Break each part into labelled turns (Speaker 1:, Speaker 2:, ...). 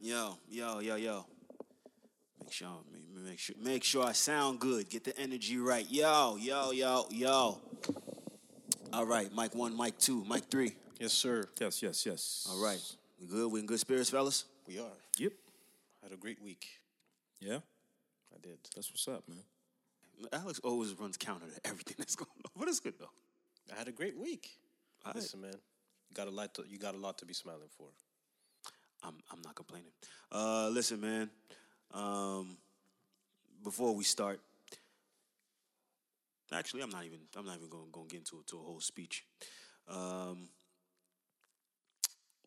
Speaker 1: Yo, yo, yo, yo. Make sure, make sure, make sure I sound good. Get the energy right. Yo, yo, yo, yo. All right, mic one, mic two, mic three.
Speaker 2: Yes, sir.
Speaker 3: Yes, yes, yes.
Speaker 1: All right, we good. We in good spirits, fellas.
Speaker 2: We are.
Speaker 3: Yep.
Speaker 2: Had a great week.
Speaker 3: Yeah.
Speaker 2: I did.
Speaker 3: That's what's up, man.
Speaker 1: Alex always runs counter to everything that's going on, but it's good though.
Speaker 2: I had a great week. Listen, man, you got a lot. To, you got a lot to be smiling for.
Speaker 1: I'm I'm not complaining. Uh, listen, man. Um, before we start, actually, I'm not even I'm not even going to get into to a whole speech. Um,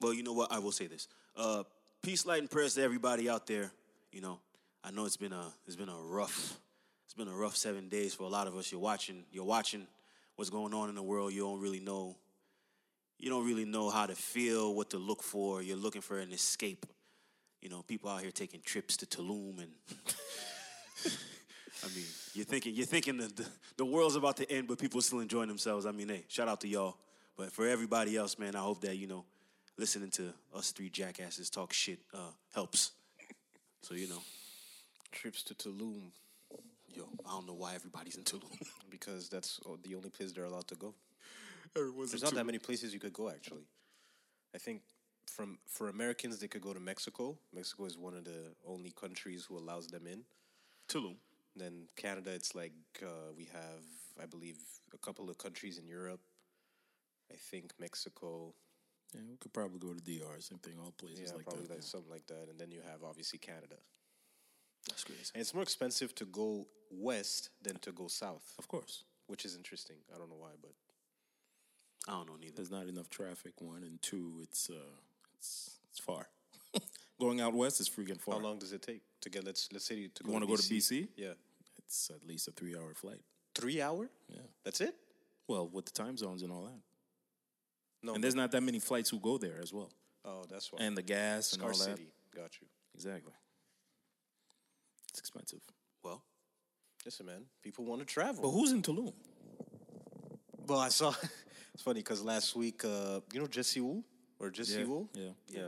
Speaker 1: well, you know what? I will say this. Uh, peace, light, and prayers to everybody out there. You know, I know it's been a it's been a rough it's been a rough seven days for a lot of us. You're watching you're watching what's going on in the world. You don't really know you don't really know how to feel, what to look for. You're looking for an escape. You know, people out here taking trips to Tulum, and I mean, you're thinking you're thinking the, the the world's about to end, but people still enjoying themselves. I mean, hey, shout out to y'all. But for everybody else, man, I hope that you know, listening to us three jackasses talk shit uh, helps. So you know,
Speaker 2: Trips to Tulum
Speaker 1: yo, I don't know why everybody's in Tulum.
Speaker 2: because that's o- the only place they're allowed to go.
Speaker 1: Everyone's
Speaker 2: There's
Speaker 1: in
Speaker 2: not
Speaker 1: Tulum.
Speaker 2: that many places you could go actually. I think from for Americans they could go to Mexico. Mexico is one of the only countries who allows them in.
Speaker 1: Tulum.
Speaker 2: Then Canada, it's like uh, we have, I believe, a couple of countries in Europe. I think Mexico,
Speaker 3: Yeah, we could probably go to DR. Same thing. All places
Speaker 2: yeah,
Speaker 3: like
Speaker 2: probably
Speaker 3: that.
Speaker 2: like something like that. And then you have obviously Canada.
Speaker 1: That's crazy.
Speaker 2: And it's more expensive to go west than to go south,
Speaker 3: Of course,
Speaker 2: which is interesting. I don't know why, but
Speaker 1: I don't know neither.
Speaker 3: there's not enough traffic. One and two, it's uh, it's it's far. Going out west is freaking far.
Speaker 2: how long does it take to get? Let's let's say to go.
Speaker 3: You want to go to BC?
Speaker 2: Yeah,
Speaker 3: It's at least a three-hour flight.
Speaker 2: three hour.
Speaker 3: Yeah.
Speaker 2: That's it.
Speaker 3: Well, with the time zones and all that.
Speaker 2: No,
Speaker 3: And there's not that many flights who go there as well.
Speaker 2: oh, that's why.
Speaker 3: And the gas and all that.
Speaker 2: scarcity. Got you.
Speaker 3: Exactly. It's expensive.
Speaker 1: Well,
Speaker 2: Listen, man, people want to travel.
Speaker 3: But who's in Tulum?
Speaker 2: Well, I saw. it's funny because last week, uh, you know Jessie Wu or Jessie Wu.
Speaker 3: Yeah.
Speaker 2: Yeah.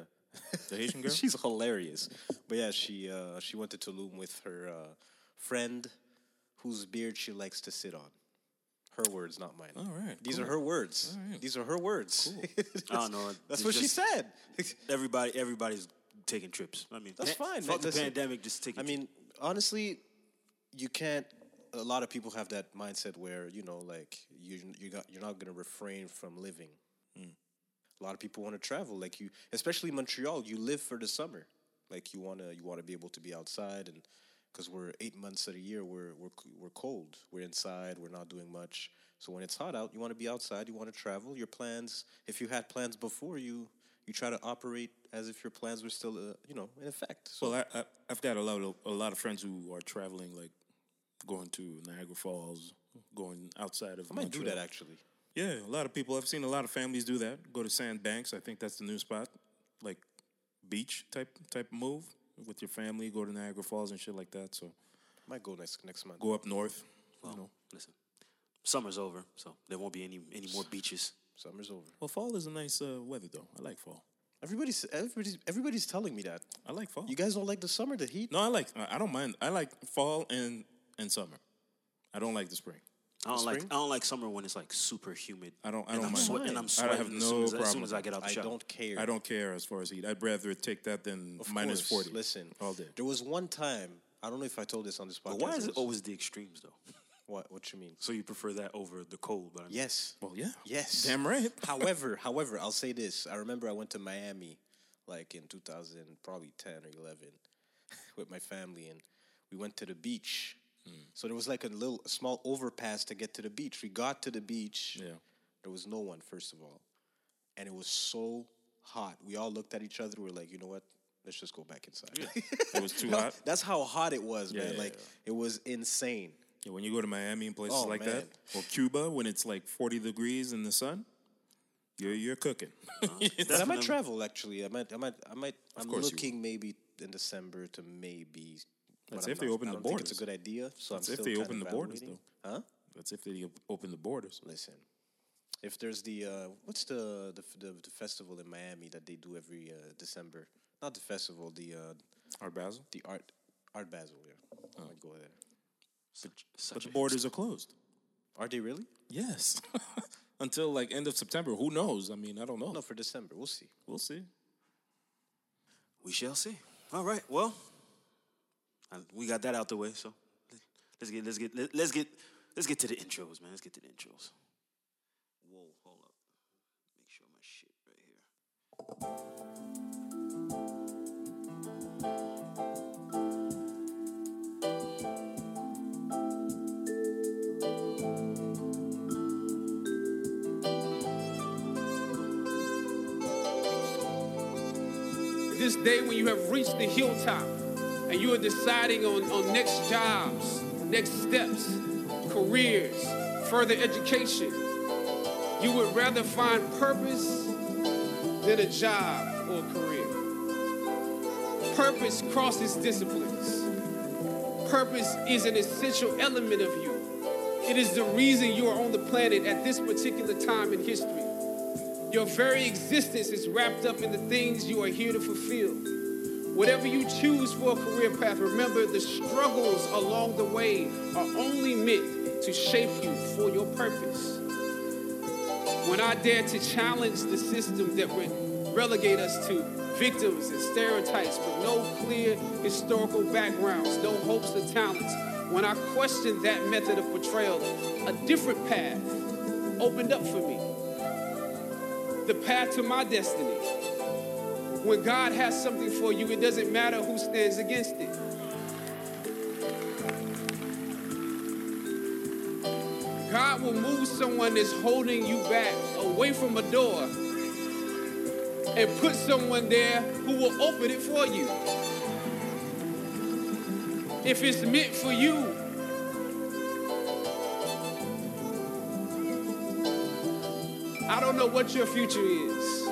Speaker 3: The Haitian girl?
Speaker 2: She's hilarious. But yeah, she uh, she went to Tulum with her uh, friend, whose beard she likes to sit on. Her words, not mine.
Speaker 3: All right,
Speaker 2: These are her words. These are her words.
Speaker 1: I don't know.
Speaker 2: That's
Speaker 1: It's
Speaker 2: what she
Speaker 1: just-
Speaker 2: said.
Speaker 1: Everybody, everybody's taking trips. I mean,
Speaker 2: That's
Speaker 1: pa-
Speaker 2: fine,
Speaker 1: Fuck
Speaker 2: man.
Speaker 1: the
Speaker 2: Listen,
Speaker 1: pandemic, just taking.
Speaker 2: I mean, honestly, you can't. A lot of people have that mindset where you know, like you you got you're not gonna refrain from living. A lot of people want to travel, like you, especially Montreal. You live for the summer, like you wanna you wanna be able to be outside, and because we're eight months of the year, we're we're c- we're cold. We're inside. We're not doing much. So when it's hot out, you want to be outside. You want to travel. Your plans, if you had plans before, you you try to operate as if your plans were still, uh, you know, in effect. So
Speaker 3: Well, I, I, I've got a lot of a lot of friends who are traveling, like going to Niagara Falls, going outside of.
Speaker 2: I might do
Speaker 3: Montreal.
Speaker 2: that actually.
Speaker 3: Yeah, a lot of people. I've seen a lot of families do that. Go to Sandbanks. I think that's the new spot, like beach type type move with your family. Go to Niagara Falls and shit like that. So
Speaker 2: Might go next next month.
Speaker 3: go up north.
Speaker 1: well,
Speaker 3: you know.
Speaker 1: listen, summer's over, so there won't be any any more beaches.
Speaker 2: Summer's over.
Speaker 3: Well, fall is a nice uh, weather though. I like fall.
Speaker 2: Everybody's everybody's everybody's telling me that.
Speaker 3: I like fall.
Speaker 2: You guys don't like the summer, the heat.
Speaker 3: no, I like. I I don't mind. I like fall and and summer. I don't like the spring.
Speaker 1: I don't like
Speaker 2: spring?
Speaker 1: I don't like summer when it's like super humid.
Speaker 3: I don't- I
Speaker 1: and
Speaker 3: don't
Speaker 1: I'm
Speaker 3: mind.
Speaker 1: sweat- and I'm
Speaker 3: I
Speaker 1: sweating.
Speaker 3: have
Speaker 1: as, soon as,
Speaker 3: no
Speaker 1: as soon
Speaker 3: problem
Speaker 1: as
Speaker 3: with
Speaker 1: I get out the
Speaker 2: I
Speaker 1: shower.
Speaker 2: don't care.
Speaker 3: I don't care as far as heat. I'd rather take that than
Speaker 2: Of
Speaker 3: minus
Speaker 2: course,
Speaker 3: forty.
Speaker 2: Listen,
Speaker 3: all day.
Speaker 2: There was one time. I don't know if I told this on this podcast.
Speaker 1: But why is it
Speaker 2: was-
Speaker 1: always the extremes though?
Speaker 2: What? What you mean?
Speaker 1: So you prefer that over the cold? But I mean,
Speaker 2: Yes.
Speaker 3: Well, yeah.
Speaker 2: Yes.
Speaker 3: Damn right.
Speaker 2: however, however, I'll say this. I remember I went to Miami, like in 2000, probably 10 or 11, with my family, and we went to the beach.
Speaker 3: Hmm.
Speaker 2: So there was like a little a small overpass to get to the beach. We got to the beach.
Speaker 3: Yeah.
Speaker 2: There was no one, first of all. And it was so hot. We all looked at each other. We were like, you know what? Let's just go back inside.
Speaker 3: It was too
Speaker 2: No,
Speaker 3: hot.
Speaker 2: That's how hot it was, man.
Speaker 3: yeah,
Speaker 2: like, it was insane.
Speaker 3: Yeah, when you go to Miami and places
Speaker 2: Oh,
Speaker 3: like
Speaker 2: man.
Speaker 3: that, or Cuba when it's like forty degrees in the sun, you're you're cooking.
Speaker 2: But I might travel actually. I might. I might. I might. I'm
Speaker 3: course you
Speaker 2: looking maybe in December to maybe. but
Speaker 3: That's
Speaker 2: I'm
Speaker 3: if they
Speaker 2: not-
Speaker 3: open
Speaker 2: I
Speaker 3: the
Speaker 2: don't think It's
Speaker 3: borders.
Speaker 2: a good idea. So
Speaker 3: That's
Speaker 2: I'm
Speaker 3: if
Speaker 2: still
Speaker 3: they
Speaker 2: kind
Speaker 3: open
Speaker 2: of
Speaker 3: the borders,
Speaker 2: evaluating. Huh?
Speaker 3: That's if they op- open the borders.
Speaker 2: Listen, if there's the uh, what's the the, the the festival in Miami that they do every uh, December? not the festival, the uh,
Speaker 3: Art Basel.
Speaker 2: the art art Basel. Yeah, I
Speaker 3: Oh.
Speaker 2: might go there.
Speaker 1: Such,
Speaker 3: But
Speaker 1: such
Speaker 3: the
Speaker 1: a,
Speaker 3: borders are closed.
Speaker 2: Are they really?
Speaker 3: Yes. Until like end of September. Who knows? I mean, I don't know.
Speaker 2: No, for December. We'll see.
Speaker 3: We'll see.
Speaker 1: we shall see. All right. Well, I, we got that out the way. So let- let's get let's get let- let's get let's get to the intros, man. Let's get to the intros. Whoa, hold up. Make sure my shit right here.
Speaker 4: this day when you have reached the hilltop and you are deciding on, on next jobs, next steps, careers, further education, you would rather find purpose than a job or a career. Purpose crosses disciplines. Purpose is an essential element of you. It is the reason you are on the planet at this particular time in history. Your very existence is wrapped up in the things you are here to fulfill. Whatever you choose for a career path, remember the struggles along the way are only meant to shape you for your purpose. When I dare to challenge the system that would relegate us to victims and stereotypes with no clear historical backgrounds, no hopes or talents, when I questioned that method of portrayal, a different path opened up for me the path to my destiny. When God has something for you, it doesn't matter who stands against it. God will move someone that's holding you back away from a door and put someone there who will open it for you. If it's meant for you, I don't know what your future is,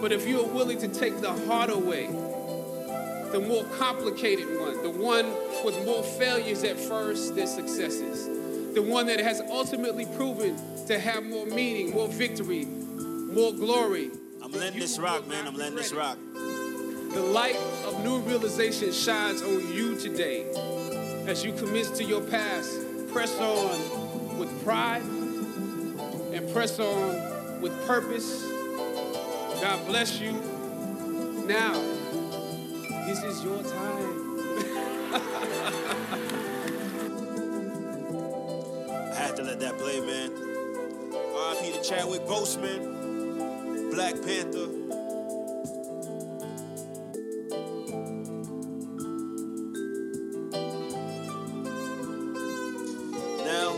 Speaker 4: but if you are willing to take the harder way, the more complicated one, the one with more failures at first than successes, the one that has ultimately proven to have more meaning, more victory, more glory.
Speaker 1: I'm letting this rock, man. I'm letting this rock.
Speaker 4: The light of new realization shines on you today as you commit to your past. Press on with pride and press on with purpose. God bless you. Now, this is your time.
Speaker 1: I had to let that play, man. RIP to Chadwick Boseman, Black Panther. Now,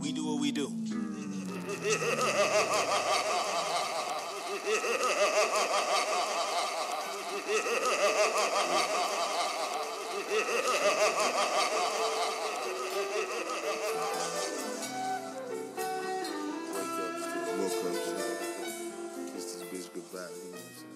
Speaker 1: we do what we do.
Speaker 5: wake up, still woke up, shit. Kiss this bitch goodbye, you know what I'm saying?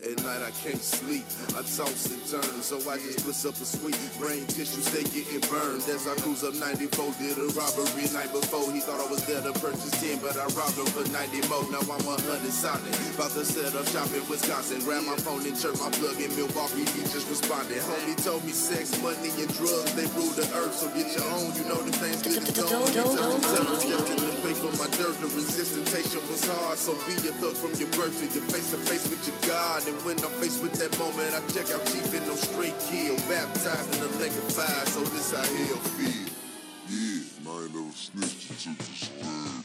Speaker 5: At night I can't sleep. I toss and turn, so I just push up a sweet brain tissue. Stay getting burned as I cruise up 94. Did a robbery night before. He thought I was there to purchase 10, but I robbed him for 90 more. Now I'm 100 solid. About to set up shop in Wisconsin. Grab my phone and chirp my plug in Milwaukee. He just responded. Homie told me sex, money, and drugs they rule the earth. So get your own. You know the things good and gone. You tell them, tell them, just in the faith of my dirt. The resistance temptation was hard. So be a thug from your birth to your face to face with your God. And when I'm faced with that moment, I check out chief and no straight kill. Baptized in the lake of fire. So this I hell feel. Yeah, I ain't never snitched until the stand.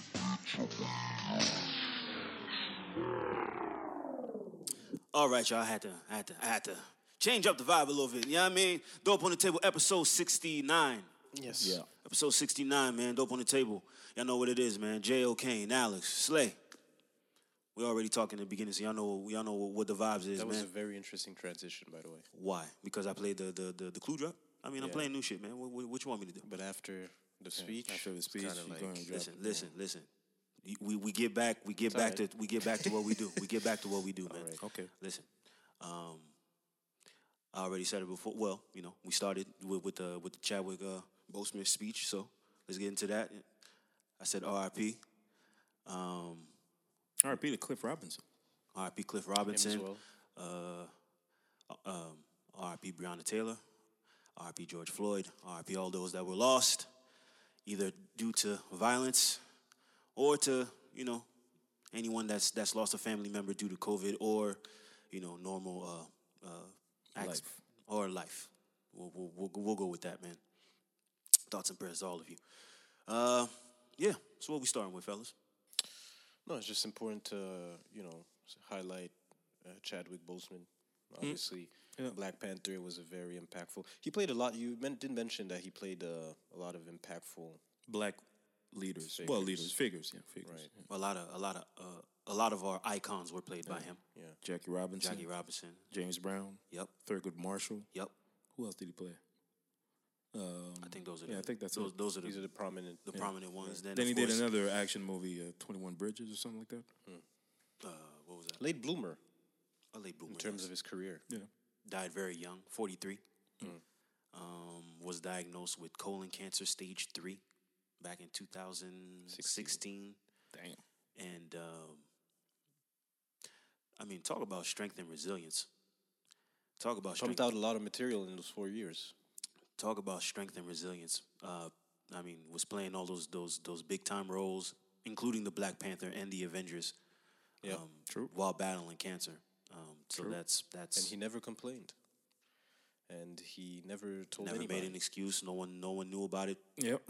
Speaker 1: All right, y'all. I had to, I had to, I had to change up the vibe a little bit. You know what I mean? Dope on the table, episode 69.
Speaker 2: Yes. Yeah.
Speaker 1: Episode 69, man. Dope on the table. Y'all know what it is, man. J.O. Kane, Alex, Slay. We already talking in the beginning, so y'all know y'all know what the vibes is,
Speaker 2: That was
Speaker 1: man.
Speaker 2: a very interesting transition, by the way.
Speaker 1: Why? Because I played the the the, the clue drop. I mean, I'm
Speaker 2: Yeah.
Speaker 1: playing new shit, man. What, what, what you want me to do?
Speaker 2: But after the speech,
Speaker 3: after the
Speaker 2: it's
Speaker 3: speech,
Speaker 2: kinda
Speaker 3: you
Speaker 2: like,
Speaker 3: gonna-
Speaker 1: Listen, listen, listen. You- We we get back, we get back
Speaker 2: alright.
Speaker 1: to we get back to what we do. We get back to what we do, man.
Speaker 2: Alright.
Speaker 3: Okay.
Speaker 1: Listen, um, I already said it before. Well, you know, we started with with the with the Chadwick uh, Boseman speech, so let's get into that. I said R.I.P. Um,
Speaker 3: R.P. to Cliff Robinson.
Speaker 1: R.I.P. Cliff Robinson.
Speaker 2: well.
Speaker 1: Uh, um, R.I.P. Breonna Taylor. R.I.P. George Floyd. R.I.P. all those that were lost, either due to violence or to you know anyone that's that's lost a family member due to COVID or you know normal uh, uh, acts
Speaker 3: Life.
Speaker 1: or life. We'll, we'll, we'll, go- we'll go with that, man. Thoughts and prayers to all of you. Uh, yeah, so what we starting with, fellas?
Speaker 2: No, it's just important to you know s- highlight uh, Chadwick Boseman.
Speaker 1: Mm.
Speaker 2: Obviously, Black Panther was a very impactful. He played a lot. You men- did mention that he played uh, a lot of impactful.
Speaker 3: Black leaders. Well,
Speaker 2: Figures.
Speaker 3: leaders. Figures, yeah. Figures.
Speaker 2: Right.
Speaker 1: A lot of a lot of uh, a lot of our icons were played by him.
Speaker 2: Yeah,
Speaker 3: Jackie Robinson.
Speaker 1: Jackie Robinson.
Speaker 3: James Brown.
Speaker 1: Yep.
Speaker 3: Thurgood Marshall.
Speaker 1: Yep.
Speaker 3: Who else did he play? Um,
Speaker 1: I think those are.
Speaker 3: Yeah,
Speaker 1: the,
Speaker 3: I think that's
Speaker 1: those.
Speaker 3: it.
Speaker 1: Those are the,
Speaker 2: these are the prominent.
Speaker 1: the prominent ones. Then,
Speaker 3: then
Speaker 1: of
Speaker 3: he did
Speaker 1: course,
Speaker 3: another action movie, uh, 21 Bridges or something like that.
Speaker 1: Uh, what was that?
Speaker 2: Late bloomer
Speaker 1: A late bloomer.
Speaker 2: in terms of his career.
Speaker 3: Yeah.
Speaker 1: died very young, 43. Um, was diagnosed with colon cancer stage three back in 2016.
Speaker 3: Damn.
Speaker 1: And um, I mean, talk about strength and resilience. Talk about strength.
Speaker 2: Pumped out a lot of material in those four years.
Speaker 1: talk about strength and resilience. Uh, I mean, was playing all those those those big time roles, including the Black Panther and the Avengers. um,
Speaker 3: true.
Speaker 1: While battling cancer, um, so that's that's
Speaker 2: and he never complained, and he never told
Speaker 1: never
Speaker 2: anybody.
Speaker 1: made an excuse. No one no one knew about it.
Speaker 3: Yep.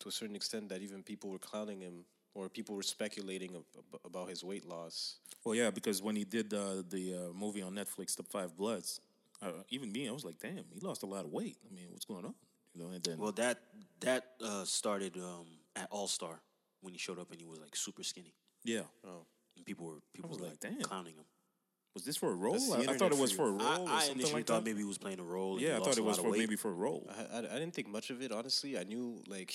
Speaker 2: to a certain extent, that even people were clowning him, or people were speculating ab- ab- about his weight loss.
Speaker 3: Well, yeah, because when he did uh, the uh, movie on Netflix, The Five Bloods, uh, even me, I was like, damn, he lost a lot of weight. I mean, what's going on? You know, and then
Speaker 1: Well, that that uh, started um, at All Star when he showed up and he was like super skinny,
Speaker 3: yeah,
Speaker 1: and people were people
Speaker 3: was
Speaker 1: were
Speaker 3: like,
Speaker 1: like,
Speaker 3: "Damn."
Speaker 1: clowning him.
Speaker 3: was this for a role?
Speaker 2: That's the
Speaker 3: I- I, thought
Speaker 2: internet
Speaker 3: it was
Speaker 2: for
Speaker 3: for
Speaker 2: you.
Speaker 3: a role.
Speaker 1: I,
Speaker 3: or
Speaker 1: I
Speaker 3: something
Speaker 1: initially
Speaker 3: like
Speaker 1: thought
Speaker 3: that.
Speaker 1: maybe he was playing a role. and
Speaker 3: Yeah,
Speaker 1: he
Speaker 3: I
Speaker 1: lost
Speaker 3: thought it
Speaker 1: a
Speaker 3: was
Speaker 1: lot of
Speaker 3: for
Speaker 1: weight.
Speaker 3: maybe for a role.
Speaker 2: I, I, I didn't think much of it honestly. I knew like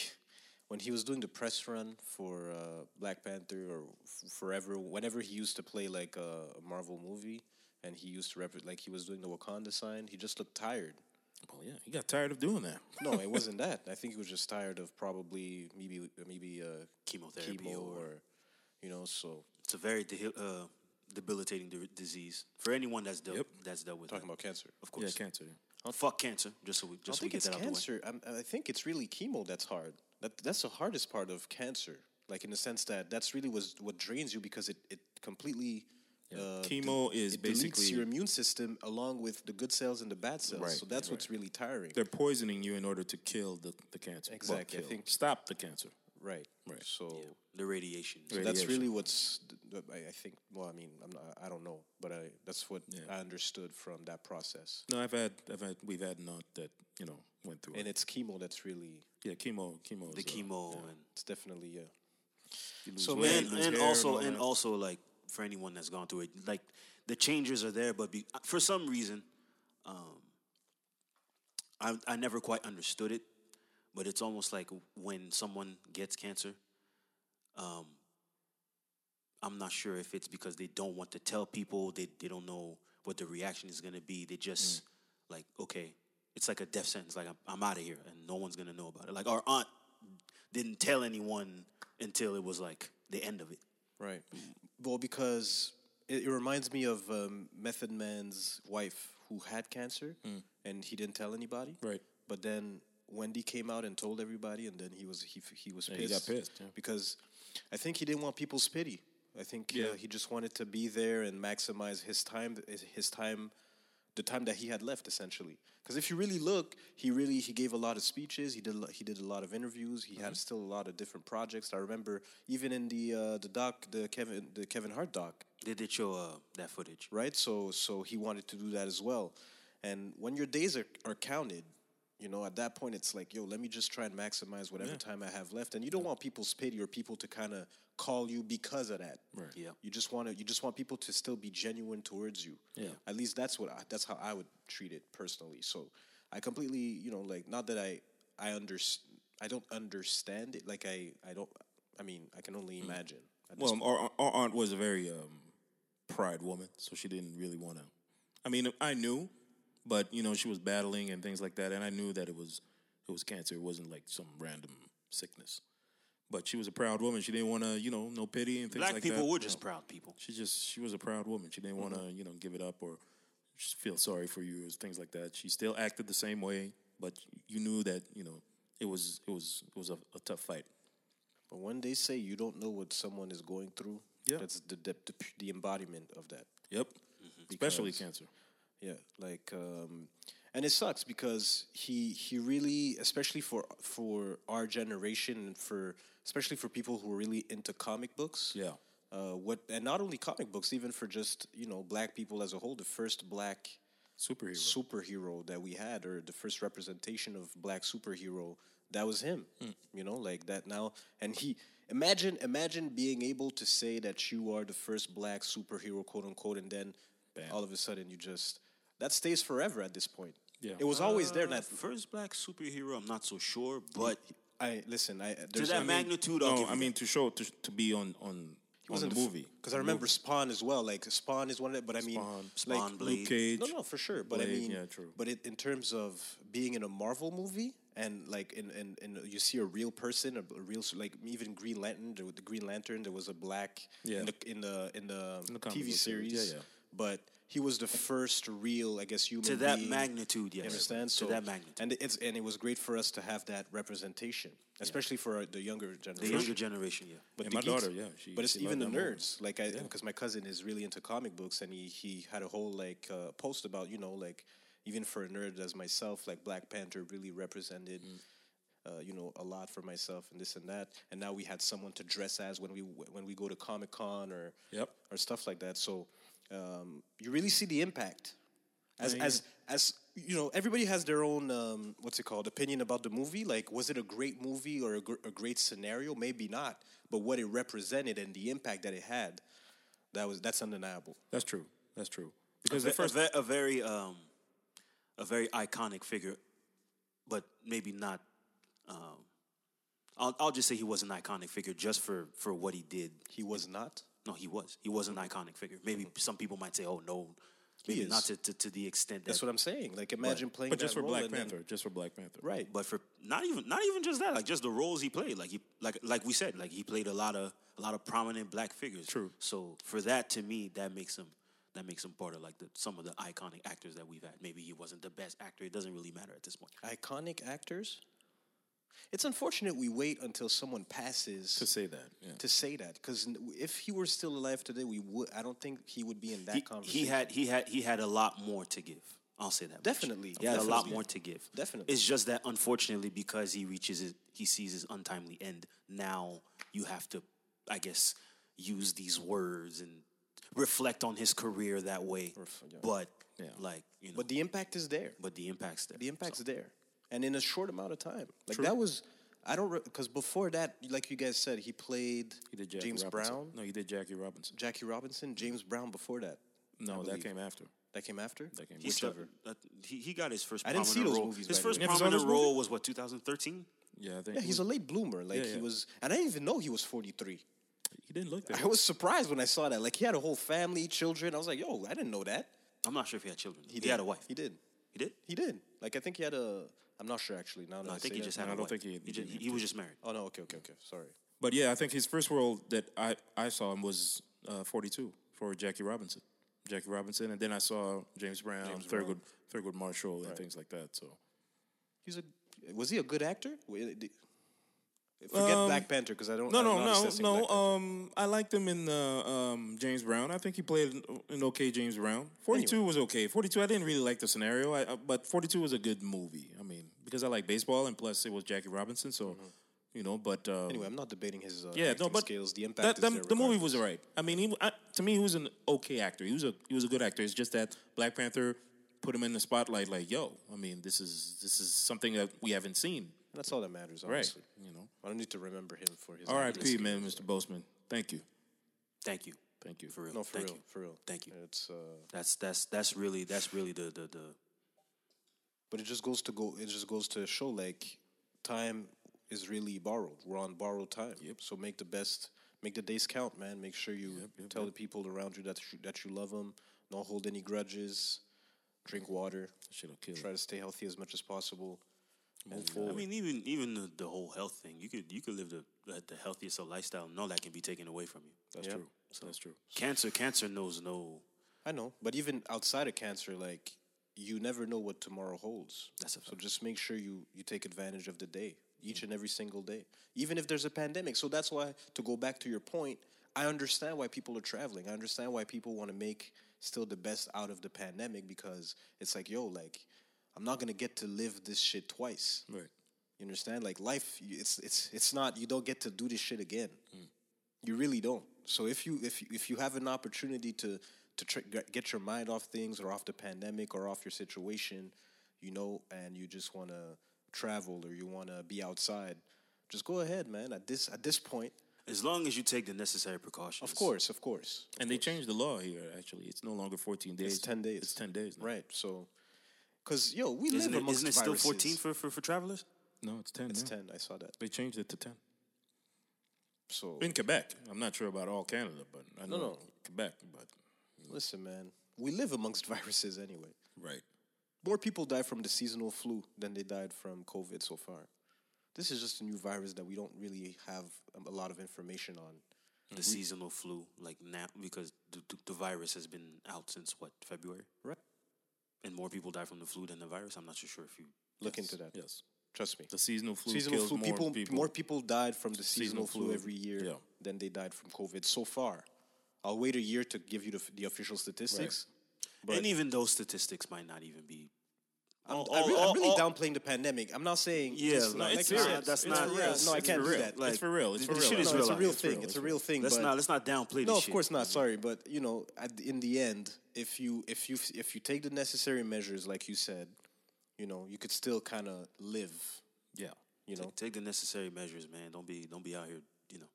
Speaker 2: when he was doing the press run for uh, Black Panther or f- Forever, whenever he used to play like a, a Marvel movie, and he used to rep like he was doing the Wakanda sign. He just looked tired.
Speaker 3: Well, yeah, he got tired of doing that.
Speaker 2: No, it wasn't that. I think he was just tired of probably maybe maybe uh,
Speaker 1: Chemotherapy
Speaker 2: chemo
Speaker 1: or-
Speaker 2: or you know. So
Speaker 1: It's a very de- uh, debilitating di- disease for anyone that's dealt
Speaker 3: Yep.
Speaker 1: that's dealt with.
Speaker 2: talking
Speaker 1: it,
Speaker 2: about cancer.
Speaker 1: of
Speaker 3: Yeah,
Speaker 1: course,
Speaker 3: cancer. yeah.
Speaker 1: fuck cancer. Just so we
Speaker 2: I don't
Speaker 1: just so we
Speaker 2: think
Speaker 1: get
Speaker 2: it's
Speaker 1: that out the way.
Speaker 2: cancer. I'm, I think it's really chemo that's hard. That that's the hardest part of cancer. Like in the sense that that's really was what drains you because it it completely. Uh,
Speaker 3: Chemo
Speaker 2: de-
Speaker 3: is
Speaker 2: it deletes
Speaker 3: basically-
Speaker 2: your immune system along with the good cells and the bad cells.
Speaker 3: Right,
Speaker 2: so that's what's really tiring.
Speaker 3: They're poisoning you in order to kill the, the cancer. Well,
Speaker 2: Exactly, I
Speaker 3: kill.
Speaker 2: think-
Speaker 3: stop the cancer.
Speaker 2: right. Right. So
Speaker 1: The radiation. is-
Speaker 2: that's
Speaker 3: Radiation.
Speaker 2: really what's th- th- I, I think. Well, I mean, I'm not, I don't know, but I that's what I understood from that process.
Speaker 3: No, I've had, I've had, we've had not that you know went through.
Speaker 2: And
Speaker 3: it.
Speaker 2: it's chemo that's really.
Speaker 3: Yeah, chemo, chemo.
Speaker 1: The
Speaker 3: is, uh,
Speaker 1: chemo
Speaker 2: It's definitely yeah.
Speaker 3: you lose
Speaker 2: So,
Speaker 3: weight,
Speaker 2: man,
Speaker 3: you
Speaker 1: and
Speaker 3: lose
Speaker 1: and, and
Speaker 3: hair
Speaker 1: also
Speaker 3: all
Speaker 1: and
Speaker 3: that.
Speaker 1: also like for anyone that's gone through it, like the changes are there, but be, for some reason, um, I I never quite understood it. But it's almost like when someone gets cancer, um, I'm not sure if it's because they don't want to tell people, they they don't know what the reaction is gonna be. They just
Speaker 3: Mm.
Speaker 1: like okay, it's like a death sentence. Like I'm, I'm out of here, and no one's gonna know about it. Like our aunt didn't tell anyone until it was like the end of it.
Speaker 2: Right. Well, because it, it reminds me of um, Method Man's wife who had cancer and he didn't tell anybody.
Speaker 3: Right.
Speaker 2: But then Wendy came out and told everybody, and then he was he f- he was
Speaker 3: he
Speaker 2: pissed.
Speaker 3: got pissed, yeah.
Speaker 2: because I think he didn't want people's pity. I think uh, he just wanted to be there and maximize his time his time the time that he had left essentially because if you really look he really he gave a lot of speeches he did a lo- he did a lot of interviews he
Speaker 3: Mm-hmm.
Speaker 2: had still a lot of different projects i remember even in the uh, the doc the kevin the kevin hart doc
Speaker 1: They did show uh, that footage.
Speaker 2: right so so he wanted to do that as well and when your days are, are counted you know at that point it's like yo let me just try and maximize whatever time i have left and you don't want people's pity or people to kind of call you because of that right
Speaker 1: Yeah.
Speaker 2: you just want to you just want people to still be genuine towards you yeah at least that's what I, that's how i would treat it personally so i completely you know like not that i i under i don't understand it like i i don't i mean i can only imagine at this
Speaker 3: Well, our, our aunt was a very um, pride woman, so she didn't really want to. I mean, I knew, but you know, she was battling and things like that, and I knew that it was it was cancer. It wasn't like some random sickness. But she was a proud woman. She didn't want to, you know, no pity and things
Speaker 1: Black
Speaker 3: like that.
Speaker 1: people were
Speaker 3: you
Speaker 1: just
Speaker 3: know.
Speaker 1: proud people.
Speaker 3: She just she was a proud woman. She didn't want to, you know, give it up or just feel sorry for you or things like that. She still acted the same way, but you knew that, you know, it was it was it was a, a tough fight.
Speaker 2: But when they say you don't know what someone is going through,
Speaker 3: Yeah.
Speaker 2: that's the, the the the embodiment of that.
Speaker 3: Yep. Especially
Speaker 2: Because-
Speaker 3: cancer.
Speaker 2: Yeah, like, um, and it sucks because he he really, especially for for our generation, and for especially for people who are really into comic books.
Speaker 3: Yeah.
Speaker 2: Uh, what and not only comic books, even for just you know black people as a whole, the first black
Speaker 3: Superhero.
Speaker 2: superhero that we had, or the first representation of black superhero, that was him.
Speaker 3: Hmm.
Speaker 2: You know, like that now, and he imagine imagine being able to say that you are the first black superhero, quote unquote, and then all of a sudden you just that stays forever at this point.
Speaker 3: Yeah.
Speaker 2: it was always there.
Speaker 1: Uh,
Speaker 2: That
Speaker 1: first black superhero, I'm not so sure, but
Speaker 2: I listen. I
Speaker 1: to
Speaker 2: there's
Speaker 1: that
Speaker 2: I mean,
Speaker 1: magnitude, I'll
Speaker 3: no,
Speaker 1: give
Speaker 3: I
Speaker 1: you
Speaker 3: mean to show to, to be on on, on the
Speaker 2: wasn't
Speaker 3: movie.
Speaker 2: because I remember Spawn as well. Like Spawn is one of the, but I mean,
Speaker 3: Spawn,
Speaker 1: Spawn
Speaker 2: like,
Speaker 1: Blade.
Speaker 3: Luke Cage.
Speaker 2: No, no, for sure. But I
Speaker 3: Blade,
Speaker 2: mean,
Speaker 3: yeah, true.
Speaker 2: But it, in terms of being in a Marvel movie and like in and in, you see a real person, a, a real s- like even Green Lantern. There, was- the Green Lantern, there was a black
Speaker 3: Yeah.
Speaker 2: in the in the in the,
Speaker 3: the comic
Speaker 2: TV
Speaker 3: book
Speaker 2: series.
Speaker 3: series, yeah, yeah.
Speaker 2: But he was the first real, I guess, human
Speaker 1: to that
Speaker 2: being,
Speaker 1: magnitude,
Speaker 2: You
Speaker 1: yes.
Speaker 2: understand?
Speaker 1: To that magnitude.
Speaker 2: and it's and it was great for us to have that representation, especially for our, the younger
Speaker 1: the
Speaker 2: generation.
Speaker 1: younger generation, yeah.
Speaker 2: But
Speaker 3: And
Speaker 2: the
Speaker 3: my
Speaker 2: geeks-
Speaker 3: daughter, yeah, she-
Speaker 2: but it's
Speaker 3: she
Speaker 2: even the
Speaker 3: loved that movie.
Speaker 2: nerds, like I, because my cousin is really into comic books, and he he had a whole like uh, post about you know like even for a nerd as myself, like Black Panther really represented.
Speaker 3: Mm.
Speaker 2: Uh, you know a lot for myself and this and that and now we had someone to dress as when we when we go to comic con or
Speaker 3: Yep.
Speaker 2: or stuff like that so um, you really see the impact as as as you know everybody has their own um, what's it called opinion about the movie like was it a great movie or a, gr- a great scenario maybe not but what it represented and the impact that it had that was that's undeniable
Speaker 3: That's true. That's true. Because
Speaker 1: ve-
Speaker 3: the first
Speaker 1: a, ve- a very um, a very iconic figure, but maybe not. Um, I'll I'll just say he was an iconic figure just for for what he did.
Speaker 2: he was not
Speaker 1: No, he was. He was an iconic figure. Maybe
Speaker 3: Mm-hmm.
Speaker 1: some people might say, "Oh no," maybe
Speaker 2: is.
Speaker 1: not to, to to the extent that.
Speaker 2: that's what i'm saying like imagine playing
Speaker 3: but just
Speaker 2: that
Speaker 3: for
Speaker 2: role
Speaker 3: Black
Speaker 2: and then-
Speaker 3: Panther. Just for Black Panther.
Speaker 2: right
Speaker 1: but for not even not even just that, like just the roles he played. Like he like like we said, like he played a lot of a lot of prominent black figures.
Speaker 3: True.
Speaker 1: So for that to me, that makes him that makes him part of like the, some of the iconic actors that we've had. Maybe he wasn't the best actor. It doesn't really matter at this point.
Speaker 2: iconic actors it's unfortunate we wait until someone passes
Speaker 3: To say that. Yeah.
Speaker 2: to say that because if he were still alive today, we would. I don't think he would be in that
Speaker 1: He,
Speaker 2: conversation.
Speaker 1: he had he had he had a lot more to give. I'll say that. much.
Speaker 2: Definitely,
Speaker 1: He had a lot
Speaker 2: definitely.
Speaker 1: more to give.
Speaker 2: Definitely.
Speaker 1: It's just that unfortunately because he reaches his, he sees his untimely end, now you have to I guess use these words and reflect on his career that way. But like, you know,
Speaker 2: but the impact is there.
Speaker 1: but the impact's there.
Speaker 2: The impact's there, and in a short amount of time. Like that was. I don't because before that, like you guys said, he played
Speaker 3: He did Jackie
Speaker 2: James
Speaker 3: Robinson.
Speaker 2: Brown,
Speaker 3: No, he did Jackie Robinson.
Speaker 2: Jackie Robinson, James Brown. Before that,
Speaker 3: No, that came after.
Speaker 2: that came after.
Speaker 3: That came
Speaker 1: He
Speaker 3: after.
Speaker 1: stu- that- he, he got his first
Speaker 2: I didn't see
Speaker 1: prominent
Speaker 2: those
Speaker 1: role.
Speaker 2: movies
Speaker 1: his
Speaker 2: back then.
Speaker 1: first
Speaker 3: Yeah, for some
Speaker 1: prominent
Speaker 3: of those
Speaker 1: role was what 2013?
Speaker 3: Yeah, I think
Speaker 2: Yeah,
Speaker 3: he
Speaker 2: he's a late bloomer. Like
Speaker 3: yeah.
Speaker 2: he was, and I didn't even know he was forty three.
Speaker 3: he didn't look that.
Speaker 2: I was surprised when I saw that. Like he had a whole family, children. I was like, yo, I didn't know that.
Speaker 1: I'm not sure if he had children. He, had
Speaker 2: did.
Speaker 1: a wife.
Speaker 2: He did.
Speaker 1: He did?
Speaker 2: He did. Like I think he had a. I'm not sure actually. Now that
Speaker 1: No, I think
Speaker 2: say
Speaker 1: he
Speaker 2: that.
Speaker 1: just had
Speaker 3: No,
Speaker 1: a
Speaker 3: I don't
Speaker 1: wife.
Speaker 3: think he-
Speaker 1: he,
Speaker 3: he
Speaker 1: ju-
Speaker 3: didn't have
Speaker 1: he was just married.
Speaker 2: Oh no. Okay. Okay. Okay. Sorry.
Speaker 3: But yeah, I think his first role that I, I saw him was uh, 42 for Jackie Robinson. Jackie Robinson, and then I saw James Brown, Thurgood, Thurgood Marshall, and things like that. So
Speaker 2: He's a. Was he a good actor? Wa- did- Forget
Speaker 3: Um,
Speaker 2: Black Panther because I don't.
Speaker 3: no,
Speaker 2: I'm
Speaker 3: no,
Speaker 2: not
Speaker 3: no,
Speaker 2: assessing
Speaker 3: no.
Speaker 2: Black Panther.
Speaker 3: Um, I liked him in uh, um, James Brown. I think he played an, an okay James Brown. 42 was okay. 42, I didn't really like the scenario, I, uh, but 42 was a good movie. I mean, because I like baseball, and plus it was Jackie Robinson, so you know. But um,
Speaker 2: Mm-hmm. anyway, I'm not debating his uh,
Speaker 3: Yeah,
Speaker 2: acting
Speaker 3: no, but
Speaker 2: skills. The impact
Speaker 3: that,
Speaker 2: is
Speaker 3: that-
Speaker 2: there
Speaker 3: the movie
Speaker 2: regardless.
Speaker 3: was alright. I mean, he I, to me, he was an okay actor. He was a he was a good actor. It's just that Black Panther put him in the spotlight. Like, yo, I mean, this is this is something that we haven't seen,
Speaker 2: That's all that matters,
Speaker 3: right?
Speaker 2: honestly.
Speaker 3: You know,
Speaker 2: I don't need to remember him for his. acting
Speaker 3: R.I.P.
Speaker 2: skills.
Speaker 3: Man, Mr. Boseman. Thank you,
Speaker 1: Thank you.
Speaker 3: thank you.
Speaker 1: For real.
Speaker 2: No, for
Speaker 1: Thank
Speaker 2: real,
Speaker 1: you.
Speaker 2: for real.
Speaker 1: Thank you.
Speaker 2: It's. Uh,
Speaker 1: That's that's that's really that's really the the, the
Speaker 2: but it just goes to go it just goes to show like time is really borrowed we're on borrowed time so make the best make the days count man make sure you tell the people around you that you, that you love them don't hold any grudges drink water
Speaker 3: Shit'll kill.
Speaker 2: try to stay healthy as much as possible
Speaker 3: Move forward.
Speaker 1: I mean, even even the, the whole health thing, you could you could live the the the healthiest of lifestyle, and all that can be taken away from you.
Speaker 3: that's
Speaker 2: yeah.
Speaker 3: true. that's true.
Speaker 1: Cancer, cancer knows no.
Speaker 2: I know, but even outside of cancer, like you never know what tomorrow holds.
Speaker 1: That's a Mm.
Speaker 2: so just make sure you you take advantage of the day, each and every single day, even if there's a pandemic. So that's why to go back to your point, I understand why people are traveling. I understand why people want to make still the best out of the pandemic because it's like, yo, like I'm not gonna get to live this shit twice.
Speaker 3: Right.
Speaker 2: You understand? Like life, you- it's it's it's not. You don't get to do this shit again.
Speaker 1: Mm.
Speaker 2: You really don't. So if you if you- if you have an opportunity to to tr- get- get your mind off things or off the pandemic or off your situation, you know, and you just want to travel or you want to be outside, just go ahead, man. At this at this point,
Speaker 1: As long as you take the necessary precautions,
Speaker 2: of course, of course,
Speaker 3: And they changed the law here. Actually, it's no longer 14 days.
Speaker 2: 10 days.
Speaker 3: It's 10 days. Now.
Speaker 2: right? So, because yo, we
Speaker 1: Isn't
Speaker 2: live
Speaker 1: it,
Speaker 2: amongst
Speaker 1: isn't it still
Speaker 2: viruses.
Speaker 1: fourteen for, for, for travelers?
Speaker 3: No, it's 10.
Speaker 2: It's
Speaker 3: now.
Speaker 2: ten. I saw that.
Speaker 3: They changed it to 10
Speaker 2: So
Speaker 3: in Quebec. I'm not sure about all Canada, but I know
Speaker 2: no.
Speaker 3: Quebec. But
Speaker 2: listen, man, we live amongst viruses anyway.
Speaker 3: right.
Speaker 2: More people die from the seasonal flu than they died from COVID so far. This is just a new virus that we don't really have um, a lot of information on.
Speaker 1: The seasonal flu, like now, because the, the, the virus has been out since what February,
Speaker 2: Right.
Speaker 1: and more people die from the flu than the virus. I'm not too sure if you.
Speaker 2: Look into that.
Speaker 3: Yes.
Speaker 2: Trust me.
Speaker 3: The seasonal flu
Speaker 2: seasonal
Speaker 3: kills
Speaker 2: flu
Speaker 3: more
Speaker 2: people,
Speaker 3: people.
Speaker 2: more people died from the seasonal,
Speaker 3: Seasonal
Speaker 2: flu,
Speaker 3: flu.
Speaker 2: every year
Speaker 3: Yeah.
Speaker 2: than they died from COVID so far. I'll wait a year to give you the, f- the official statistics.
Speaker 1: and even those statistics might not even be. All-
Speaker 2: I
Speaker 1: all-
Speaker 2: re-
Speaker 1: all-
Speaker 2: I'm really
Speaker 1: all-
Speaker 2: downplaying the pandemic. I'm not saying
Speaker 1: Yeah,
Speaker 2: it's
Speaker 1: no,
Speaker 2: not-
Speaker 1: it's
Speaker 2: like I
Speaker 1: serious.
Speaker 2: said,
Speaker 1: That's
Speaker 2: it's
Speaker 1: not-
Speaker 2: real.
Speaker 1: yeah, it's-
Speaker 2: no, I
Speaker 1: it's
Speaker 2: can't
Speaker 1: for
Speaker 2: do
Speaker 1: real.
Speaker 2: that.
Speaker 1: Like,
Speaker 3: it's for real. It's
Speaker 1: the
Speaker 3: for
Speaker 1: shit
Speaker 3: real.
Speaker 1: is
Speaker 2: no, it's a
Speaker 1: out
Speaker 2: real
Speaker 1: here.
Speaker 2: thing. It's a real thing.
Speaker 1: Let's
Speaker 2: but
Speaker 1: not let's not downplay.
Speaker 2: No,
Speaker 1: this
Speaker 2: of
Speaker 1: shit.
Speaker 2: course not. Sorry, but you know, at the, in the end, if you if you if you take the necessary measures, like you said, you know, you could still kind of live.
Speaker 3: Yeah.
Speaker 2: You know,
Speaker 1: Take- take the necessary measures, man. Don't be don't be out here, you know,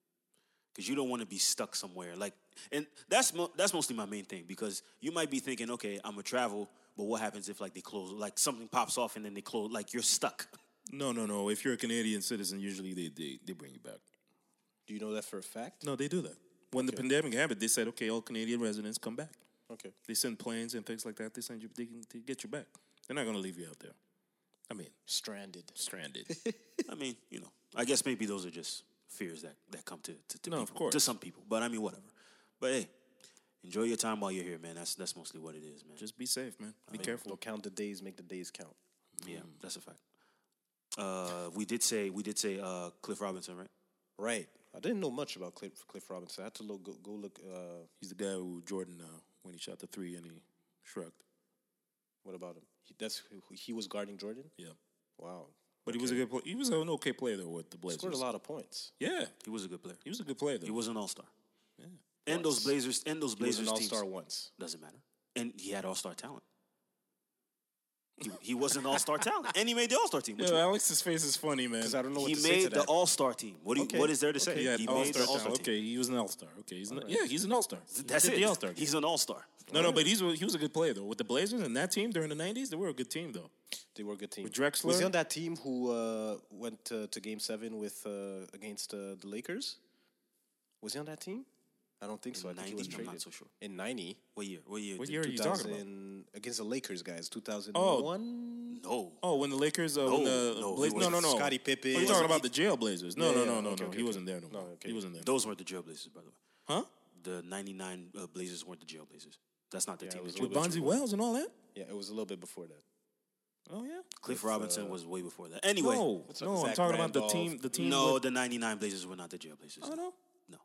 Speaker 1: because you don't want to be stuck somewhere. Like, and that's mo- that's mostly my main thing because you might be thinking, okay, I'm gonna travel, but what happens if like they close, like something pops off and then they close, like you're stuck.
Speaker 3: No, no, no. If you're a Canadian citizen, usually they they, they bring you back.
Speaker 2: do you know that for a fact?
Speaker 3: No, they do that. When the pandemic happened, they said, okay, all Canadian residents come back.
Speaker 2: Okay.
Speaker 3: They send planes and things like that. They send you. They can they get you back. They're not going to leave you out there. I mean,
Speaker 2: Stranded.
Speaker 3: stranded.
Speaker 1: I mean, you know, I guess maybe those are just fears that that come to to, to
Speaker 3: No, of
Speaker 1: people, to
Speaker 3: course.
Speaker 1: some people. But I mean, whatever. But hey, enjoy your time while you're here, man. That's that's mostly what it is, man.
Speaker 3: Just be safe, man. Be careful.
Speaker 2: Don't count the days. Make the days count.
Speaker 1: yeah, that's a fact. Uh, we did say we did say uh, Cliff Robinson, right?
Speaker 2: Right. I didn't know much about Cliff, Cliff Robinson. I had to look, go, go look. Uh,
Speaker 3: He's the guy who Jordan uh, when he shot the three and he shrugged.
Speaker 2: what about him? He, that's who, who- he was guarding Jordan.
Speaker 3: Yeah,
Speaker 2: Wow.
Speaker 3: but he was a good. Play- he was an okay player though with the Blazers.
Speaker 2: Scored a lot of points.
Speaker 3: Yeah,
Speaker 1: He was a good player.
Speaker 3: he was a good player though.
Speaker 1: He was an all star. And those Blazers and those
Speaker 2: He was
Speaker 1: Blazers
Speaker 2: an All Star
Speaker 1: teams
Speaker 2: once.
Speaker 1: doesn't matter. And he had all star talent. He, he was an all star talent, and he made the all star team. Which
Speaker 3: Yo, Alex's face is funny, man.
Speaker 2: Because I don't know what
Speaker 1: he
Speaker 2: to say to
Speaker 1: made the
Speaker 2: that.
Speaker 1: all star team. What do you,
Speaker 2: Okay,
Speaker 1: What is there to say?
Speaker 3: Okay, yeah,
Speaker 1: he
Speaker 3: all
Speaker 1: made the
Speaker 3: star.
Speaker 1: all star team.
Speaker 3: Okay, he was an all star. Okay, he's an, yeah, he's an all star.
Speaker 1: That's
Speaker 3: he
Speaker 1: it.
Speaker 3: did The all star.
Speaker 1: He's an all star.
Speaker 3: No, no, but he's a- he was a good player though with the Blazers and that team during the '90s. They were a good team though.
Speaker 2: They were a good team.
Speaker 3: With Drexler?
Speaker 2: was he on that team who uh, went to, to Game Seven with uh, against uh, the Lakers? Was he on that team? I don't think so. I think he was
Speaker 1: 90? I'm
Speaker 2: traded.
Speaker 1: not so sure.
Speaker 2: In ninety,
Speaker 1: What year? What year?
Speaker 3: What
Speaker 1: did-
Speaker 3: year are you talking about?
Speaker 2: 2000 against the Lakers guys, two thousand one.
Speaker 1: No.
Speaker 3: Oh, when the Lakers, uh, when the
Speaker 1: no, he
Speaker 3: Blaz- no,
Speaker 1: wasn't.
Speaker 3: no, no,
Speaker 2: Scottie Pippen.
Speaker 3: You're talking about the jail Blazers. No,
Speaker 2: Yeah,
Speaker 3: no,
Speaker 2: yeah,
Speaker 3: no,
Speaker 2: okay,
Speaker 3: no, no.
Speaker 2: okay, okay.
Speaker 3: He wasn't there no more.
Speaker 2: No, okay.
Speaker 3: He wasn't there.
Speaker 1: Those weren't the Trailblazers, by the way.
Speaker 3: Huh?
Speaker 1: The '99 uh, Blazers weren't the Jailblazers. That's not the team.
Speaker 2: was
Speaker 1: that you-
Speaker 2: a
Speaker 3: With Bonzi Wells and all that.
Speaker 2: Yeah, it was a little bit before that.
Speaker 3: Oh yeah.
Speaker 1: Cliff Robinson was way before that. Anyway,
Speaker 3: No,
Speaker 2: What's up,
Speaker 3: no. I'm
Speaker 2: Zach
Speaker 3: talking about the
Speaker 2: Randolph?
Speaker 3: team. The team.
Speaker 1: no,
Speaker 3: with-
Speaker 1: the '99 Blazers were not the Jailblazers.
Speaker 3: Oh no.
Speaker 1: no,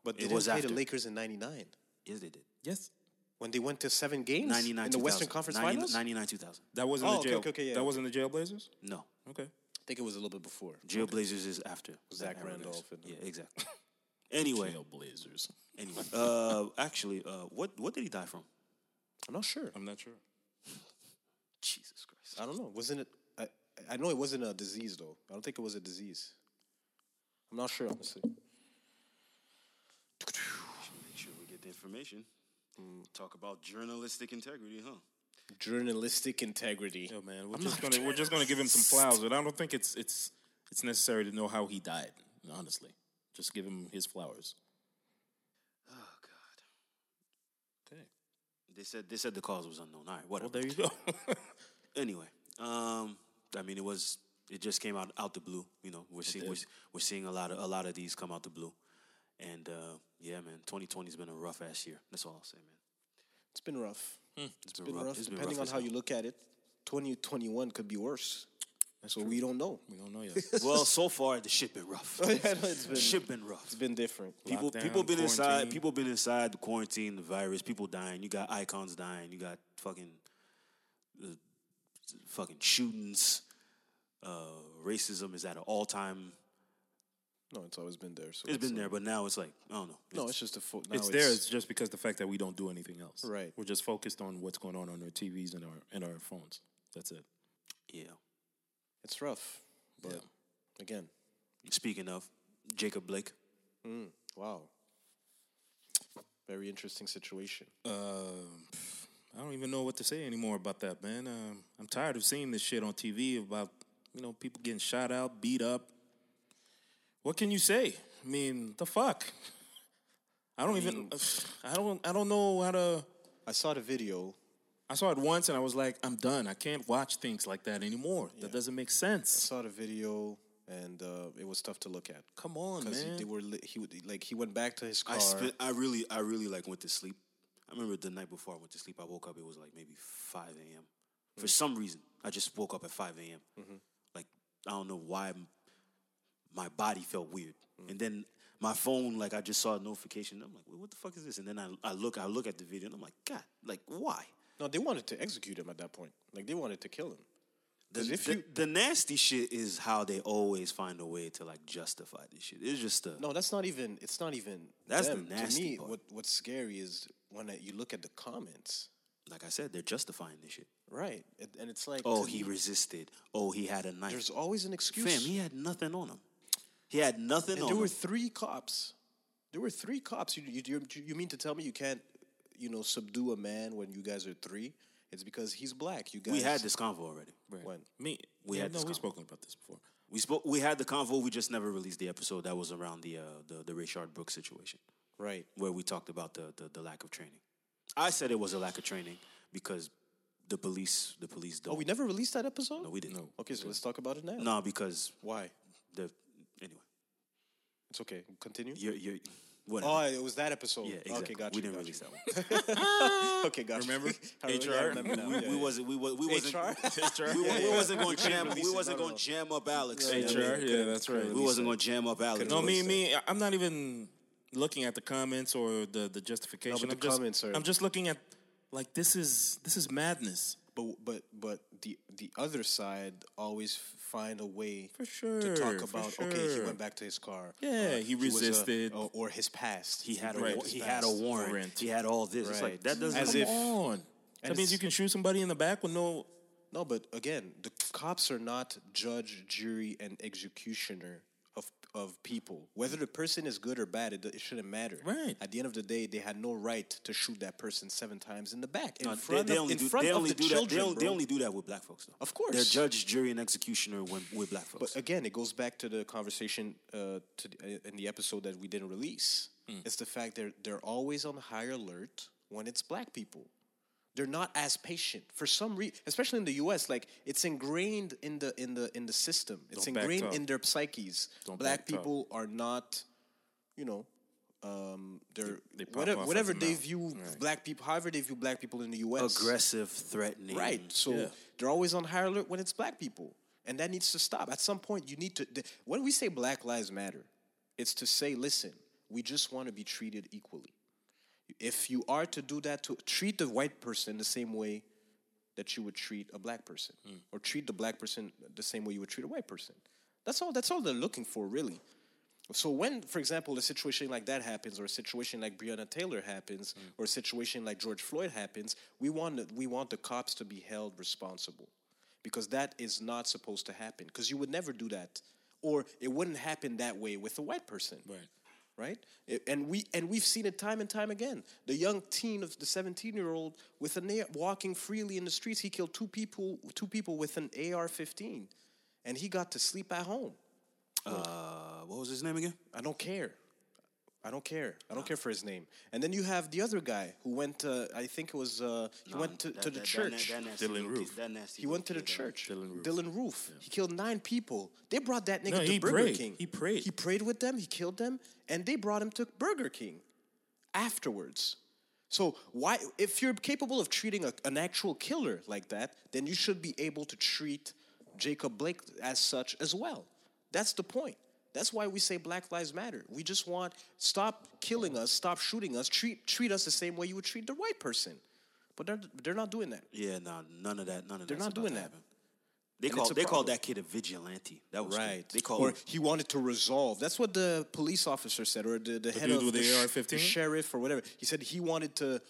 Speaker 2: But they
Speaker 1: it
Speaker 2: didn't
Speaker 1: was
Speaker 2: play
Speaker 1: after.
Speaker 2: the Lakers in ninety nine
Speaker 1: Yes, they did.
Speaker 3: Yes.
Speaker 2: when they went to seven games
Speaker 1: 99
Speaker 2: in the
Speaker 1: 2000.
Speaker 2: Western Conference
Speaker 1: 90
Speaker 2: Finals.
Speaker 1: 99 2000.
Speaker 3: That wasn't
Speaker 2: Oh,
Speaker 3: the
Speaker 2: okay,
Speaker 3: jail.
Speaker 2: okay, okay, yeah,
Speaker 3: that
Speaker 2: yeah.
Speaker 3: wasn't the jail Blazers.
Speaker 1: No.
Speaker 3: Okay.
Speaker 2: I think it was a little bit before.
Speaker 1: Jail Blazers is after. that
Speaker 2: Zach
Speaker 1: era, guys.
Speaker 2: Randolph and-
Speaker 1: yeah, exactly. anyway,
Speaker 3: Blazers.
Speaker 1: anyway. Uh, actually, uh, what what did he die from?
Speaker 2: I'm not sure.
Speaker 3: I'm not sure.
Speaker 1: Jesus Christ.
Speaker 2: I don't know. Wasn't it? I, I know it wasn't a disease though. I don't think it was a disease. I'm not sure honestly.
Speaker 1: Make sure we get the information.
Speaker 2: Mm.
Speaker 1: Talk about journalistic integrity, huh?
Speaker 2: Journalistic integrity.
Speaker 3: Yo, man, we're just gonna we're just gonna give him some flowers, but I don't think it's it's it's necessary to know how he died. Honestly, just give him his flowers.
Speaker 1: Oh God.
Speaker 3: Okay.
Speaker 1: They said they said the cause was unknown. All right, whatever.
Speaker 3: Well, there you go.
Speaker 1: anyway, um, I mean, it was It just came out out the blue. You know, we're seeing we're, we're seeing a lot of a lot of these come out the blue, and uh, yeah, man, 2020's been a rough ass year. That's all I'll say, man.
Speaker 2: It's been rough.
Speaker 1: It's
Speaker 2: been rough.
Speaker 1: it's been
Speaker 2: Depending on
Speaker 1: as
Speaker 2: how you look at it, 2021 could be worse. so we don't know.
Speaker 3: We don't know yet.
Speaker 1: hell. Well, so far the shit been rough.
Speaker 2: it's been,
Speaker 1: shit been rough.
Speaker 2: it's been different.
Speaker 1: people
Speaker 3: Lockdown,
Speaker 1: people been inside
Speaker 3: quarantine.
Speaker 1: people been inside the quarantine the virus people dying you got icons dying you got fucking uh, fucking shootings uh, racism is at an all time
Speaker 2: No, it's always been there. So
Speaker 1: it's been there but now it's like I don't know
Speaker 2: No, it's just a foot.
Speaker 3: it's there. It's just because the fact that we don't do anything else.
Speaker 2: Right.
Speaker 3: We're just focused on what's going on on our TVs and our and our phones. That's it.
Speaker 1: yeah
Speaker 2: It's rough. But again,
Speaker 1: speaking of Jacob Blake
Speaker 2: wow. Very interesting situation.
Speaker 3: Um, pff, I don't even know what to say anymore about that, man. Um, I'm tired of seeing this shit on TV about you know people getting shot out, beat up. What can you say? I mean, the fuck. I don't even. I don't. I don't know how to.
Speaker 2: I saw the video.
Speaker 3: I saw it once and I was like, I'm done. I can't watch things like that anymore. That doesn't make sense.
Speaker 2: Saw the video, and uh, it was tough to look at
Speaker 3: Come on,
Speaker 2: because
Speaker 3: man.
Speaker 2: they were li- he would like he went back to his car.
Speaker 1: I spent I really I really like went to sleep I remember the night before I went to sleep I woke up it was like maybe 5 a.m. for some reason I just woke up at 5 a.m. like I don't know why m- my body felt weird. And then my phone, like I just saw a notification. I'm like, "Wha- what the fuck is this? And then I, I look, I look at the video, and I'm like, God, like why?
Speaker 2: no, they wanted to execute him at that point. Like they wanted to kill him.
Speaker 1: The,
Speaker 2: 'Cause if
Speaker 1: the,
Speaker 2: you-
Speaker 1: the nasty shit is how they always find a way to like justify this shit. It's just a
Speaker 2: No, that's not even. It's not even.
Speaker 1: That's the
Speaker 2: them.
Speaker 1: nasty
Speaker 2: To me,
Speaker 1: part.
Speaker 2: what what's scary is when I, you look at the comments,
Speaker 1: like I said, they're justifying this shit.
Speaker 2: right? And, and it's like,
Speaker 1: Oh,
Speaker 2: to
Speaker 1: he
Speaker 2: me,
Speaker 1: resisted. Oh, he had a knife.
Speaker 2: there's always an
Speaker 1: Fam,
Speaker 2: excuse.
Speaker 1: he had nothing on him. He had nothing
Speaker 2: and
Speaker 1: on
Speaker 2: there
Speaker 1: him.
Speaker 2: were three cops. There were three cops. You, you you you mean to tell me you can't, you know, subdue a man when you guys are three? It's because he's black. You guys.
Speaker 1: we had this convo already.
Speaker 2: When?
Speaker 3: Me,
Speaker 1: We
Speaker 3: yeah,
Speaker 1: had
Speaker 3: no,
Speaker 1: this
Speaker 3: we've
Speaker 1: convo.
Speaker 3: spoken about this before.
Speaker 1: We spoke. We had the convo. We just never released the episode that was around the uh, the the Rayshard Brooks situation.
Speaker 2: Right.
Speaker 1: where we talked about the, the the lack of training. I said it was a lack of training because the police the police don't.
Speaker 2: Oh, we never released that episode.
Speaker 1: no, we didn't. No,
Speaker 2: Okay, so let's talk about it now.
Speaker 1: because
Speaker 2: Why?
Speaker 1: the anyway,
Speaker 2: It's okay. Continue.
Speaker 1: you're you're whatever.
Speaker 2: Oh, it was that episode.
Speaker 1: yeah, exactly.
Speaker 2: Okay, gotcha.
Speaker 1: we didn't
Speaker 2: gotcha.
Speaker 1: release that one.
Speaker 2: Okay, gotcha. Remember?
Speaker 3: HR?
Speaker 1: we, we wasn't. We, wa- we wasn't.
Speaker 2: HR?
Speaker 1: We, wa- we wasn't going to jam.
Speaker 2: release
Speaker 1: We
Speaker 2: it,
Speaker 1: wasn't
Speaker 2: no,
Speaker 1: going
Speaker 2: no.
Speaker 1: to jam up Alex. you know what I
Speaker 3: HR,
Speaker 1: mean?
Speaker 3: yeah, that's right.
Speaker 1: We wasn't going to jam up Alex.
Speaker 3: No, me, me. I- I'm not even looking at the comments or the the justification.
Speaker 2: the
Speaker 3: I'm just,
Speaker 2: comments are-
Speaker 3: I'm just looking at like this is this is madness.
Speaker 2: But but but the the other side always find a way
Speaker 3: For sure,
Speaker 2: to talk
Speaker 3: for
Speaker 2: about. Okay, he
Speaker 3: sure.
Speaker 2: went back to his car. Uh,
Speaker 3: Yeah, he
Speaker 2: was a-
Speaker 3: resisted.
Speaker 2: or, or his past.
Speaker 1: He had a
Speaker 3: Right.
Speaker 1: wa- he had a warrant.
Speaker 3: Warrant.
Speaker 1: He had all this. It's like
Speaker 2: Right.
Speaker 1: that doesn't
Speaker 2: As
Speaker 1: come
Speaker 2: if-
Speaker 3: on. That means
Speaker 2: it's-
Speaker 3: you can shoot somebody in the back with no.
Speaker 2: No, but again, the cops are not judge, jury, and executioner of of people. Whether the person is good or bad, it, it shouldn't matter.
Speaker 3: Right.
Speaker 2: At the end of the day, they had no right to shoot that person seven times in the back in
Speaker 1: No,
Speaker 2: front of in
Speaker 1: do,
Speaker 2: front
Speaker 1: they
Speaker 2: of
Speaker 1: only
Speaker 2: the
Speaker 1: do that. They
Speaker 2: children.
Speaker 1: only, they
Speaker 2: bro.
Speaker 1: only do that with black folks, though.
Speaker 2: Of course.
Speaker 1: they're judge, jury, and executioner when, with black folks.
Speaker 2: But again, it goes back to the conversation uh, to the, uh, in the episode that we didn't release.
Speaker 3: Mm.
Speaker 2: It's the fact they're they're always on higher alert when it's black people. They're not as patient for some reason, especially in the U.S. Like it's ingrained in the in the in the system. It's
Speaker 3: Don't
Speaker 2: ingrained
Speaker 3: backtalk.
Speaker 2: in their psyches.
Speaker 3: Don't
Speaker 2: black
Speaker 3: backtalk.
Speaker 2: people are not, you know, um, they're
Speaker 3: They- they pop
Speaker 2: whatever,
Speaker 3: off at
Speaker 2: whatever
Speaker 3: the
Speaker 2: they
Speaker 3: mouth.
Speaker 2: view black people, however they view black people in the U.S.
Speaker 1: aggressive, threatening.
Speaker 2: Right. So
Speaker 3: Yeah.
Speaker 2: they're always on higher alert when it's black people. And that needs to stop. At some point, you need to. The, when we say Black Lives Matter, it's to say, listen, we just want to be treated equally. If you are to do that, to treat the white person the same way that you would treat a black person, or treat the black person the same way you would treat a white person. That's all. That's all they're looking for, really. So when, for example, a situation like that happens, or a situation like Breonna Taylor happens, or a situation like George Floyd happens, we want the- we want the cops to be held responsible, because that is not supposed to happen. Because you would never do that, or it wouldn't happen that way with a white person. Right. Right. I- and we and we've seen it time and time again. The young teen of the seventeen year old with an AR, walking freely in the streets, he killed two people two people with an AR fifteen, and he got to sleep at home.
Speaker 1: Uh, what was his name again?
Speaker 2: I don't care. I don't care. I don't care for his name. And then you have the other guy who went. Uh, I think it was uh, he went to,
Speaker 1: That- that-
Speaker 2: to the
Speaker 1: that-
Speaker 2: church.
Speaker 1: That, nasty
Speaker 3: Dylan
Speaker 1: little kid-
Speaker 3: Roof.
Speaker 1: that nasty
Speaker 2: he
Speaker 1: little
Speaker 2: went to the
Speaker 1: kid, uh,
Speaker 2: church.
Speaker 3: Dylan Roof.
Speaker 2: He killed nine people. They brought that nigga
Speaker 3: No,
Speaker 2: to
Speaker 3: he
Speaker 2: Burger
Speaker 3: prayed.
Speaker 2: King.
Speaker 3: He prayed.
Speaker 2: He prayed with them. He killed them, and they brought him to Burger King afterwards. So why, if you're capable of treating a, an actual killer like that, then you should be able to treat Jacob Blake as such as well. That's the point. That's why we say Black Lives Matter. We just want stop killing us, stop shooting us, treat treat us the same way you would treat the white person. But they're they're not doing that.
Speaker 1: Yeah, no, none of that. None of
Speaker 2: They're
Speaker 1: that's
Speaker 2: not
Speaker 1: about
Speaker 2: doing
Speaker 1: to
Speaker 2: that.
Speaker 1: happen. They
Speaker 2: And
Speaker 1: called
Speaker 2: it's a
Speaker 1: they called
Speaker 2: problem.
Speaker 1: that kid a vigilante. That was
Speaker 2: Right.
Speaker 1: They called
Speaker 2: or he wanted to resolve. That's what the police officer said, or the, the, head
Speaker 3: dude
Speaker 2: of
Speaker 3: with
Speaker 2: the,
Speaker 3: the
Speaker 2: sh-
Speaker 3: AR-15?
Speaker 2: sheriff or whatever. He said he wanted to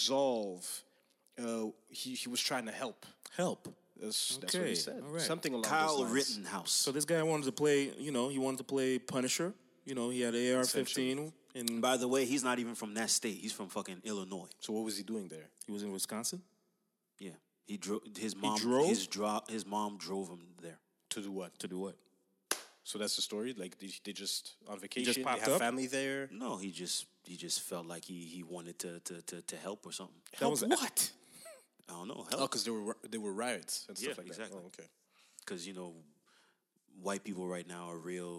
Speaker 2: resolve. Uh, he he was trying to help.
Speaker 3: Help.
Speaker 2: That's, that's what he
Speaker 3: Okay,
Speaker 2: said.
Speaker 3: all right.
Speaker 2: Something along those
Speaker 1: Kyle
Speaker 2: lines.
Speaker 1: Rittenhouse.
Speaker 3: So this guy wanted to play, you know, he wanted to play Punisher. You know, he had an AR-15 and
Speaker 1: By the way, he's not even from that state. He's from fucking Illinois.
Speaker 2: So what was he doing there?
Speaker 3: he was in Wisconsin.
Speaker 1: Yeah, he drove his mom.
Speaker 3: drove?
Speaker 1: His, dro- his mom drove him there.
Speaker 2: To do what?
Speaker 3: To do what?
Speaker 2: So that's the story. Like they, they just on vacation.
Speaker 3: popped
Speaker 2: they have
Speaker 3: up?
Speaker 2: family there.
Speaker 1: No, he just he just felt like he he wanted to to to, to help or something.
Speaker 3: That was what?
Speaker 1: I don't know.
Speaker 2: Oh,
Speaker 1: Help
Speaker 2: because there were ri- there were riots and
Speaker 1: Yeah,
Speaker 2: stuff like
Speaker 1: exactly.
Speaker 2: that. Oh, okay.
Speaker 1: because you know, white people right now are real.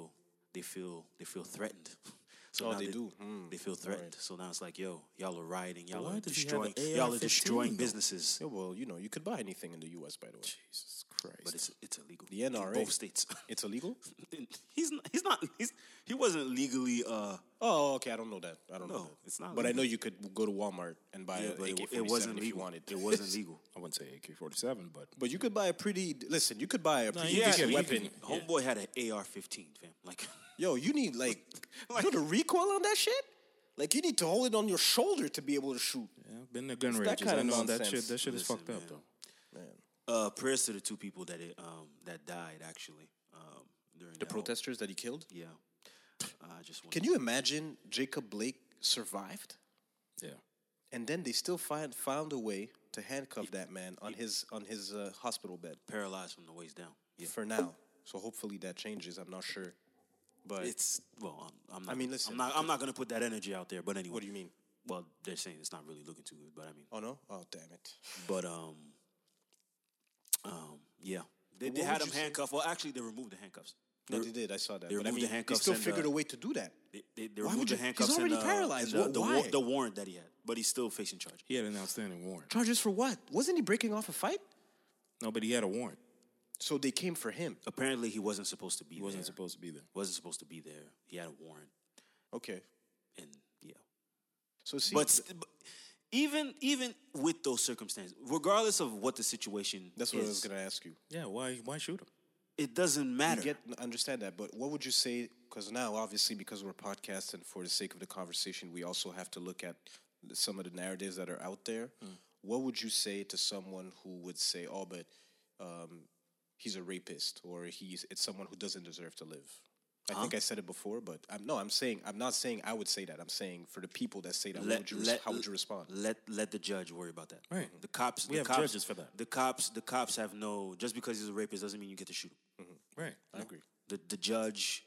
Speaker 1: They feel they feel threatened. So
Speaker 2: Oh,
Speaker 1: now
Speaker 2: they do.
Speaker 1: They feel threatened. So now it's like, yo, y'all are rioting. Y'all
Speaker 3: Hmm. why
Speaker 1: are
Speaker 3: does he have an
Speaker 1: destroying. Y'all are
Speaker 3: AR-15
Speaker 1: destroying
Speaker 3: though?
Speaker 1: businesses.
Speaker 2: Yeah, well, you know, you could buy anything in the U.S. By the way,
Speaker 3: Jesus Christ!
Speaker 1: But it's it's illegal.
Speaker 2: The NRA.
Speaker 1: in both states.
Speaker 2: it's illegal.
Speaker 1: he's not, he's not he's he wasn't legally uh
Speaker 2: Oh, okay. I don't know that. I don't know.
Speaker 1: No,
Speaker 2: That.
Speaker 1: it's not
Speaker 2: But I
Speaker 1: legal.
Speaker 2: know you could go to Walmart and buy
Speaker 1: yeah,
Speaker 2: a
Speaker 1: but it,
Speaker 2: AK-47
Speaker 1: it wasn't
Speaker 2: if
Speaker 1: legal.
Speaker 2: you wanted.
Speaker 1: It wasn't legal.
Speaker 3: I wouldn't say AK-47, but
Speaker 2: But you could buy a pretty. Listen, you could buy a pretty
Speaker 3: you
Speaker 1: Yeah,
Speaker 3: can get
Speaker 2: decent
Speaker 3: it.
Speaker 2: weapon.
Speaker 3: You can-
Speaker 1: Homeboy had an AR-15, fam. Like
Speaker 2: Yo, you need like, you know the recoil on that shit. Like you need to hold it on your shoulder to be able to shoot.
Speaker 3: yeah, I've been to gun
Speaker 2: that
Speaker 3: ranges.
Speaker 2: kind
Speaker 3: I
Speaker 2: of
Speaker 3: know that
Speaker 2: nonsense.
Speaker 3: shit. That shit is fucked up
Speaker 1: man.
Speaker 3: though.
Speaker 1: uh prayers to the two people that it, um that died actually um during
Speaker 2: The protesters that he killed.
Speaker 1: Yeah. I just want
Speaker 2: Can you imagine Jacob Blake survived,
Speaker 3: Yeah.
Speaker 2: and then they still find found a way to handcuff that man on his on his uh, hospital bed
Speaker 1: paralyzed from the waist down. Yeah.
Speaker 2: for now. So hopefully that changes. I'm not sure, but
Speaker 1: It's well, I'm, I'm not.
Speaker 2: mean, listen,
Speaker 1: I'm not. I'm not gonna put that energy out there. But anyway,
Speaker 2: what do you mean?
Speaker 1: Well, they're saying it's not really looking too good. But I mean,
Speaker 2: Oh no! Oh damn it!
Speaker 1: but um, um, yeah, they, they
Speaker 2: what
Speaker 1: had
Speaker 2: would
Speaker 1: him
Speaker 2: you say-
Speaker 1: handcuffed. Well, actually, they removed the handcuffs.
Speaker 2: No, they did. I saw that.
Speaker 1: they
Speaker 2: But
Speaker 1: removed
Speaker 2: I
Speaker 1: the
Speaker 2: mean, they
Speaker 1: handcuffs
Speaker 2: still
Speaker 1: and,
Speaker 2: figured
Speaker 1: uh,
Speaker 2: a way to do that.
Speaker 1: They, they, they
Speaker 2: Why
Speaker 1: removed
Speaker 2: would
Speaker 1: the
Speaker 2: you- he's
Speaker 1: handcuffs. and,
Speaker 2: already
Speaker 1: uh, and
Speaker 2: paralyzed.
Speaker 1: the-
Speaker 2: Wha-
Speaker 1: the, wa-
Speaker 2: why?
Speaker 1: the warrant that he had, but he's still facing charges.
Speaker 3: He had an outstanding warrant.
Speaker 2: Charges for what? Wasn't he breaking off a fight?
Speaker 3: No, but he had a warrant.
Speaker 2: So they came for him.
Speaker 1: Apparently, he wasn't supposed to be.
Speaker 3: He wasn't
Speaker 1: there.
Speaker 3: supposed to be there.
Speaker 1: Wasn't supposed to be there. He had a warrant,
Speaker 2: Okay.
Speaker 1: and yeah.
Speaker 2: So see,
Speaker 1: But, st- but even even with those circumstances, regardless of what the situation,
Speaker 2: that's what I
Speaker 1: is,
Speaker 2: was gonna ask you.
Speaker 3: Yeah. Why? Why shoot him?
Speaker 1: It doesn't
Speaker 2: I
Speaker 1: matter.
Speaker 2: get understand that, but what would you say? Because now, obviously, because we're podcast and for the sake of the conversation, we also have to look at some of the narratives that are out there.
Speaker 1: Hmm.
Speaker 2: What would you say to someone who would say, "Oh, but um, he's a rapist," or "He's it's someone who doesn't deserve to live"? I think I said it before, but I'm no. I'm saying I'm not saying I would say that. I'm saying for the people that say that, what would you res- how would you respond?
Speaker 1: Let let the judge worry about that.
Speaker 3: Right.
Speaker 1: The cops.
Speaker 3: We
Speaker 1: the
Speaker 3: have
Speaker 1: cops,
Speaker 3: judges for that.
Speaker 1: The cops. The cops have no. Just because he's a rapist doesn't mean you get to shoot him.
Speaker 3: Right.
Speaker 2: I agree.
Speaker 1: The the judge.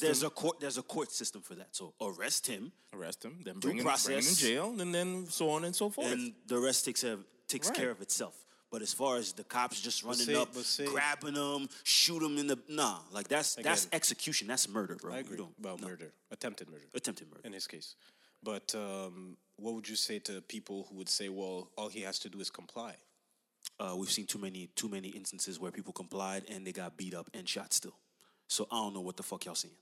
Speaker 1: there's, there's
Speaker 3: him.
Speaker 1: a court. There's a court system for that. So arrest him,
Speaker 3: Arrest him. Then bring him, bring him in
Speaker 1: process.
Speaker 3: jail, and then so on and so forth.
Speaker 1: and the rest takes care of, takes
Speaker 3: Right.
Speaker 1: care of itself. But as far as the cops just running
Speaker 2: say-
Speaker 1: up,
Speaker 2: but say-
Speaker 1: grabbing them, shoot them in the nah, like that's that's
Speaker 2: Again.
Speaker 1: execution. That's murder, bro.
Speaker 2: I
Speaker 1: You
Speaker 2: agree.
Speaker 1: don't-
Speaker 2: Well,
Speaker 1: no.
Speaker 2: murder, attempted murder,
Speaker 1: attempted murder.
Speaker 2: in his case. But um, what would you say to people who would say, "Well, all he has to do is comply"?
Speaker 1: uh, we've seen too many too many instances where people complied and they got beat up and shot still. So I don't know what the fuck y'all seeing.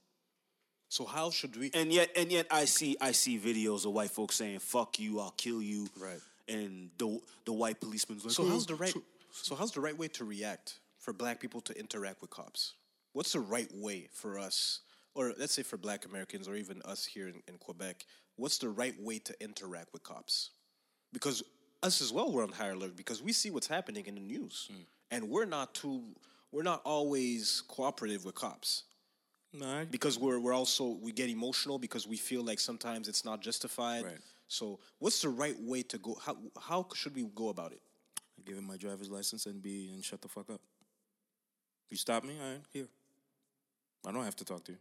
Speaker 2: So how should we?
Speaker 1: And yet and yet I see I see videos of white folks saying "fuck you, I'll kill you,"
Speaker 2: Right.
Speaker 1: And the the white policeman's like,
Speaker 2: So
Speaker 1: "Oh,
Speaker 2: how's the right?
Speaker 1: so-"
Speaker 2: So how's the right way to react for Black people to interact with cops? What's the right way for us, or let's say for Black Americans, or even us here in, in Quebec? What's the right way to interact with cops? Because us as well, we're on higher alert because we see what's happening in the news, and we're not too, we're not always cooperative with cops.
Speaker 3: no, I,
Speaker 2: because we're we're also we get emotional because we feel like sometimes it's not justified.
Speaker 3: Right.
Speaker 2: So what's the right way to go? How how should we go about it?
Speaker 3: I give him my driver's license and be and shut the fuck up. You stop me, all right, here. I don't have to talk to you.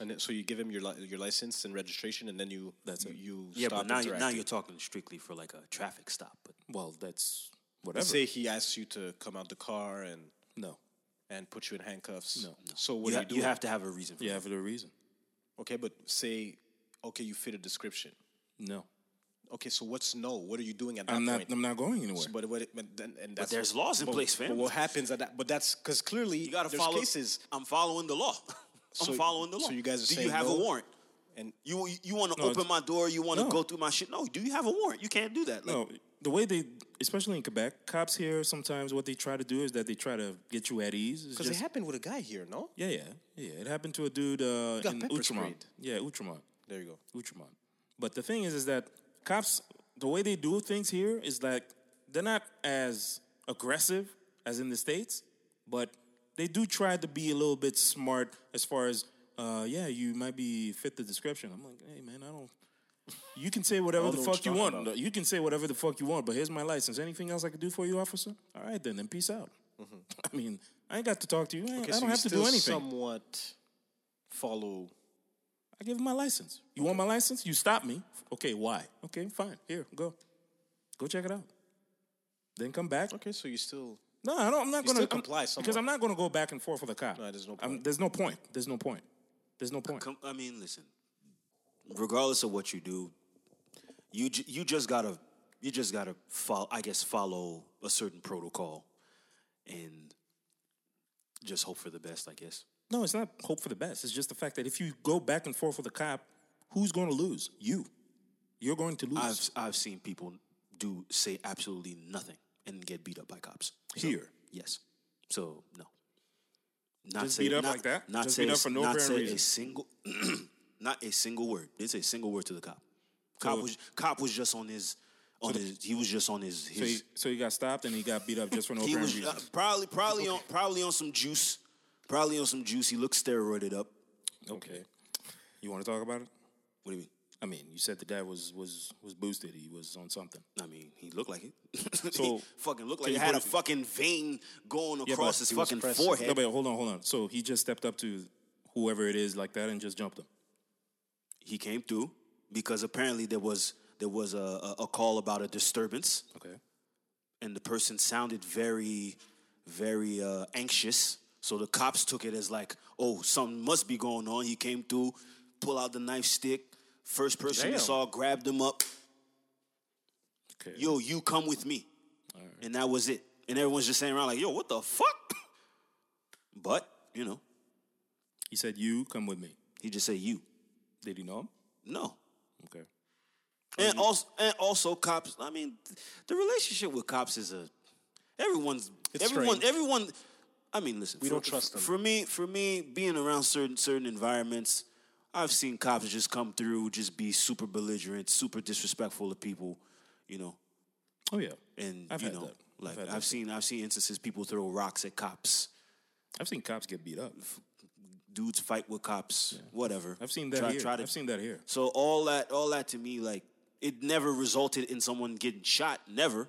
Speaker 2: And then, so you give him your li- your license and registration, and then you
Speaker 3: That's
Speaker 2: you,
Speaker 3: it.
Speaker 2: you
Speaker 1: Yeah,
Speaker 2: stop
Speaker 1: but now you, now
Speaker 2: interacting.
Speaker 1: you're talking strictly for like a traffic stop. But
Speaker 3: Well, that's whatever.
Speaker 2: Let's say he asks you to come out the car and
Speaker 3: no.
Speaker 2: and put you in handcuffs.
Speaker 3: No.
Speaker 2: So
Speaker 1: you,
Speaker 2: what do
Speaker 1: ha-
Speaker 2: you do?
Speaker 1: you have to have a reason. For
Speaker 3: Yeah, for the reason.
Speaker 2: okay, but say okay, you fit a description.
Speaker 3: No.
Speaker 2: Okay, so what's no? What are you doing at that
Speaker 3: I'm not
Speaker 2: point?
Speaker 3: I'm not going anywhere.
Speaker 2: So, but what? But then, and that's
Speaker 1: there's laws in
Speaker 2: but-
Speaker 1: place, fam.
Speaker 2: But what happens at that? But that's because clearly
Speaker 1: You gotta
Speaker 2: there's
Speaker 1: follow.
Speaker 2: cases.
Speaker 1: I'm following the law. I'm
Speaker 2: So-
Speaker 1: following the
Speaker 2: so
Speaker 1: law.
Speaker 2: you guys are
Speaker 1: Do
Speaker 2: saying
Speaker 1: you have
Speaker 2: no?
Speaker 1: a warrant?
Speaker 2: And
Speaker 1: You you want to
Speaker 3: No,
Speaker 1: open my
Speaker 3: it's-
Speaker 1: door? You want to
Speaker 3: No.
Speaker 1: go through my shit? No. Do you have a warrant? You can't do that. Like,
Speaker 3: no, the way they especially in Quebec, cops here sometimes what they try to do is that they try to get you at ease. It's
Speaker 2: because it
Speaker 3: just-
Speaker 2: happened with a guy here, no?
Speaker 3: Yeah, yeah, yeah. It happened to a dude uh,
Speaker 2: got
Speaker 3: in
Speaker 2: pepper
Speaker 3: Outremont.
Speaker 2: sprayed.
Speaker 3: Yeah, Outremont.
Speaker 2: There you go.
Speaker 3: Outremont. But the thing is, is that cops, the way they do things here is like they're not as aggressive as in the states, but they do try to be a little bit smart as far as, uh, yeah, you might be fit the description. I'm like, hey man, I don't. You can say whatever
Speaker 2: don't
Speaker 3: the
Speaker 2: know what
Speaker 3: fuck you
Speaker 2: you're
Speaker 3: want.
Speaker 2: talking
Speaker 3: You can say whatever the fuck you want, but here's my license. Anything else I can do for you, officer? All right, then, then peace out. I mean, I ain't got to talk to you. I, I
Speaker 2: Mm-hmm. Okay,
Speaker 3: don't
Speaker 2: so you
Speaker 3: have to do
Speaker 2: still
Speaker 3: anything.
Speaker 2: Somewhat follow.
Speaker 3: I give him my license. You want my license? You stop me. Okay, why? Okay, fine. Here, go. Go check it out. Then come back.
Speaker 2: Okay, so you still
Speaker 3: No, I don't, I'm not
Speaker 2: You
Speaker 3: going
Speaker 2: still
Speaker 3: to
Speaker 2: comply somewhat.
Speaker 3: because I'm not going to go back and forth with a cop.
Speaker 2: No, there's no
Speaker 3: I'm-
Speaker 2: point.
Speaker 3: there's no point. There's no point. There's no point.
Speaker 1: Come, I mean, listen. Regardless of what you do, you ju- you just gotta you just gotta follow. I guess follow a certain protocol, and just hope for the best. I guess.
Speaker 3: No, it's not hope for the best. It's just the fact that if you go back and forth with a cop, who's going to lose? You. You're going to lose
Speaker 1: I've I've seen people do say absolutely nothing and get beat up by cops. So,
Speaker 3: here.
Speaker 1: yes. So no. Not
Speaker 3: Just beat up like that?
Speaker 1: Not
Speaker 3: Just
Speaker 1: say
Speaker 3: beat up
Speaker 1: a-
Speaker 3: for no
Speaker 1: not
Speaker 3: apparent
Speaker 1: say
Speaker 3: reason?
Speaker 1: a single, not a single word. Didn't say a single word to the cop. Cop
Speaker 3: So-
Speaker 1: was cop was just on his on his. He was just on his.
Speaker 3: So he,
Speaker 1: his
Speaker 3: so he got stopped and he got beat up just for no
Speaker 1: he
Speaker 3: apparent
Speaker 1: was
Speaker 3: reason.
Speaker 1: uh, probably probably on probably on some juice. Probably on some juice. He looked steroided up.
Speaker 3: okay. You want to talk about it?
Speaker 1: What do you mean?
Speaker 3: I mean, you said the guy was was was boosted. He was on something.
Speaker 1: I mean, he looked like it.
Speaker 3: So-
Speaker 1: he fucking looked
Speaker 3: so
Speaker 1: like he
Speaker 3: you
Speaker 1: had
Speaker 3: put
Speaker 1: a
Speaker 3: it-
Speaker 1: fucking vein going
Speaker 3: Yeah,
Speaker 1: across
Speaker 3: but
Speaker 1: his
Speaker 3: he was
Speaker 1: fucking
Speaker 2: pressing.
Speaker 1: forehead.
Speaker 3: No, but hold on, hold on. So he just stepped up to whoever it is like that and just jumped him.
Speaker 1: he came through because apparently there was there was a, a, a call about a disturbance
Speaker 3: Okay.
Speaker 1: and the person sounded very very uh, anxious so the cops took it as like oh something must be going on he came through pull out the knife stick first person he
Speaker 2: Damn.
Speaker 1: saw grabbed him up
Speaker 3: Okay.
Speaker 1: yo you come with me and that was it and everyone's just saying around like yo what the fuck but you know
Speaker 3: He said, "You come with me."
Speaker 1: he just said you
Speaker 3: Did he know him?
Speaker 1: no
Speaker 3: Okay.
Speaker 1: And also, and also, cops. I mean, th- the relationship with cops is a everyone's
Speaker 2: It's
Speaker 1: everyone
Speaker 2: strained.
Speaker 1: everyone. I mean, listen. We
Speaker 2: don't trust them.
Speaker 1: For me, for me, being around certain certain environments, I've seen cops just come through, just be super belligerent, super disrespectful to people, you know.
Speaker 3: Oh yeah.
Speaker 1: And
Speaker 3: I've
Speaker 1: you
Speaker 3: had
Speaker 1: know,
Speaker 3: that.
Speaker 1: like
Speaker 3: I've, had
Speaker 1: I've,
Speaker 3: that.
Speaker 1: seen, I've seen instances people throw rocks at cops,
Speaker 3: I've seen cops get beat up.
Speaker 1: dudes fight with cops, whatever.
Speaker 3: I've seen that
Speaker 1: Try-
Speaker 3: here.
Speaker 1: try to-
Speaker 3: I've seen that here.
Speaker 1: so all that, all that to me, like it never resulted in someone getting shot, never.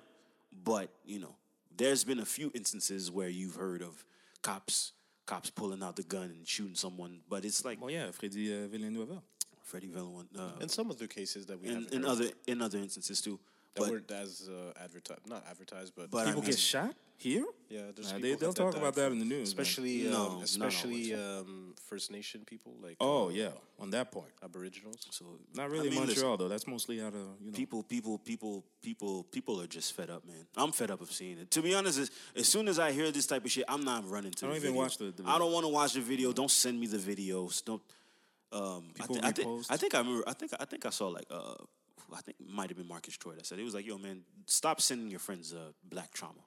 Speaker 1: But you know, there's been a few instances where you've heard of cops, cops pulling out the gun and shooting someone. But it's like
Speaker 3: Well, yeah, Freddy uh, Villanueva.
Speaker 1: Freddie Villanueva, uh,
Speaker 2: in some other cases that we
Speaker 1: in,
Speaker 2: haven't
Speaker 1: in
Speaker 2: heard
Speaker 1: other in other instances too.
Speaker 2: that
Speaker 1: But
Speaker 2: weren't as uh, advertised, not advertised, but
Speaker 1: But I
Speaker 3: People
Speaker 1: mean-
Speaker 3: get shot here.
Speaker 2: yeah, there's
Speaker 3: Nah,
Speaker 2: people
Speaker 3: they,
Speaker 2: that
Speaker 3: they'll talk
Speaker 2: die
Speaker 3: about that
Speaker 2: from-
Speaker 3: in the news, man.
Speaker 2: especially
Speaker 1: No,
Speaker 2: um,
Speaker 1: not
Speaker 2: especially um, First Nation people like
Speaker 3: Oh yeah, on that point.
Speaker 2: Aboriginals.
Speaker 1: so
Speaker 3: Not really
Speaker 1: I mean, listen,
Speaker 3: Montreal though. That's mostly out of you know.
Speaker 1: people, people, people, people, people are just fed up, man. I'm fed up of seeing it. To be honest, as, as soon as I hear this type of shit, I'm not running to.
Speaker 3: I
Speaker 1: the
Speaker 3: don't even
Speaker 1: video.
Speaker 3: watch the- the
Speaker 1: I don't want to watch the video. Don't send me the videos. Don't. Um, I,
Speaker 3: People
Speaker 1: thi- I, think,
Speaker 3: repost.
Speaker 1: I think I remember. I think I think I saw like uh, I think it might have been Marcus Troy that said it was like, "Yo, man, stop sending your friends uh, black trauma."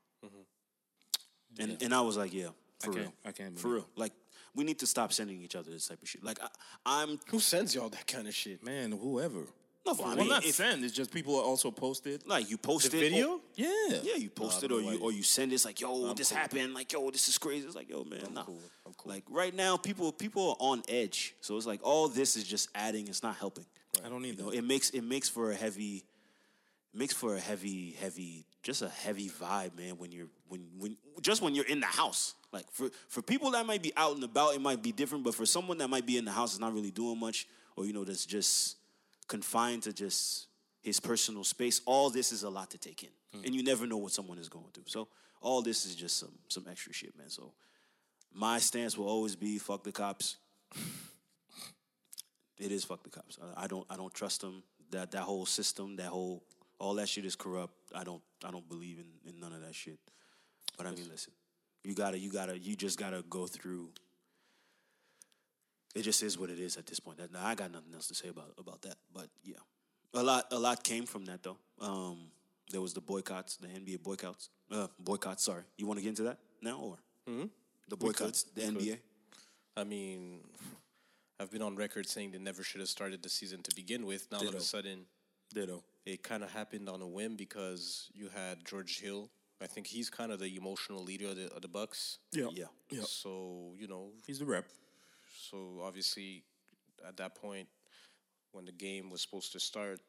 Speaker 1: And and I was like, "Yeah, for
Speaker 3: Mm-hmm. I can't-
Speaker 1: real,
Speaker 3: I can't
Speaker 1: for
Speaker 3: believe
Speaker 1: real." Like we need to stop sending each other this type of shit. Like I, I'm
Speaker 2: Who sends y'all that kind of shit?
Speaker 3: man, whoever.
Speaker 1: no, I
Speaker 3: well,
Speaker 1: mean,
Speaker 3: not
Speaker 1: if-
Speaker 3: send. It's just people also posted.
Speaker 1: like you posted
Speaker 2: video?
Speaker 3: Yeah.
Speaker 1: Yeah, you post it or you or you send it's like, yo, this happened, like, yo, this is crazy. It's like, yo, man, nah. Like right now, people people are on edge, so it's like all this is just adding. It's not helping.
Speaker 3: I don't need
Speaker 1: You know,
Speaker 3: that.
Speaker 1: it makes it makes for a heavy, makes for a heavy, heavy, just a heavy vibe, man. When you're when when just when you're in the house, like for for people that might be out and about, it might be different. But for someone that might be in the house, is not really doing much, or you know, that's just confined to just his personal space. All this is a lot to take
Speaker 3: Hmm.
Speaker 1: in, and you never know what someone is going through. So all this is just some some extra shit, man. So my stance will always be fuck the cops. it is fuck the cops. I, I don't I don't trust them. That that whole system, that whole all that shit is corrupt. I don't I don't believe in, in none of that shit. But I mean, listen, you gotta you gotta you just gotta go through. It just is what it is at this point. That now I got nothing else to say about about that. But yeah, a lot a lot came from that though. Um, there was the boycotts, the NBA boycotts, uh, boycotts. Sorry, you want to get into that now or
Speaker 2: Mm-hmm.
Speaker 1: the boycotts, the NBA?
Speaker 2: I mean, I've been on record saying they never should have started the season to begin with. Now all of
Speaker 3: Ditto.
Speaker 2: a sudden,
Speaker 3: Ditto.
Speaker 2: it kind of happened on a whim because you had George Hill. I think he's kind of the emotional leader of the, of the Bucks.
Speaker 3: Yeah.
Speaker 1: Yeah.
Speaker 3: Yeah.
Speaker 2: So you know,
Speaker 3: He's the rep.
Speaker 2: so obviously, at that point, when the game was supposed to start,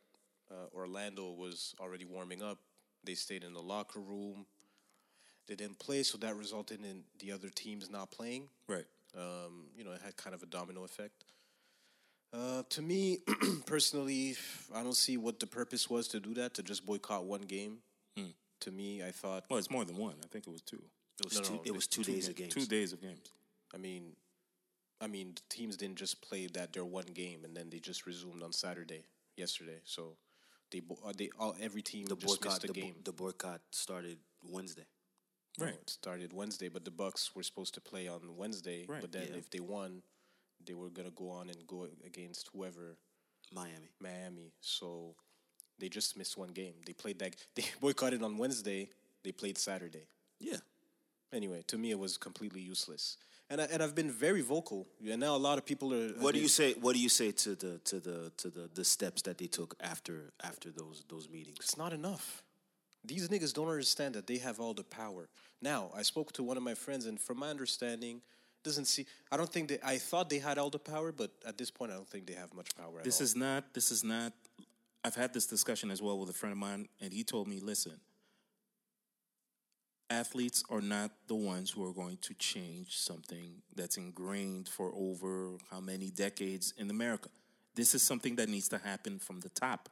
Speaker 2: uh, Orlando was already warming up. They stayed in the locker room. They didn't play, so that resulted in the other teams not playing
Speaker 3: Right.
Speaker 2: um, you know, it had kind of a domino effect. Uh, to me, personally, I don't see what the purpose was to do that, to just boycott one game.
Speaker 1: Hmm.
Speaker 2: To me, I thought,
Speaker 3: Well, it's more than one. I think it was two.
Speaker 1: It was
Speaker 2: No,
Speaker 1: two,
Speaker 2: no,
Speaker 1: it was two, days of games.
Speaker 3: Two days of games.
Speaker 2: I mean, I mean, the teams didn't just play that their one game and then they just resumed on Saturday, yesterday. So they, bo- uh, they all every team
Speaker 1: the
Speaker 2: just
Speaker 1: boycott
Speaker 2: missed a
Speaker 1: the, bo-
Speaker 2: game.
Speaker 1: the boycott started Wednesday.
Speaker 2: No,
Speaker 3: Right.
Speaker 2: it started Wednesday, but the Bucks were supposed to play on Wednesday.
Speaker 3: Right,
Speaker 2: But then
Speaker 1: yeah.
Speaker 2: if they won, they were gonna go on and go against whoever
Speaker 1: Miami.
Speaker 2: Miami. So they just missed one game. They played that. They boycotted on Wednesday. They played Saturday.
Speaker 1: Yeah.
Speaker 2: Anyway, to me, it was completely useless. And I, and I've been very vocal. And now a lot of people are.
Speaker 1: What do you say? What do you say to the to the to the, the steps that they took after after those those meetings?
Speaker 2: It's not enough. These niggas don't understand that they have all the power. Now, I spoke to one of my friends, and from my understanding, doesn't see. I don't think they. I thought they had all the power, but at this point, I don't think they have much power. At
Speaker 3: This
Speaker 2: all.
Speaker 3: is not. This is not. I've had this discussion as well with a friend of mine, and he told me, "Listen, athletes are not the ones who are going to change something that's ingrained for over how many decades in America. This is something that needs to happen from the top.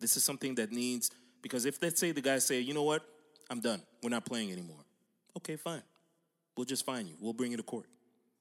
Speaker 3: This is something that needs because if let's say the guys say, you know what, I'm done. We're not playing anymore. Okay, fine. We'll just fine you. We'll bring you to court.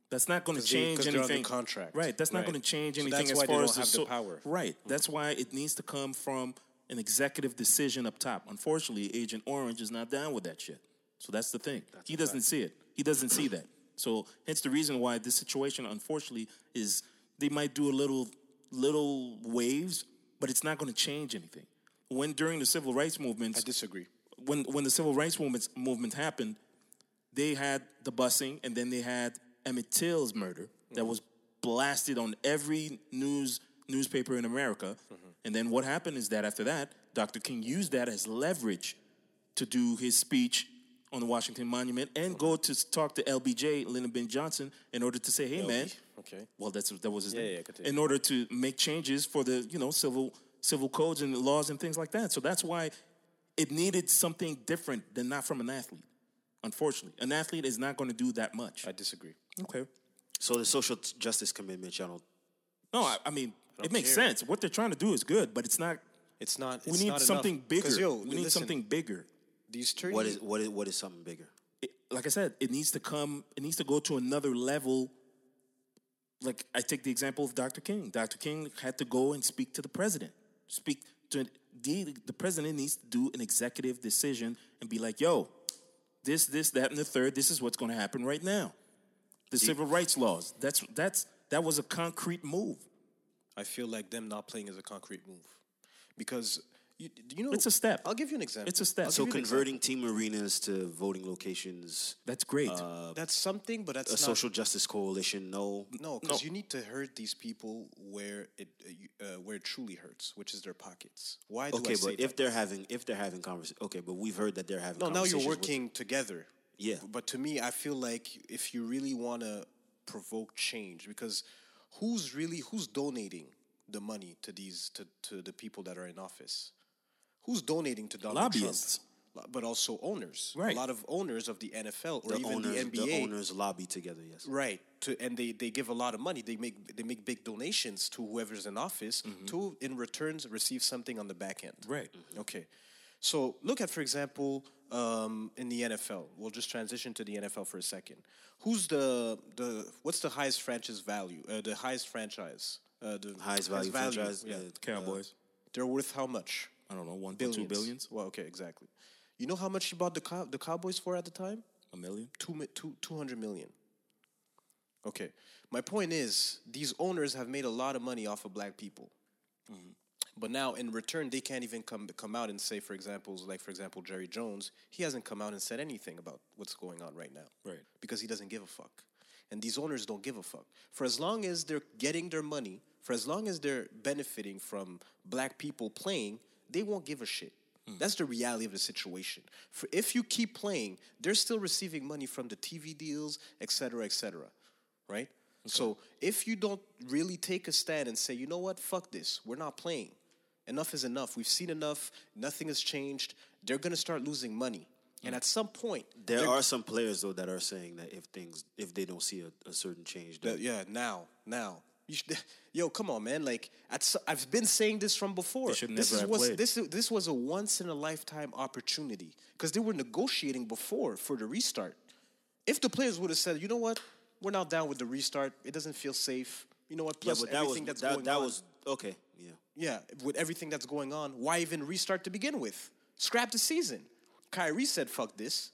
Speaker 3: That's not going to
Speaker 2: 'Cause they-
Speaker 3: change
Speaker 2: 'cause they're
Speaker 3: anything.
Speaker 2: under contract.
Speaker 3: right? That's not
Speaker 2: Right.
Speaker 3: going to change
Speaker 2: So
Speaker 3: anything
Speaker 2: that's
Speaker 3: as
Speaker 2: why they
Speaker 3: far
Speaker 2: don't
Speaker 3: as
Speaker 2: have the
Speaker 3: so-
Speaker 2: power. Mm-hmm.
Speaker 3: Right. That's why it needs to come from an executive decision up top. Unfortunately, Agent Orange is not down with that shit. So that's the thing. he doesn't see it. He doesn't see that. So hence the reason why this situation, unfortunately, is they might do a little little waves, but it's not going to change anything. When during the civil rights
Speaker 2: I
Speaker 3: movements,
Speaker 2: disagree.
Speaker 3: when when the civil rights movement movement happened, they had the busing, and then they had Emmett Till's murder that was blasted on every news newspaper in America. And then what happened is that after that, Dr. King used that as leverage to do his speech on the Washington Monument and go to s- talk to LBJ, Lyndon B. Johnson, in order to say, "Hey, man,
Speaker 2: Okay.
Speaker 3: well, that's that was his
Speaker 2: Yeah,
Speaker 3: name.
Speaker 2: yeah, continue.
Speaker 3: in order to make changes for the you know civil civil codes and laws and things like that. So that's why it needed something different than not from an athlete. Unfortunately, an athlete is not going to do that much.
Speaker 2: I disagree.
Speaker 3: okay.
Speaker 1: So the social t- justice commitment, y'all. don't-
Speaker 3: No, I, I mean it makes
Speaker 2: care.
Speaker 3: sense. What they're trying to do is good, but it's not.
Speaker 2: It's not.
Speaker 3: We
Speaker 2: it's
Speaker 3: need
Speaker 2: not enough.
Speaker 3: something
Speaker 2: 'Cause,
Speaker 3: bigger.
Speaker 2: yo,
Speaker 3: we need
Speaker 2: listen,
Speaker 3: something bigger.
Speaker 2: These thirty.
Speaker 1: What is what is what is something bigger?
Speaker 3: it, like I said, it needs to come. It needs to go to another level. Like I take the example of Dr. King. Dr. King had to go and speak to the president. Speak to the the president needs to do an executive decision and be like, "Yo, this, this, that, and the third. This is what's going to happen right now." The civil rights laws. That's that's that was a concrete move.
Speaker 2: I feel like them not playing is a concrete move because you, you know
Speaker 3: It's a step.
Speaker 2: I'll give you an example.
Speaker 3: It's a step.
Speaker 2: I'll
Speaker 1: So
Speaker 2: give you an
Speaker 1: converting team arenas to voting locations,
Speaker 3: That's great.
Speaker 2: example. Uh, that's something, but that's
Speaker 1: a
Speaker 2: not,
Speaker 1: social justice coalition. No,
Speaker 2: No, because you need to hurt these people where it uh, you- uh, where it truly hurts, which is their pockets. Why do I
Speaker 1: okay,
Speaker 2: say
Speaker 1: but if
Speaker 2: that?
Speaker 1: they're having if they're having conversation, okay, but we've heard that they're having.
Speaker 2: no, Oh, now you're
Speaker 1: conversations with-
Speaker 2: working together.
Speaker 1: Yeah.
Speaker 2: But to me, I feel like if you really want to provoke change, because who's really who's donating the money to these to, to the people that are in office? who's donating to Donald
Speaker 3: Lobbyists.
Speaker 2: Trump? Lo- But also owners.
Speaker 3: Right.
Speaker 2: A lot of owners of the NFL or
Speaker 1: The
Speaker 2: even
Speaker 1: owners,
Speaker 2: the NBA.
Speaker 1: the owners lobby together. Yes.
Speaker 2: Right. To, and they, they give a lot of money. They make they make big donations to whoever's in office
Speaker 1: Mm-hmm.
Speaker 2: to in returns receive something on the back end.
Speaker 3: Right.
Speaker 2: Okay. So look at for example um, in the NFL. We'll just transition to the NFL for a second. Who's the the what's the highest franchise value? Uh, the highest franchise. Uh, the
Speaker 1: Highest value franchise.
Speaker 2: Yeah.
Speaker 1: uh,
Speaker 3: Cowboys.
Speaker 2: They're worth how much?
Speaker 3: I don't know, one point
Speaker 2: Billions.
Speaker 3: two billions,
Speaker 2: Well, okay, exactly. You know how much you bought the cow the Cowboys for at the time?
Speaker 3: a million.
Speaker 2: two, mi- two, 200 million. Okay. My point is, these owners have made a lot of money off of black people. But now, in return, they can't even come come out and say, for example, like for example, Jerry Jones, he hasn't come out and said anything about what's going on right now,
Speaker 3: Right.
Speaker 2: Because he doesn't give a fuck, and these owners don't give a fuck. For as long as they're getting their money, for as long as they're benefiting from black people playing, they won't give a shit. That's the reality of the situation. For if you keep playing, they're still receiving money from the TV deals, et cetera, et cetera right? So if you don't really take a stand and say, you know what, fuck this, we're not playing. Enough is enough. We've seen enough. Nothing has changed. They're gonna start losing money,
Speaker 1: Mm.
Speaker 2: and at some point,
Speaker 1: There
Speaker 2: they're-
Speaker 1: are some players though that are saying that if things if they don't see a, a certain change,
Speaker 2: that-
Speaker 1: they'll-
Speaker 2: yeah. Now, now, you should, yo, come on, man. Like at, s- I've been saying this from before.
Speaker 3: should
Speaker 2: this
Speaker 3: never
Speaker 2: is
Speaker 3: have
Speaker 2: was
Speaker 3: played.
Speaker 2: this this was a once in a lifetime opportunity because they were negotiating before for the restart. If the players would have said, you know what, we're not down with the restart. It doesn't feel safe. You know what?
Speaker 1: yeah,
Speaker 2: Plus
Speaker 1: but that was
Speaker 2: everything that's
Speaker 1: that,
Speaker 2: going
Speaker 1: that
Speaker 2: on.
Speaker 1: was okay. Yeah,
Speaker 2: Yeah, with everything that's going on, why even restart to begin with? Scrap the season. Kyrie said, "Fuck this."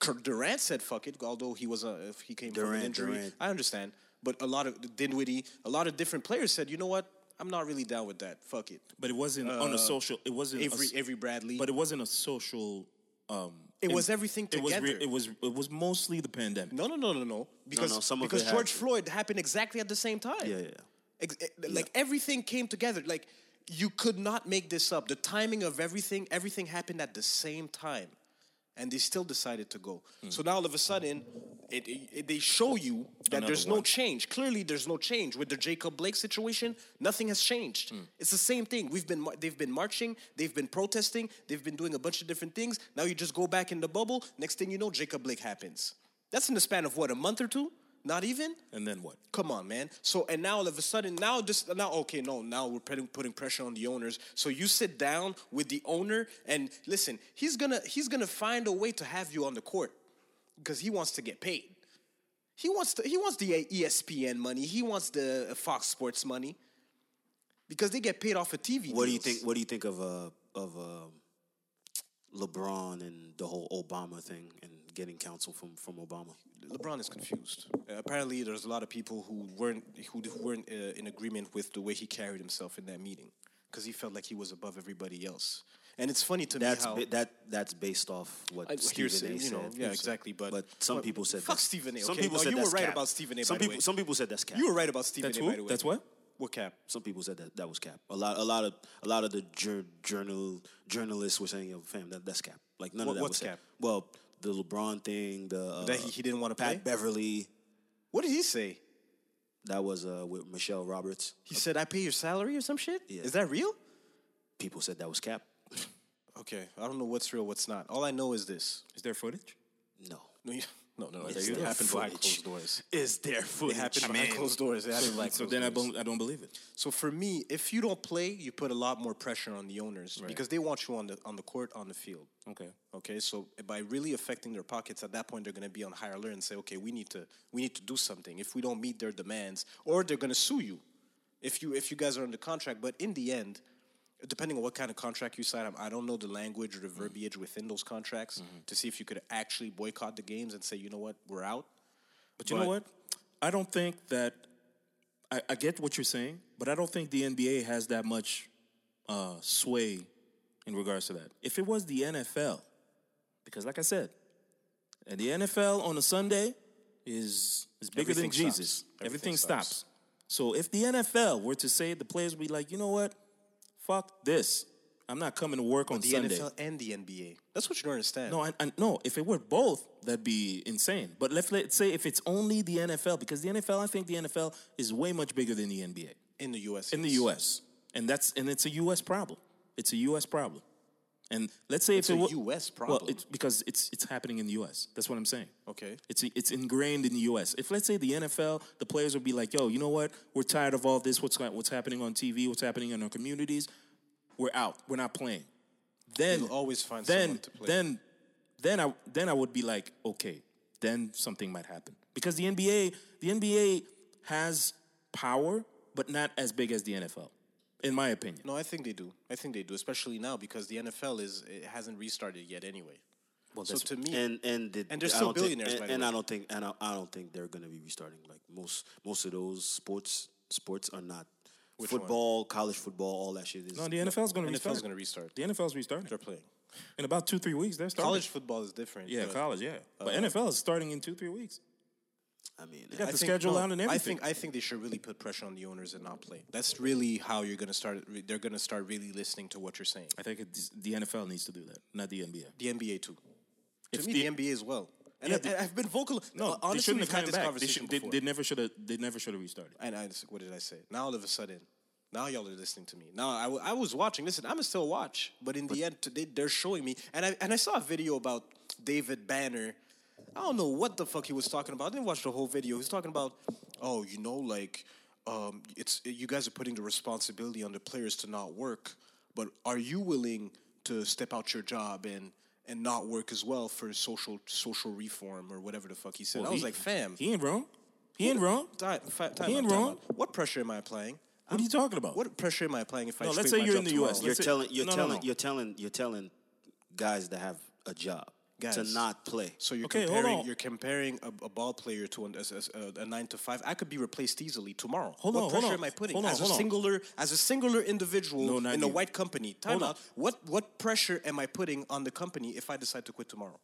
Speaker 2: K- Durant said, "Fuck it," although he was a if he came from an
Speaker 1: Durant,
Speaker 2: injury.
Speaker 1: Durant.
Speaker 2: I understand, but a lot of Dinwiddie, a lot of different players said, "You know what? I'm not really down with that. Fuck it."
Speaker 3: But it wasn't on a social. It wasn't a
Speaker 2: Avery,
Speaker 3: s-
Speaker 2: Avery Bradley,
Speaker 3: But it wasn't a social. Um,
Speaker 2: It was everything
Speaker 3: It was. re-
Speaker 2: together.
Speaker 3: It was. It was mostly the pandemic.
Speaker 2: no, no, no, no, no, because
Speaker 1: no, some of
Speaker 2: because
Speaker 1: it
Speaker 2: George
Speaker 1: happened.
Speaker 2: Floyd happened exactly at the same time.
Speaker 1: yeah, yeah.
Speaker 2: Ex- eh, like everything came together like you could not make this up the timing of everything everything happened at the same time and they still decided to go so now all of a sudden it, it- it- they show you that there's no change clearly there's no change with the jacob blake situation nothing has changed it's the same thing we've been mar- they've been marching they've been protesting they've been doing a bunch of different things now you just go back in the bubble next thing you know jacob blake happens that's in the span of what a month or two not even
Speaker 3: And then what?
Speaker 2: Come on, man. So and now all of a sudden, now this now okay, no, now we're putting putting pressure on the owners. So you sit down with the owner and listen, he's gonna he's gonna find a way to have you on the court because he wants to get paid. He wants to he wants the E ESPN money. He wants the Fox Sports money because they get paid off of
Speaker 1: What
Speaker 2: TV.
Speaker 1: do you
Speaker 2: deals.
Speaker 1: think? What do you think of uh of um, LeBron and the whole Obama thing and getting counsel from from Obama?
Speaker 2: LeBron is confused. Uh, apparently, there's a lot of people who weren't who d- weren't uh, in agreement with the way he carried himself in that meeting because he felt like he was above everybody else. And it's funny to
Speaker 1: That's
Speaker 2: me how
Speaker 1: ba- that that's based off what
Speaker 2: I-
Speaker 1: Stephen
Speaker 2: hearsay,
Speaker 1: A.
Speaker 2: you
Speaker 1: said.
Speaker 2: know, yeah, exactly, but-
Speaker 1: but some
Speaker 2: but
Speaker 1: people said
Speaker 2: fuck
Speaker 1: that's-
Speaker 2: Stephen A,
Speaker 1: Some
Speaker 2: okay?
Speaker 1: people
Speaker 2: No,
Speaker 1: said
Speaker 2: you were
Speaker 1: that's
Speaker 2: right
Speaker 1: cap.
Speaker 2: about Stephen A,
Speaker 1: Some
Speaker 2: by the
Speaker 1: people
Speaker 2: way.
Speaker 1: some people said that's cap.
Speaker 2: you were right about Stephen
Speaker 3: That's
Speaker 2: A.
Speaker 3: who?
Speaker 2: By the way.
Speaker 3: That's what?
Speaker 2: What cap?
Speaker 1: Some people said that that was cap. A lot, a lot of, a lot of the jour, journal journalists were saying, "Yo, fam, that, that's cap." Like none
Speaker 2: What-
Speaker 1: of that
Speaker 2: what's
Speaker 1: was
Speaker 2: cap?
Speaker 1: Well, the LeBron thing, the uh,
Speaker 2: That he- he didn't wanna
Speaker 1: Pat
Speaker 2: play?
Speaker 1: Beverly.
Speaker 2: What did he say?
Speaker 1: That was uh, with Michelle Roberts.
Speaker 2: He said, "I pay your salary or some shit."
Speaker 1: Oh. Yeah.
Speaker 2: Is that real?
Speaker 1: People said that was cap.
Speaker 2: Okay, I don't know what's real, what's not. All I know is this.
Speaker 3: Is there footage?
Speaker 1: No,
Speaker 2: No, you- no, no.
Speaker 1: Is
Speaker 2: It
Speaker 1: there
Speaker 2: happened behind
Speaker 1: footage?
Speaker 2: closed doors.
Speaker 1: is there footage?
Speaker 2: It happened behind closed doors. It happened behind
Speaker 3: So
Speaker 2: closed
Speaker 3: then I
Speaker 2: doors.
Speaker 3: don't. I don't believe it.
Speaker 2: So for me, if you don't play, you put a lot more pressure on the owners because they want you on the on the court, on the field.
Speaker 3: Okay.
Speaker 2: Okay, so by really affecting their pockets, at that point they're going to be on higher alert and say, okay, we need to we need to do something. If we don't meet their demands, or they're going to sue you, if you if you guys are under contract. But in the end, depending on what kind of contract you sign, I don't know the language or the
Speaker 3: Mm-hmm.
Speaker 2: verbiage within those contracts to see if you could actually boycott the games and say, you know what, we're out.
Speaker 3: But you know what? I don't think that. I, I get what you're saying, but I don't think the NBA has that much uh, sway in regards to that. If it was the NFL, because like I said, and the NFL on a Sunday is is bigger
Speaker 2: Everything
Speaker 3: than
Speaker 2: stops.
Speaker 3: Jesus.
Speaker 2: Everything
Speaker 3: Everything,
Speaker 2: stops.
Speaker 3: stops. So if the NFL were to say the players would be like, you know what, fuck this, I'm not coming to work on
Speaker 2: The
Speaker 3: Sunday.
Speaker 2: NFL and the NBA. That's what you don't understand.
Speaker 3: No, I, I, no. If it were both, that'd be insane. But let's, let's say if it's only the NFL, because the NFL, I think the NFL is way much bigger than the NBA
Speaker 2: in the US.
Speaker 3: in the
Speaker 2: yes.
Speaker 3: U.S. and that's and it's a U.S. problem. It's a U.S. problem. And let's say
Speaker 2: It's
Speaker 3: if
Speaker 2: a
Speaker 3: it wa-
Speaker 2: US
Speaker 3: Well,
Speaker 2: problem.
Speaker 3: it's because it's it's happening in the U.S. That's what I'm saying.
Speaker 2: Okay.
Speaker 3: It's it's ingrained in the U.S. If let's say the NFL, the players would be like, "Yo, you know what? We're tired of all this. What's go- what's happening on TV? What's happening in our communities? We're out. We're not playing." Then
Speaker 2: You'll always find
Speaker 3: then
Speaker 2: someone to play.
Speaker 3: then then I then I would be like, okay, then something might happen because the NBA the NBA has power, but not as big as the NFL, in my opinion.
Speaker 2: No, I think they do. I think they do, especially now because the NFL is it hasn't restarted yet anyway. Well, so to me,
Speaker 1: And and the,
Speaker 2: And they're
Speaker 1: I
Speaker 2: still
Speaker 1: don't think-
Speaker 2: billionaires,
Speaker 1: and,
Speaker 2: by the
Speaker 1: and
Speaker 2: way.
Speaker 1: I don't think and I, I don't think they're gonna be restarting. Like most most of those sports sports are not
Speaker 2: one?
Speaker 1: football, college football, all that shit is.
Speaker 3: No, the NFL's going to
Speaker 2: NFL is
Speaker 3: restart.
Speaker 2: going to restart.
Speaker 3: The NFL's restarting.
Speaker 2: They're playing.
Speaker 3: In about two, three weeks, they're starting.
Speaker 2: College uh, football is different.
Speaker 3: yeah,
Speaker 2: but
Speaker 3: college, yeah. But NFL is starting in two, three weeks.
Speaker 1: I mean,
Speaker 3: got
Speaker 2: I
Speaker 3: the
Speaker 2: think-
Speaker 3: schedule out and
Speaker 2: I
Speaker 3: everything.
Speaker 2: think I think they should really put pressure on the owners and not play. That's really how you're going to start. They're going to start really listening to what you're saying.
Speaker 3: I think it's, the NFL needs to do that, not the NBA.
Speaker 2: The NBA too. To
Speaker 3: If
Speaker 2: me,
Speaker 3: the-
Speaker 2: the, NBA as well. And
Speaker 3: Yeah,
Speaker 2: I,
Speaker 3: the-
Speaker 2: have been vocal.
Speaker 3: No,
Speaker 2: honestly,
Speaker 3: they shouldn't
Speaker 2: we've
Speaker 3: have
Speaker 2: had
Speaker 3: come
Speaker 2: this
Speaker 3: back. They,
Speaker 2: conversation
Speaker 3: should, they,
Speaker 2: before.
Speaker 3: they never should have. They never should have restarted.
Speaker 2: and I, what did I say? Now all of a sudden, now y'all are listening to me. Now I, w- I was watching. Listen, I'm still watch, but in the end, today they're showing me, and I and I saw a video about David Banner. I don't know what the fuck he was talking about. I didn't watch the whole video. He's talking about, oh, you know, like, um, it's you guys are putting the responsibility on the players to not work, but are you willing to step out your job and and not work as well for social social reform or whatever the fuck he said? I was
Speaker 3: He-
Speaker 2: like, fam,
Speaker 3: he ain't wrong. He ain't wrong.
Speaker 2: Time, fi- time
Speaker 3: He
Speaker 2: out,
Speaker 3: ain't
Speaker 2: time
Speaker 3: wrong.
Speaker 2: out. What pressure am I applying?
Speaker 3: What are you talking about?
Speaker 2: What pressure am I applying if I
Speaker 3: No, let's
Speaker 2: quit
Speaker 3: say
Speaker 2: my
Speaker 3: you're
Speaker 2: job
Speaker 3: in the
Speaker 2: tomorrow?
Speaker 3: US.
Speaker 1: you're
Speaker 3: Let's say-
Speaker 1: telling you're
Speaker 3: no, no,
Speaker 1: telling
Speaker 3: no.
Speaker 1: you're telling you're telling guys that have a job to
Speaker 2: Guys.
Speaker 1: not play.
Speaker 2: So you're
Speaker 3: Okay, hold
Speaker 2: comparing
Speaker 3: on.
Speaker 2: you're comparing a, a ball player to an, as, as, a, a nine to five. I could be replaced easily tomorrow.
Speaker 3: Hold
Speaker 2: what
Speaker 3: on, hold
Speaker 2: pressure
Speaker 3: on.
Speaker 2: am I putting
Speaker 3: Hold on,
Speaker 2: as a
Speaker 3: hold on.
Speaker 2: singular as a singular individual
Speaker 3: No, not
Speaker 2: in a
Speaker 3: you.
Speaker 2: white company? Time
Speaker 3: Hold on.
Speaker 2: out. What what pressure am I putting on the company if I decide to quit tomorrow?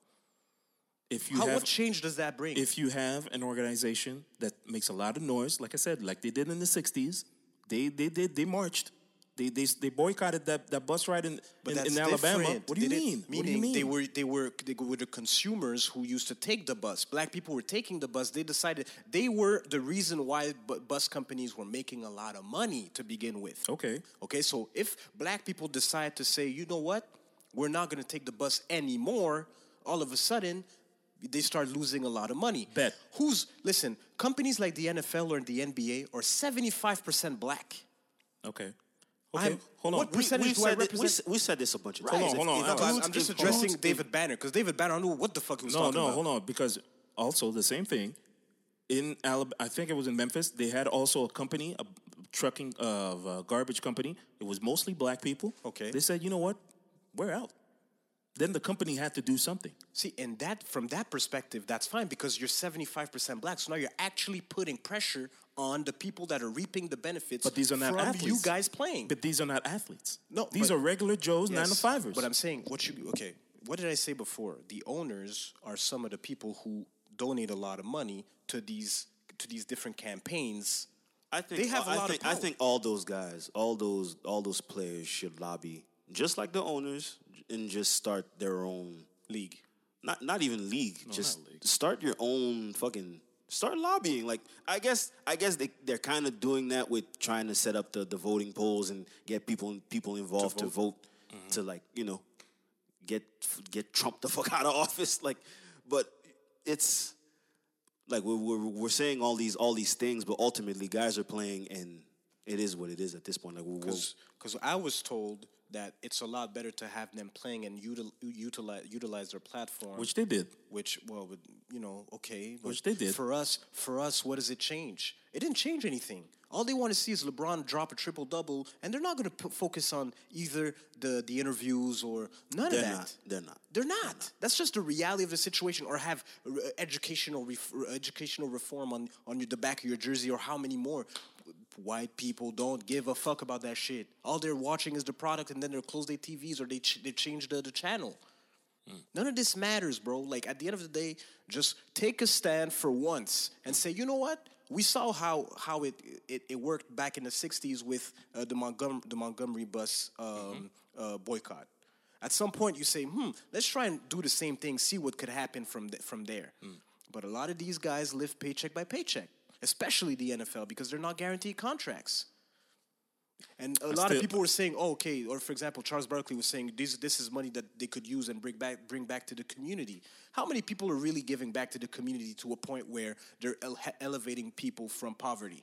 Speaker 3: if you
Speaker 2: How,
Speaker 3: have
Speaker 2: what change does that bring?
Speaker 3: if you have an organization that makes a lot of noise, like I said, like they did in the '60s, they they did they marched, they they they boycotted that, that bus ride in in, in Alabama.
Speaker 2: different.
Speaker 3: What do you
Speaker 2: They did-
Speaker 3: mean?
Speaker 2: Meaning
Speaker 3: what do you mean?
Speaker 2: they were they were they were the consumers who used to take the bus. Black people were taking the bus. They decided they were the reason why bu- bus companies were making a lot of money to begin with.
Speaker 3: okay.
Speaker 2: Okay, so if black people decide to say, you know what, we're not going to take the bus anymore, all of a sudden they start losing a lot of money.
Speaker 3: Bet.
Speaker 2: Who's listen? Companies like the NFL or the NBA are seventy five percent black.
Speaker 3: Okay. Okay.
Speaker 2: I'm-
Speaker 3: hold on.
Speaker 2: what
Speaker 3: We-
Speaker 2: percent- percentage
Speaker 1: we've
Speaker 2: do I
Speaker 1: said thi- we,
Speaker 2: represent?
Speaker 1: s- we said this a bunch of
Speaker 2: Right.
Speaker 1: times.
Speaker 3: on, hold
Speaker 1: If-
Speaker 3: on,
Speaker 1: if
Speaker 3: Alex.
Speaker 1: dudes-
Speaker 2: I'm, I'm just
Speaker 1: if
Speaker 2: addressing
Speaker 1: dudes-
Speaker 2: David Banner because David Banner, I don't know what the fuck he was
Speaker 3: no,
Speaker 2: talking
Speaker 3: no,
Speaker 2: about.
Speaker 3: hold on. Because also the same thing in Alabama. I think it was in Memphis. They had also a company, a trucking of uh, garbage company. It was mostly black people.
Speaker 2: Okay.
Speaker 3: They said, you know what, we're out. Then the company had to do something.
Speaker 2: See, and that from that perspective, that's fine because you're 75% black. So now you're actually putting pressure on the people that are reaping the benefits.
Speaker 3: But these are not
Speaker 2: from
Speaker 3: athletes.
Speaker 2: you guys playing.
Speaker 3: But these are not athletes.
Speaker 2: No,
Speaker 3: these
Speaker 2: but-
Speaker 3: are regular Joes,
Speaker 2: Yes,
Speaker 3: nine to fivers.
Speaker 2: But I'm saying what you okay. What did I say before? The owners are some of the people who donate a lot of money to these to these different campaigns.
Speaker 1: I think
Speaker 2: They have a
Speaker 1: I
Speaker 2: lot of
Speaker 1: think, I
Speaker 2: power.
Speaker 1: think all those guys, all those all those players should lobby just like the owners and just start their own league. Not not even league, just start your own fucking start lobbying. Like I guess I guess they they're kind of doing that with trying to set up the, the voting polls and get people people involved to vote, Mm-hmm. to like, you know, get get Trump the fuck out of office like but it's like we're, we're we're saying all these all these things, but ultimately guys are playing, and it is what it is at this point. Like we're, we're-
Speaker 2: Because I was told that it's a lot better to have them playing and util, utilize utilize their platform,
Speaker 3: which they did.
Speaker 2: which well would you know okay
Speaker 3: Which
Speaker 2: but
Speaker 3: they did.
Speaker 2: for us for us what does it change it didn't change anything all they want to see is lebron drop a triple double and they're not going to focus on either the the interviews or none
Speaker 1: they're
Speaker 2: of that
Speaker 1: not. They're not.
Speaker 2: they're not that's just the reality of the situation or have uh, educational ref, educational reform on on your, the back of your jersey or how many more white people don't give a fuck about that shit all they're watching is the product and then they close their tvs or they ch- they change the, the channel None of this matters, bro. Like at the end of the day, just take a stand for once and say, you know what? We saw how how it it, it worked back in the '60s with uh, the Montgomery the Montgomery bus um, uh, boycott. At some point, you say, hmm, let's try and do the same thing, see what could happen from th- from there. But a lot of these guys live paycheck by paycheck, especially the NFL because they're not guaranteed contracts. And a lot of
Speaker 3: still-
Speaker 2: people were saying, oh, okay, or for example, Charles Barkley was saying this this is money that they could use and bring back bring back to the community. How many people are really giving back to the community to a point where they're ele- elevating people from poverty?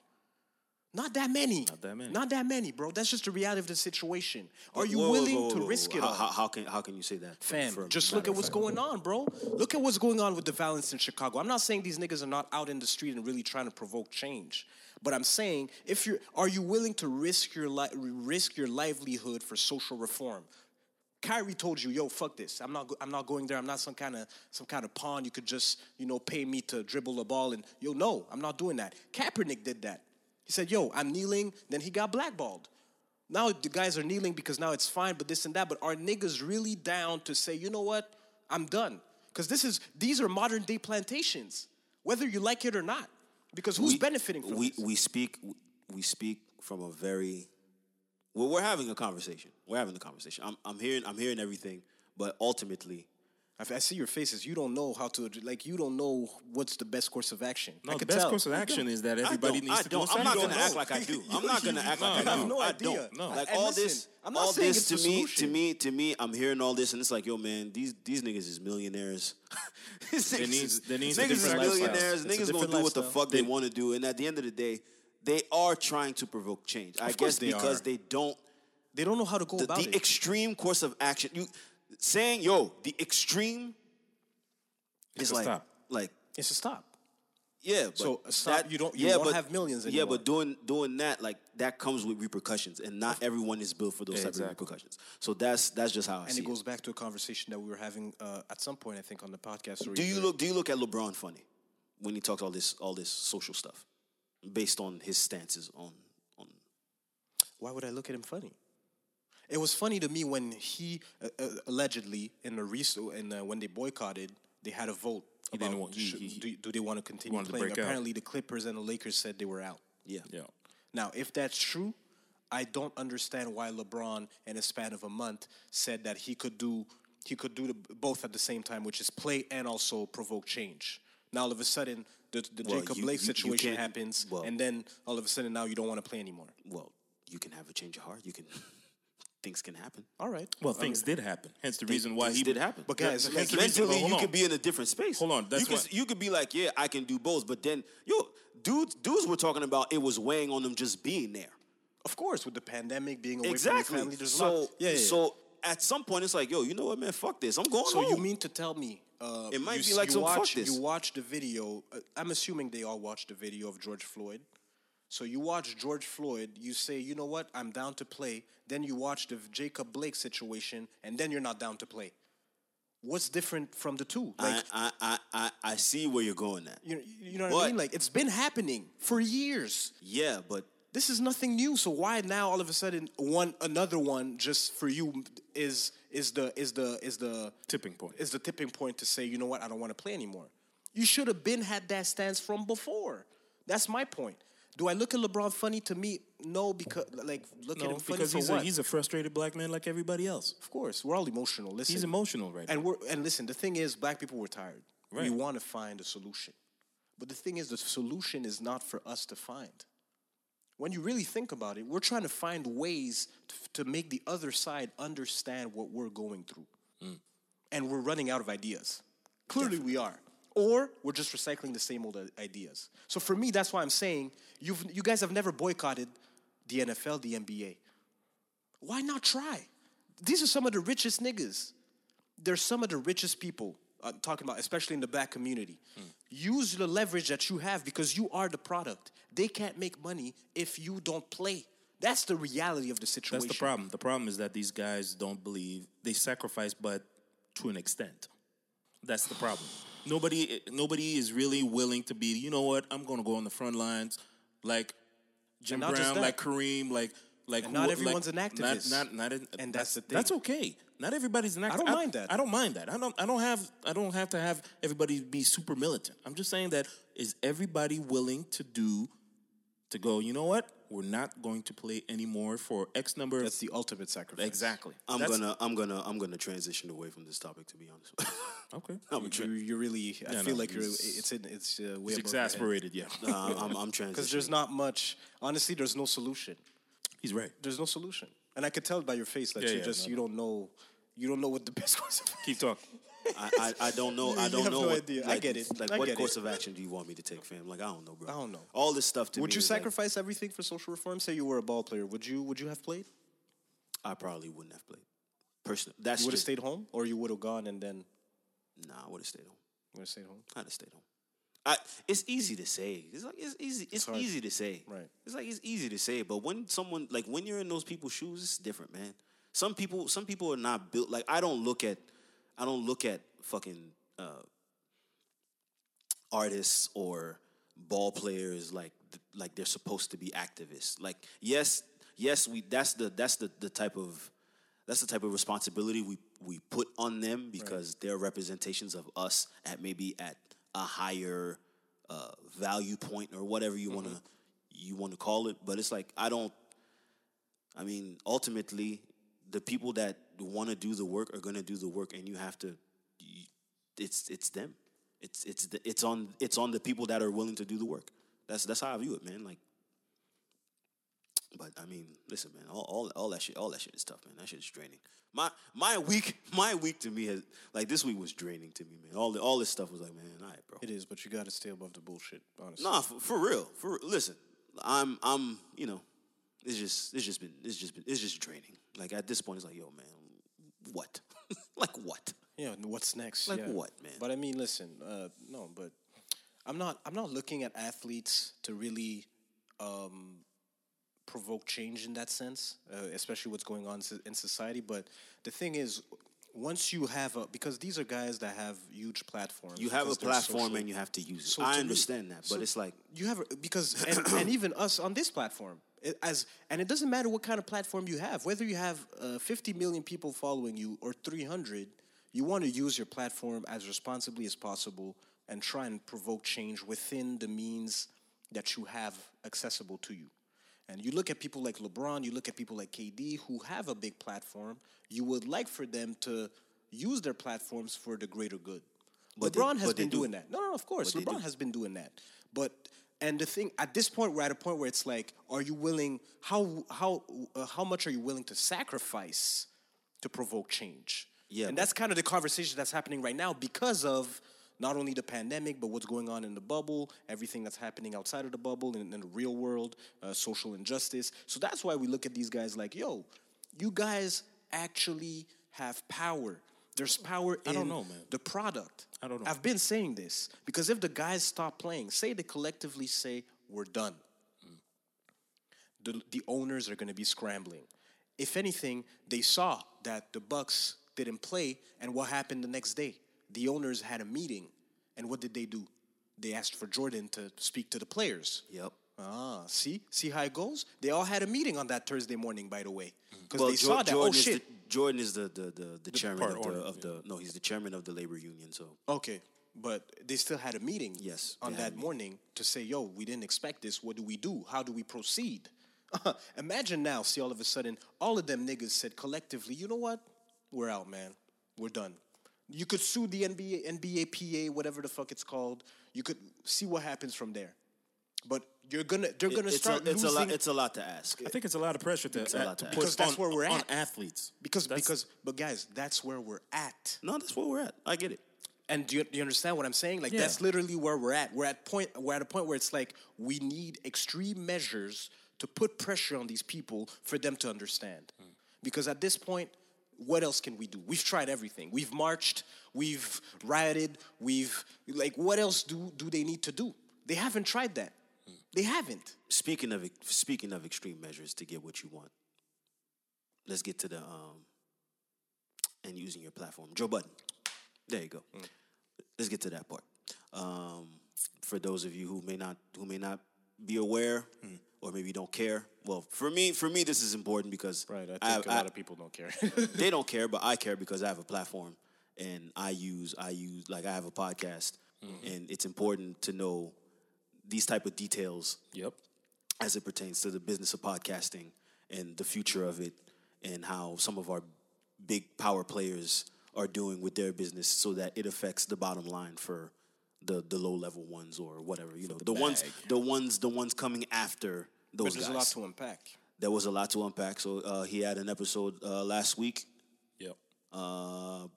Speaker 2: Not that many. Not
Speaker 3: that many.
Speaker 2: Not that many, bro. That's just the reality of the situation. Are you
Speaker 1: Whoa, whoa,
Speaker 2: willing
Speaker 1: whoa, whoa,
Speaker 2: to
Speaker 1: whoa,
Speaker 2: risk
Speaker 1: whoa.
Speaker 2: it
Speaker 1: How,
Speaker 2: all?
Speaker 1: how, how can how can you say that?
Speaker 2: Fam,
Speaker 1: for a
Speaker 2: just
Speaker 1: matter
Speaker 2: look at
Speaker 1: of
Speaker 2: what's
Speaker 1: fact?
Speaker 2: going on, bro. Look at what's going on with the violence in Chicago. I'm not saying these niggas are not out in the street and really trying to provoke change, but I'm saying if you're, are you willing to risk your li- risk your livelihood for social reform? Kyrie told you, "Yo, fuck this. I'm not. Go- I'm not going there. I'm not some kind of some kind of pawn. You could just, you know, pay me to dribble a ball and yo, no, I'm not doing that." Kaepernick did that. He said, "Yo, I'm kneeling." Then he got blackballed. Now the guys are kneeling because now it's fine, but this and that. But are niggas really down to say, you know what? I'm done. Because this is these are modern day plantations, whether you like it or not. Because who's
Speaker 1: We-
Speaker 2: benefiting from
Speaker 1: we,
Speaker 2: this?
Speaker 1: We speak we speak from a very well. We're having a conversation. We're having a conversation. I'm I'm hearing I'm hearing everything, but ultimately,
Speaker 2: I, I see your faces. You don't know how to like. You don't know what's the best course of action.
Speaker 3: No,
Speaker 2: I
Speaker 3: the
Speaker 2: could
Speaker 3: best
Speaker 2: tell.
Speaker 3: course of action is that
Speaker 1: I
Speaker 3: everybody
Speaker 1: don't-
Speaker 3: needs
Speaker 1: I
Speaker 3: to
Speaker 1: don't.
Speaker 3: do
Speaker 1: I'm not
Speaker 3: something.
Speaker 1: gonna act like I do. I'm not gonna act like I do.
Speaker 2: have no
Speaker 1: I
Speaker 2: idea.
Speaker 1: don't.
Speaker 2: No.
Speaker 1: Like
Speaker 2: And
Speaker 1: all
Speaker 2: listen,
Speaker 1: this,
Speaker 2: I'm not
Speaker 1: all
Speaker 2: saying
Speaker 1: this
Speaker 2: it's
Speaker 1: to
Speaker 2: the
Speaker 1: me, to
Speaker 2: solution.
Speaker 1: me, to me, I'm hearing all this, and it's like, yo, man, these these niggas is millionaires. These niggas
Speaker 3: needs-
Speaker 1: is-
Speaker 3: there needs to
Speaker 1: niggas
Speaker 3: be
Speaker 1: is
Speaker 3: different lifestyles.
Speaker 1: millionaires.
Speaker 2: It's a
Speaker 1: Niggas gonna
Speaker 2: different
Speaker 1: do what the
Speaker 2: lifestyle.
Speaker 1: fuck they want to do, and at the end of the day, they are trying to provoke change. I
Speaker 2: course
Speaker 1: guess
Speaker 2: they
Speaker 1: because
Speaker 2: are.
Speaker 1: they don't
Speaker 2: They don't know how to go
Speaker 1: the,
Speaker 2: about
Speaker 1: the
Speaker 2: it.
Speaker 1: extreme course of action. You saying, yo, the extreme is
Speaker 3: a
Speaker 1: like
Speaker 3: stop.
Speaker 1: like
Speaker 2: it's a stop.
Speaker 1: yeah, but
Speaker 2: So, a stop- you don't- you won't have millions
Speaker 1: Yeah,
Speaker 2: anymore.
Speaker 1: but doing doing that like that comes with repercussions, and not everyone is built for those type of
Speaker 3: exactly.
Speaker 1: repercussions. So that's that's just how I
Speaker 2: And
Speaker 1: see
Speaker 2: it
Speaker 1: it.
Speaker 2: goes back to a conversation that we were having uh, at some point, I think, on the podcast. or
Speaker 1: Do you
Speaker 2: either-
Speaker 1: look do you look at LeBron funny when he talks all this all this social stuff based on his stances on on
Speaker 2: why would I look at him funny? It was funny to me when he uh, uh, allegedly in the reso and uh, when they boycotted, they had a vote.
Speaker 3: He didn't
Speaker 2: about
Speaker 3: want- he-
Speaker 2: should-
Speaker 3: he-
Speaker 2: do, do they want to continue
Speaker 3: wanted to
Speaker 2: playing?
Speaker 3: break out.
Speaker 2: Apparently, the Clippers and the Lakers said they were out.
Speaker 1: yeah
Speaker 3: Yeah.
Speaker 2: Now, if that's true, I don't understand why LeBron, in a span of a month, said that he could do he could do the, both at the same time, which is play and also provoke change. Now, all of a sudden, the, the
Speaker 1: Well,
Speaker 2: Jacob
Speaker 1: you-
Speaker 2: Blake
Speaker 1: you- you
Speaker 2: situation
Speaker 1: can't-
Speaker 2: happens,
Speaker 1: well-
Speaker 2: and then all of a sudden, now you don't want to play anymore.
Speaker 1: well you can have a change of heart you can things can happen
Speaker 2: All right.
Speaker 3: Well, things did happen. Hence the reason why
Speaker 1: things
Speaker 3: he
Speaker 1: did happen.
Speaker 2: But guys,
Speaker 3: Hence
Speaker 2: like,
Speaker 3: the reason-
Speaker 1: mentally
Speaker 3: but hold
Speaker 1: you
Speaker 3: on.
Speaker 1: could be in a different space.
Speaker 3: Hold on, that's
Speaker 1: you could,
Speaker 3: why-
Speaker 1: you could be like, yeah, I can do both, but then yo, dudes, dudes were talking about it was weighing on them just being there.
Speaker 2: Of course, with the pandemic being away from
Speaker 1: exactly.
Speaker 2: your family, there's a
Speaker 1: so
Speaker 2: lot. Yeah, yeah, yeah.
Speaker 1: so at some point it's like, yo, you know what, man, fuck this, I'm going
Speaker 2: So you
Speaker 1: home.
Speaker 2: mean to tell me? Uh,
Speaker 1: It might
Speaker 2: you,
Speaker 1: be like
Speaker 2: you
Speaker 1: some fuck
Speaker 2: watch,
Speaker 1: this.
Speaker 2: You watch the video. Uh, I'm assuming they all watched the video of George Floyd. So you watch George Floyd. You say, you know what? I'm down to play. Then you watch the Jacob Blake situation, and then you're not down to play. What's different from the two? Like,
Speaker 1: I, I, I, I, I see where you're going at.
Speaker 2: you, you know what I
Speaker 1: But-
Speaker 2: mean? Like, it's been happening for years.
Speaker 1: Yeah, but
Speaker 2: This is nothing new. So why now all of a sudden one another one just for you is is the is the is the
Speaker 3: Tipping point.
Speaker 2: is the tipping point to say, you know what, I don't want to play anymore. You should have been had that stance from before. That's my point. Do I look at LeBron funny to me? No, because like look at
Speaker 3: No,
Speaker 2: him funny
Speaker 3: because
Speaker 2: for
Speaker 3: he's
Speaker 2: what?
Speaker 3: a, he's a frustrated black man like everybody else.
Speaker 2: of course, we're all emotional. Listen,
Speaker 3: He's emotional right
Speaker 2: and we're and listen. The thing is, black people were tired. We
Speaker 3: Right.
Speaker 2: want to find a solution, but the thing is, the solution is not for us to find. When you really think about it, we're trying to find ways to, to make the other side understand what we're going through, and we're running out of ideas. Clearly, we are. Or we're just recycling the same old i- ideas. So for me, that's why I'm saying you've you guys have never boycotted the NFL, the NBA. Why not try? These are some of the richest niggas they're some of the richest people I'm talking about, especially in the black community. Use the leverage that you have because you are the product. They can't make money if you don't play. That's the reality of the situation.
Speaker 3: That's the problem. The problem is that these guys don't believe they sacrifice, but to an extent. That's the problem. Nobody, nobody is really willing to be. You know what? I'm going to go on the front lines, like Jim
Speaker 2: And not just
Speaker 3: Brown,
Speaker 2: that.
Speaker 3: like Kareem, like like.
Speaker 2: And not
Speaker 3: who-
Speaker 2: everyone's an
Speaker 3: like-
Speaker 2: activist.
Speaker 3: Not not, not an,
Speaker 2: And that's the thing.
Speaker 3: That's okay. Not everybody's an activist.
Speaker 2: don't mind that.
Speaker 3: I don't mind that. I don't. I don't have. I don't have to have everybody be super militant. I'm just saying that is everybody willing to do to go. You know what? We're not going to play anymore for X number of
Speaker 2: That's the ultimate sacrifice.
Speaker 3: Exactly.
Speaker 1: I'm
Speaker 3: That's-
Speaker 1: gonna I'm gonna I'm gonna transition away from this topic to be honest.
Speaker 3: Okay.
Speaker 1: I'm, tra-
Speaker 2: You, you really, I
Speaker 3: No,
Speaker 2: feel
Speaker 3: no,
Speaker 2: like you're.
Speaker 3: he's-
Speaker 2: It's in, it's uh, way above
Speaker 3: It's
Speaker 2: your head.
Speaker 3: exasperated, yeah.
Speaker 1: nah, Uh, I'm, I'm transitioning.
Speaker 2: because there's not much. Honestly, there's no solution.
Speaker 3: He's right.
Speaker 2: There's no solution, and I could tell by your face that
Speaker 3: Yeah,
Speaker 2: you
Speaker 3: yeah,
Speaker 2: just
Speaker 3: no,
Speaker 2: you don't know you don't know what the best course. Of
Speaker 3: Keep talking.
Speaker 1: I, I, I don't know. I
Speaker 2: You
Speaker 1: don't
Speaker 2: have
Speaker 1: know.
Speaker 2: no
Speaker 1: what,
Speaker 2: idea. I
Speaker 1: Like,
Speaker 2: get it.
Speaker 1: Like,
Speaker 2: I
Speaker 1: what
Speaker 2: get
Speaker 1: course
Speaker 2: it.
Speaker 1: of action do you want me to take, fam? Like, I don't know, bro.
Speaker 2: I don't know.
Speaker 1: All this stuff to me.
Speaker 2: would you
Speaker 1: is like,
Speaker 2: sacrifice everything for social reform? Say you were a ball player. Would you? Would you have played?
Speaker 1: I probably wouldn't have played. Personally, that's
Speaker 2: You would have
Speaker 1: just,
Speaker 2: stayed home, or you would have gone and then
Speaker 1: Nah, I would have stayed home.
Speaker 2: would have stayed home.
Speaker 1: I'd have stayed home. I, it's easy to say. It's like it's easy. It's,
Speaker 2: hard.
Speaker 1: easy to say.
Speaker 2: Right.
Speaker 1: It's like it's easy to say, but when someone like when you're in those people's shoes, it's different, man. Some people, some people are not built. Like I don't look at, I don't look at fucking uh, artists or ball players like th- like they're supposed to be activists. Like yes, yes, we that's the that's the, the type of that's the type of responsibility we we put on them because they're representations of us at maybe at a higher uh, value point or whatever you want to you want to call it. But it's like I don't. I mean, ultimately, the people that want to do the work are going to do the work, and you have to. You, it's it's them. It's it's the, it's on it's on the people that are willing to do the work. That's that's how I view it, man. Like, but I mean, listen, man. All all, all that shit, all that shit is tough, man. That shit's draining. My my week, my week to me has like this week was draining to me, man. All the, all this stuff was like, man, all right, bro.
Speaker 2: It is, but you got to stay above the bullshit. Honestly,
Speaker 1: Nah, for, for real. For listen, I'm I'm you know, it's just it's just been it's just been it's just draining. Like at this point, it's like yo, man, what? like what?
Speaker 2: Yeah, and what's next?
Speaker 1: Like
Speaker 2: yeah.
Speaker 1: what, man?
Speaker 2: But I mean, listen, uh, no, but I'm not. I'm not looking at athletes to really um, provoke change in that sense, uh, especially what's going on so- in society. But the thing is, once you have a, because these are guys that have huge platforms.
Speaker 1: You have a
Speaker 2: because they're
Speaker 1: platform
Speaker 2: social-
Speaker 1: and you have to use it.
Speaker 2: so to
Speaker 1: I
Speaker 2: me-
Speaker 1: understand that, but
Speaker 2: so
Speaker 1: it's like
Speaker 2: you have a- because and, and even us on this platform it- as and it doesn't matter what kind of platform you have whether you have uh, 50 million people following you or 300 you want to use your platform as responsibly as possible and try and provoke change within the means that you have accessible to you and you look at people like LeBron, you look at people like KD who have a big platform, you would like for them to use their platforms for the greater good.
Speaker 1: But they-
Speaker 2: LeBron has
Speaker 1: but they
Speaker 2: been
Speaker 1: do.
Speaker 2: doing that. No, no, of course.
Speaker 1: But they
Speaker 2: LeBron
Speaker 1: do.
Speaker 2: has been doing that. But and the thing at this point we're at a point where it's like are you willing how how uh, how much are you willing to sacrifice to provoke change?
Speaker 1: Yeah,
Speaker 2: And
Speaker 1: but-
Speaker 2: that's kind of the conversation that's happening right now because of not only the pandemic, but what's going on in the bubble, everything that's happening outside of the bubble, in, in the real world, uh, social injustice. So that's why we look at these guys like, yo, you guys actually have power. There's power in
Speaker 3: don't know, man.
Speaker 2: the product.
Speaker 3: I don't know.
Speaker 2: I've been saying this because if the guys stop playing, say they collectively say, we're done
Speaker 3: Mm.
Speaker 2: the, the owners are going to be scrambling. If anything, they saw that the Bucks didn't play, and what happened the next day? The owners had a meeting, and what did they do? They asked for Jordan to speak to the players.
Speaker 1: yep.
Speaker 2: Ah, see, see how it goes. They all had a meeting on that Thursday morning, by the way, because
Speaker 1: Well,
Speaker 2: they
Speaker 1: Jor-
Speaker 2: saw that.
Speaker 1: Jordan
Speaker 2: oh
Speaker 1: is
Speaker 2: shit!
Speaker 1: the Jordan is the the the, the chairman
Speaker 3: part
Speaker 1: of the
Speaker 3: owner,
Speaker 1: of the no, he's the chairman of the labor union. So
Speaker 2: okay, but they still had a meeting.
Speaker 1: Yes, they
Speaker 2: on
Speaker 1: had a
Speaker 2: that
Speaker 1: meeting.
Speaker 2: morning to say, "Yo, we didn't expect this. What do we do? How do we proceed?" Imagine now, see all of a sudden, all of them niggas said collectively, "You know what? We're out, man. We're done." You could sue the NBA, NBA PA, whatever the fuck it's called. You could see what happens from there. But you're gonna, they're
Speaker 1: It-
Speaker 2: gonna
Speaker 1: it's a,
Speaker 2: start
Speaker 1: it's a
Speaker 2: losing
Speaker 1: lot. It's a lot to ask.
Speaker 3: I think it's a lot of pressure to,
Speaker 1: It's a lot
Speaker 3: to
Speaker 1: to
Speaker 3: put
Speaker 1: Because
Speaker 2: that's
Speaker 3: on,
Speaker 2: where we're
Speaker 3: on
Speaker 2: at.
Speaker 3: athletes.
Speaker 2: because
Speaker 3: That's-
Speaker 2: because. But guys, that's where we're at.
Speaker 1: no, that's where we're at. I get it.
Speaker 2: And do you, do you understand what I'm saying? Like
Speaker 3: Yeah.
Speaker 2: that's literally where we're at. We're at point. We're at a point where it's like we need extreme measures to put pressure on these people for them to understand.
Speaker 3: Hmm.
Speaker 2: Because at this point, what else can we do? We've tried everything. We've marched. We've rioted. We've like what else do do they need to do? They haven't tried that.
Speaker 3: Hmm.
Speaker 2: They haven't.
Speaker 1: Speaking of ex- speaking of extreme measures to get what you want, let's get to the um and using your platform, Joe Budden. There you go. Let's get to that part. Um, for those of you who may not who may not be aware or maybe don't care, well, for me for me this is important because have- I-
Speaker 2: people don't care.
Speaker 1: they don't care, but I care because I have a platform and I use I use like I have a podcast, and it's important to know these type of details
Speaker 3: Yep.
Speaker 1: as it pertains to the business of podcasting and the future of it and how some of our big power players are doing with their business so that it affects the bottom line for the the low level ones or whatever you know the, ones the ones the ones coming after those
Speaker 2: There's
Speaker 1: guys
Speaker 2: a lot to unpack.
Speaker 1: there was a lot to unpack. So uh, he had an episode uh, last week,
Speaker 3: Yep.
Speaker 1: uh,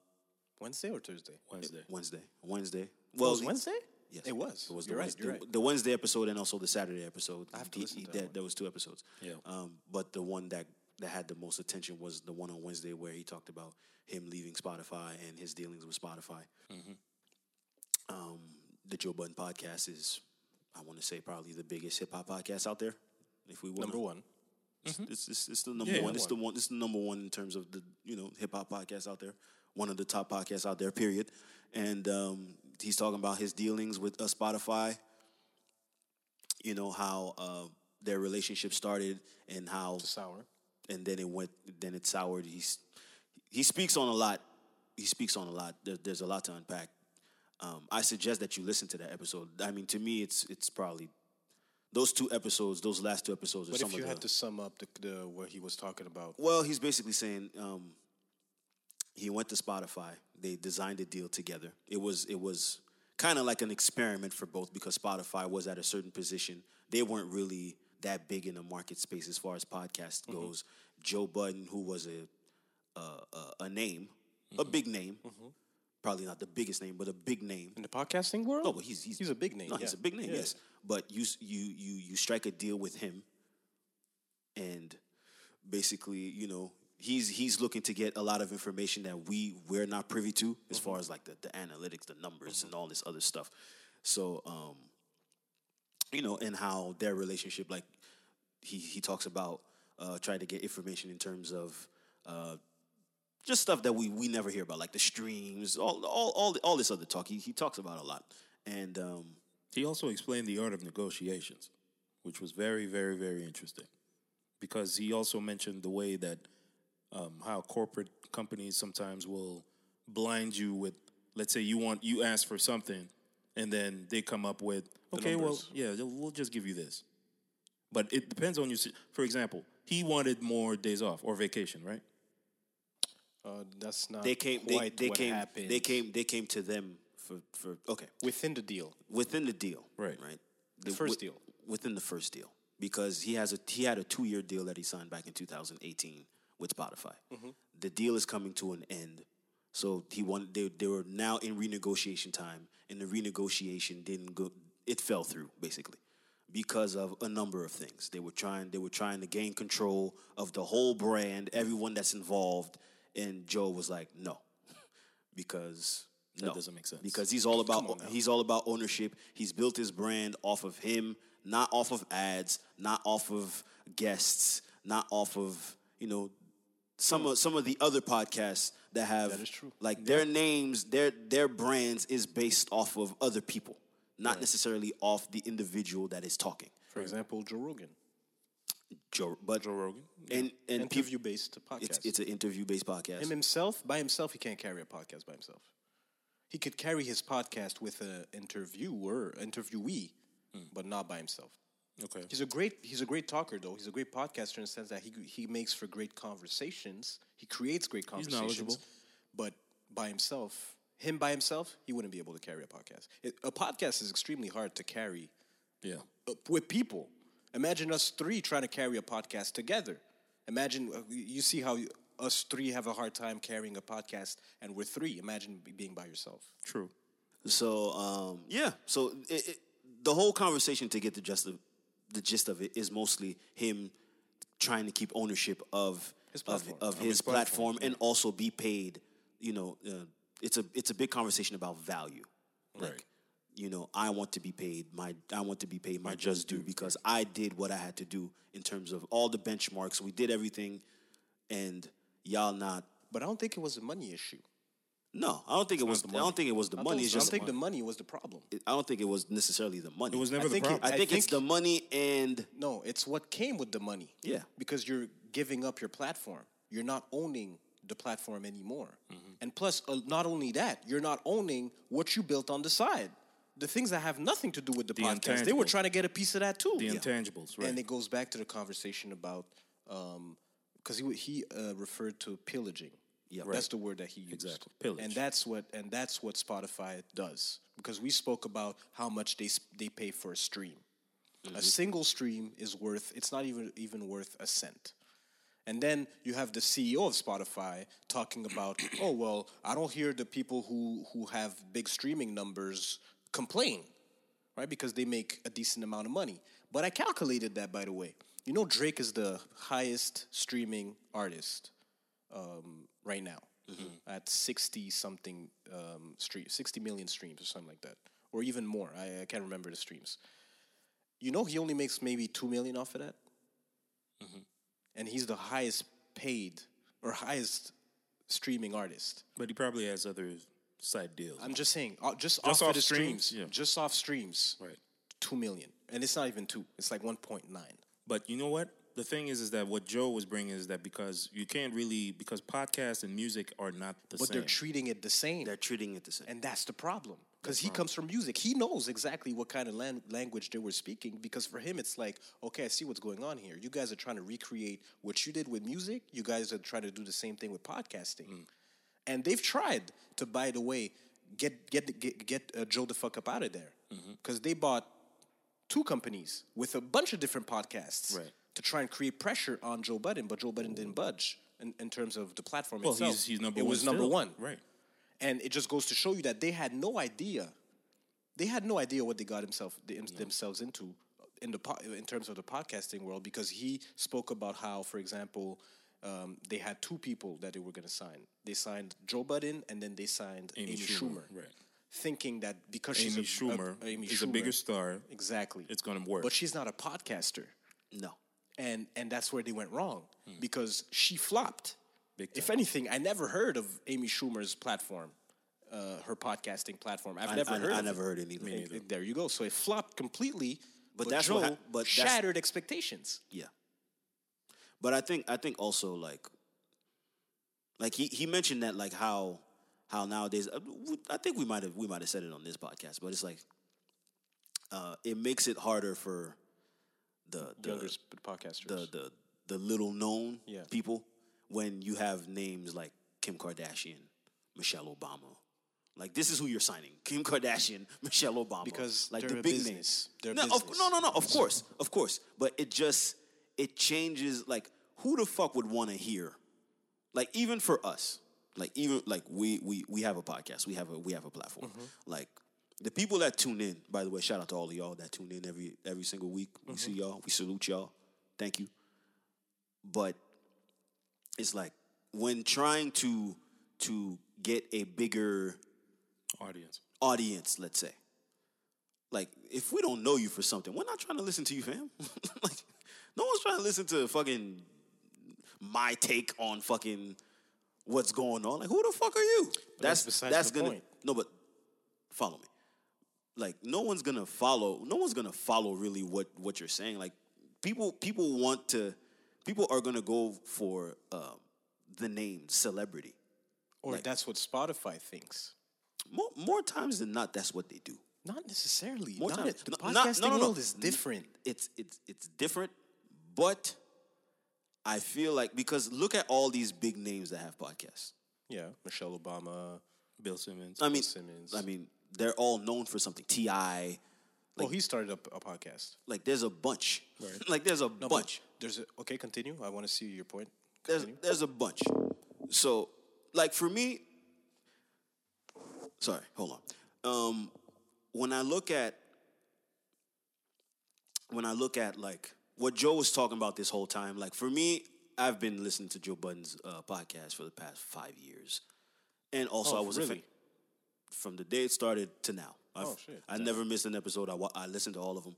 Speaker 2: Wednesday or Thursday?
Speaker 3: Wednesday.
Speaker 1: Wednesday, Wednesday. Well,
Speaker 2: it was Wednesday.
Speaker 1: Yes.
Speaker 2: It was.
Speaker 1: It was
Speaker 2: You're
Speaker 1: the,
Speaker 2: right,
Speaker 1: Wednesday,
Speaker 2: you're right.
Speaker 1: the Wednesday episode and also the Saturday episode.
Speaker 2: have to
Speaker 1: He-
Speaker 2: listen
Speaker 1: he-
Speaker 2: to that
Speaker 1: there,
Speaker 2: one.
Speaker 1: there was two episodes.
Speaker 3: Yeah.
Speaker 1: Um, but the one that that had the most attention was the one on Wednesday where he talked about him leaving Spotify and his dealings with Spotify.
Speaker 2: Mm-hmm.
Speaker 1: Um, the Joe Budden podcast is, I want to say, probably the biggest hip hop podcast out there. If we wanna-
Speaker 2: Number one.
Speaker 1: it's, it's, it's, it's the number
Speaker 3: Yeah,
Speaker 1: one. It's the
Speaker 3: number
Speaker 1: one. It's the number one in terms of the you know hip hop podcast out there. One of the top podcasts out there. Period. And um, he's talking about his dealings with uh, Spotify. You know how uh, their relationship started and how
Speaker 2: Sour.
Speaker 1: and then it went then it soured he's he speaks on a lot he speaks on a lot there, there's a lot to unpack um, i suggest that you listen to that episode i mean to me it's it's probably those two episodes those last two episodes are
Speaker 2: But
Speaker 1: some
Speaker 2: if you
Speaker 1: of
Speaker 2: had
Speaker 1: the
Speaker 2: to sum up the, the what he was talking about,
Speaker 1: well he's basically saying um, he went to spotify they designed a deal together it was it was kind of like an experiment for both because spotify was at a certain position they weren't really that big in the market space as far as podcast goes joe budden who was a a, a name, a big name. Probably not the biggest name, but a big name.
Speaker 2: in the podcasting world,
Speaker 1: No, but he's he's,
Speaker 2: he's a big name.
Speaker 1: Oh, No, he's
Speaker 2: yeah.
Speaker 1: a big name.
Speaker 2: Yeah.
Speaker 1: Yes, but you s- you you you strike a deal with him, and basically, you know, he's he's looking to get a lot of information that we we're not privy to, as
Speaker 2: Mm-hmm.
Speaker 1: far as like the, the analytics, the numbers, and all this other stuff. So, um, you know, and how their relationship, like he he talks about uh, trying to get information in terms of. Uh, just stuff that we we never hear about, like the streams, all all all, all this other talk. He, he talks about a lot, and um,
Speaker 3: He also explained the art of negotiations, which was very, very, very interesting, because he also mentioned the way that um, how corporate companies sometimes will blind you with, let's say you want you ask for something, and then they come up with, okay, well,
Speaker 2: numbers.
Speaker 3: yeah, they'll- we'll just give you this, but it depends on you. For example, he wanted more days off or vacation, right?
Speaker 2: Uh, that's not
Speaker 1: they came they,
Speaker 2: quite
Speaker 1: they
Speaker 2: what
Speaker 1: came
Speaker 2: happened
Speaker 1: they came they came to them for for okay
Speaker 2: within the deal.
Speaker 1: within the deal
Speaker 3: Right.
Speaker 1: right
Speaker 2: The
Speaker 1: wi-
Speaker 2: first deal.
Speaker 1: within the first deal because he has a he had a two year deal that he signed back in 2018 with Spotify
Speaker 2: Mm-hmm.
Speaker 1: the deal is coming to an end so he wanted they, they were now in renegotiation time and the renegotiation didn't go it fell through basically because of a number of things they were trying they were trying to gain control of the whole brand everyone that's involved and Joe was like no because that no,
Speaker 3: doesn't make sense.
Speaker 1: Because he's all about he's all about ownership. He's built his brand off of him, not off of ads, not off of guests, not off of you know some of some of the other podcasts that have that is true. like their names, their their brands is based off of other people, not necessarily off the individual that is talking.
Speaker 2: For example, Joe Rogan,
Speaker 1: Joe, but
Speaker 3: Joe Rogan.
Speaker 1: and and people,
Speaker 2: interview based podcast.
Speaker 1: it's it's an interview based podcast.
Speaker 2: Him himself, by himself, he can't carry a podcast by himself. He could carry his podcast with an interviewer, interviewee,
Speaker 1: Hmm.
Speaker 2: but not by himself.
Speaker 3: Okay.
Speaker 2: He's a great he's a great talker though. He's a great podcaster in the sense that he he makes for great conversations. He creates great conversations.
Speaker 3: knowledgeable.
Speaker 2: But by himself, him by himself, he wouldn't be able to carry a podcast. It, a podcast is extremely hard to carry
Speaker 3: Yeah.
Speaker 2: uh, with people. Imagine us three trying to carry a podcast together. Imagine uh, you you see how you, us three have a hard time carrying a podcast, and we're three. Imagine be- being by yourself.
Speaker 3: True.
Speaker 1: So um, yeah, so it, it, the whole conversation to get the just of, the gist of it is mostly him trying to keep ownership of
Speaker 2: His
Speaker 1: of,
Speaker 2: platform.
Speaker 1: of his, platform, and also be paid. You know, uh, it's a it's a big conversation about value. Like,
Speaker 3: Right.
Speaker 1: You know, I want to be paid my I want to be paid my just due because I did what I had to do in terms of all the benchmarks. We did everything, and y'all not.
Speaker 2: But I don't think it was a money issue.
Speaker 1: No, I don't think it was. I don't think it was the
Speaker 2: I
Speaker 1: money.
Speaker 2: don't,
Speaker 1: It's
Speaker 2: I
Speaker 1: just
Speaker 2: don't think the money was the problem.
Speaker 1: I don't think it was necessarily the money.
Speaker 3: It was never
Speaker 2: I
Speaker 3: the
Speaker 2: think it-
Speaker 3: problem.
Speaker 1: I
Speaker 2: I
Speaker 1: think it's
Speaker 2: think-
Speaker 1: the money and
Speaker 2: No, it's what came with the money.
Speaker 1: Yeah.
Speaker 2: Because you're giving up your platform. You're not owning the platform anymore.
Speaker 3: Mm-hmm.
Speaker 2: And plus, uh, not only that, you're not owning what you built on the side. The things that have nothing to do with the, podcast. They were
Speaker 3: intangible.
Speaker 2: trying to get a piece of that too.
Speaker 3: The intangibles, right.
Speaker 2: And it goes back to the conversation about, because he, w- he uh, referred to pillaging. Yeah, that's the word that he used.
Speaker 3: Exactly. Pillage.
Speaker 2: And that's what and that's what Spotify does because we spoke about how much they s- they pay for a stream.
Speaker 3: Mm-hmm.
Speaker 2: A single stream is worth it's not even even worth a cent. And then you have the CEO of Spotify talking about, oh well, I don't hear the people who who have big streaming numbers complain, right? Because they make a decent amount of money. But I calculated that by the way. You know Drake is the highest streaming artist um, right now at sixty something um, stream, sixty million streams or something like that, or even more. I, I can't remember the streams. You know he only makes maybe two million off of that and he's the highest paid or highest streaming artist.
Speaker 3: But he probably has other side deals.
Speaker 2: I'm just saying, uh, just, off,
Speaker 3: off
Speaker 2: of the streams,
Speaker 3: streams, yeah.
Speaker 2: just off streams,
Speaker 3: Right.
Speaker 2: two million, and it's not even two; it's like one point nine.
Speaker 3: But you know what? The thing is, is that what Joe was bringing is that because you can't really because podcasts and music are not the
Speaker 2: But
Speaker 3: same.
Speaker 2: they're treating it the same,
Speaker 1: They're treating it the same.
Speaker 2: and that's the problem. Because he comes from music, he knows exactly what kind of lan- language they were speaking. Because for him, it's like, okay, I see what's going on here. You guys are trying to recreate what you did with music. You guys are trying to do the same thing with podcasting.
Speaker 3: Mm.
Speaker 2: and they've tried to, by the way, get get get, get uh, Joe the fuck up out of there
Speaker 3: Mm-hmm.
Speaker 2: because they bought two companies with a bunch of different podcasts
Speaker 3: Right.
Speaker 2: to try and create pressure on Joe Budden, but Joe Budden didn't budge in, in terms of the platform
Speaker 3: well,
Speaker 2: itself.
Speaker 3: he's, he's number
Speaker 2: it
Speaker 3: one.
Speaker 2: was number
Speaker 3: still.
Speaker 2: one,
Speaker 3: right?
Speaker 2: and it just goes to show you that they had no idea. They had no idea what they got himself the, themselves into in the po- in terms of the podcasting world because he spoke about how, for example, um, they had two people that they were going to sign. They signed Joe Budden and then they signed Amy, Schumer,
Speaker 3: right?
Speaker 2: thinking that because
Speaker 3: Amy
Speaker 2: she's a, a-
Speaker 3: Schumer
Speaker 2: Amy
Speaker 3: is a
Speaker 2: Schumer-
Speaker 3: bigger star.
Speaker 2: exactly,
Speaker 3: It's going to work.
Speaker 2: but she's not a podcaster
Speaker 1: No.
Speaker 2: and and that's where they went wrong
Speaker 1: Hmm.
Speaker 2: because she flopped. If anything, I never heard of Amy Schumer's platform, uh, her podcasting platform. I've
Speaker 1: I-
Speaker 2: never
Speaker 1: I-
Speaker 2: heard.
Speaker 1: I
Speaker 2: of
Speaker 1: never
Speaker 2: it.
Speaker 1: heard it either. Me
Speaker 2: And- and There you go. So it flopped completely. But,
Speaker 1: that's
Speaker 2: Joe
Speaker 1: what hap- but that's-
Speaker 2: shattered expectations.
Speaker 1: Yeah. But I think I think also like like he, he mentioned that like how how nowadays uh, w- I think we might have we might have said it on this podcast, but it's like uh it makes it harder for the the
Speaker 2: Younger sp- podcasters.
Speaker 1: the the, the little known
Speaker 2: Yeah.
Speaker 1: people when you have names like Kim Kardashian, Michelle Obama. Like this is who you're signing: Kim Kardashian, Michelle Obama.
Speaker 2: Because
Speaker 1: like
Speaker 2: they're
Speaker 1: the
Speaker 2: a
Speaker 1: big
Speaker 2: business.
Speaker 1: names.
Speaker 2: They're a
Speaker 1: no, of-
Speaker 2: business.
Speaker 1: no, no, no. Of course, of course. But it just it changes. Like who the fuck would want to hear? Like even for us, like even like we we we have a podcast. We have a we have a platform.
Speaker 2: Mm-hmm.
Speaker 1: Like the people that tune in. By the way, shout out to all of y'all that tune in every every single week.
Speaker 2: Mm-hmm.
Speaker 1: We see y'all. We salute y'all. Thank you. But it's like when trying to to get a bigger
Speaker 3: Audience.
Speaker 1: audience, let's say. Like, if we don't know you for something, we're not trying to listen to you, fam. like, no one's trying to listen to fucking my take on fucking what's going on. Like, who the fuck are you?
Speaker 2: that's besides the
Speaker 1: gonna
Speaker 2: point.
Speaker 1: no, but follow me. Like, no one's gonna follow. No one's gonna follow really what what you're saying. Like, people people want to. People are gonna go for um, the name celebrity.
Speaker 2: or that's what Spotify thinks.
Speaker 1: More more times than not, that's what they do.
Speaker 2: Not necessarily.
Speaker 1: More
Speaker 2: Not
Speaker 1: time.
Speaker 2: it- The
Speaker 1: No-
Speaker 2: podcasting
Speaker 1: not- no, no, no.
Speaker 2: world is different.
Speaker 1: It's it's it's different, but I feel like because look at all these big names that have podcasts.
Speaker 2: Yeah, Michelle Obama.
Speaker 3: Bill Simmons.
Speaker 1: I mean,
Speaker 2: Simmons.
Speaker 1: I mean, they're all known for something. Ti,
Speaker 2: oh, he started up a podcast.
Speaker 1: like there's a bunch. like there's a
Speaker 2: No, but
Speaker 1: bunch.
Speaker 2: There's a, okay. Continue. I want to see your point.
Speaker 1: There's there's a bunch. So, like for me, sorry, hold on. Um, when I look at when I look at like what Joe was talking about this whole time, like for me, I've been listening to Joe Budden's uh, podcast for the past five years, and also
Speaker 2: Oh,
Speaker 1: I was a fan
Speaker 2: really?
Speaker 1: from the day it started to now. I've,
Speaker 2: Oh, shit.
Speaker 1: I never missed an episode. I wa- I listened to all of them.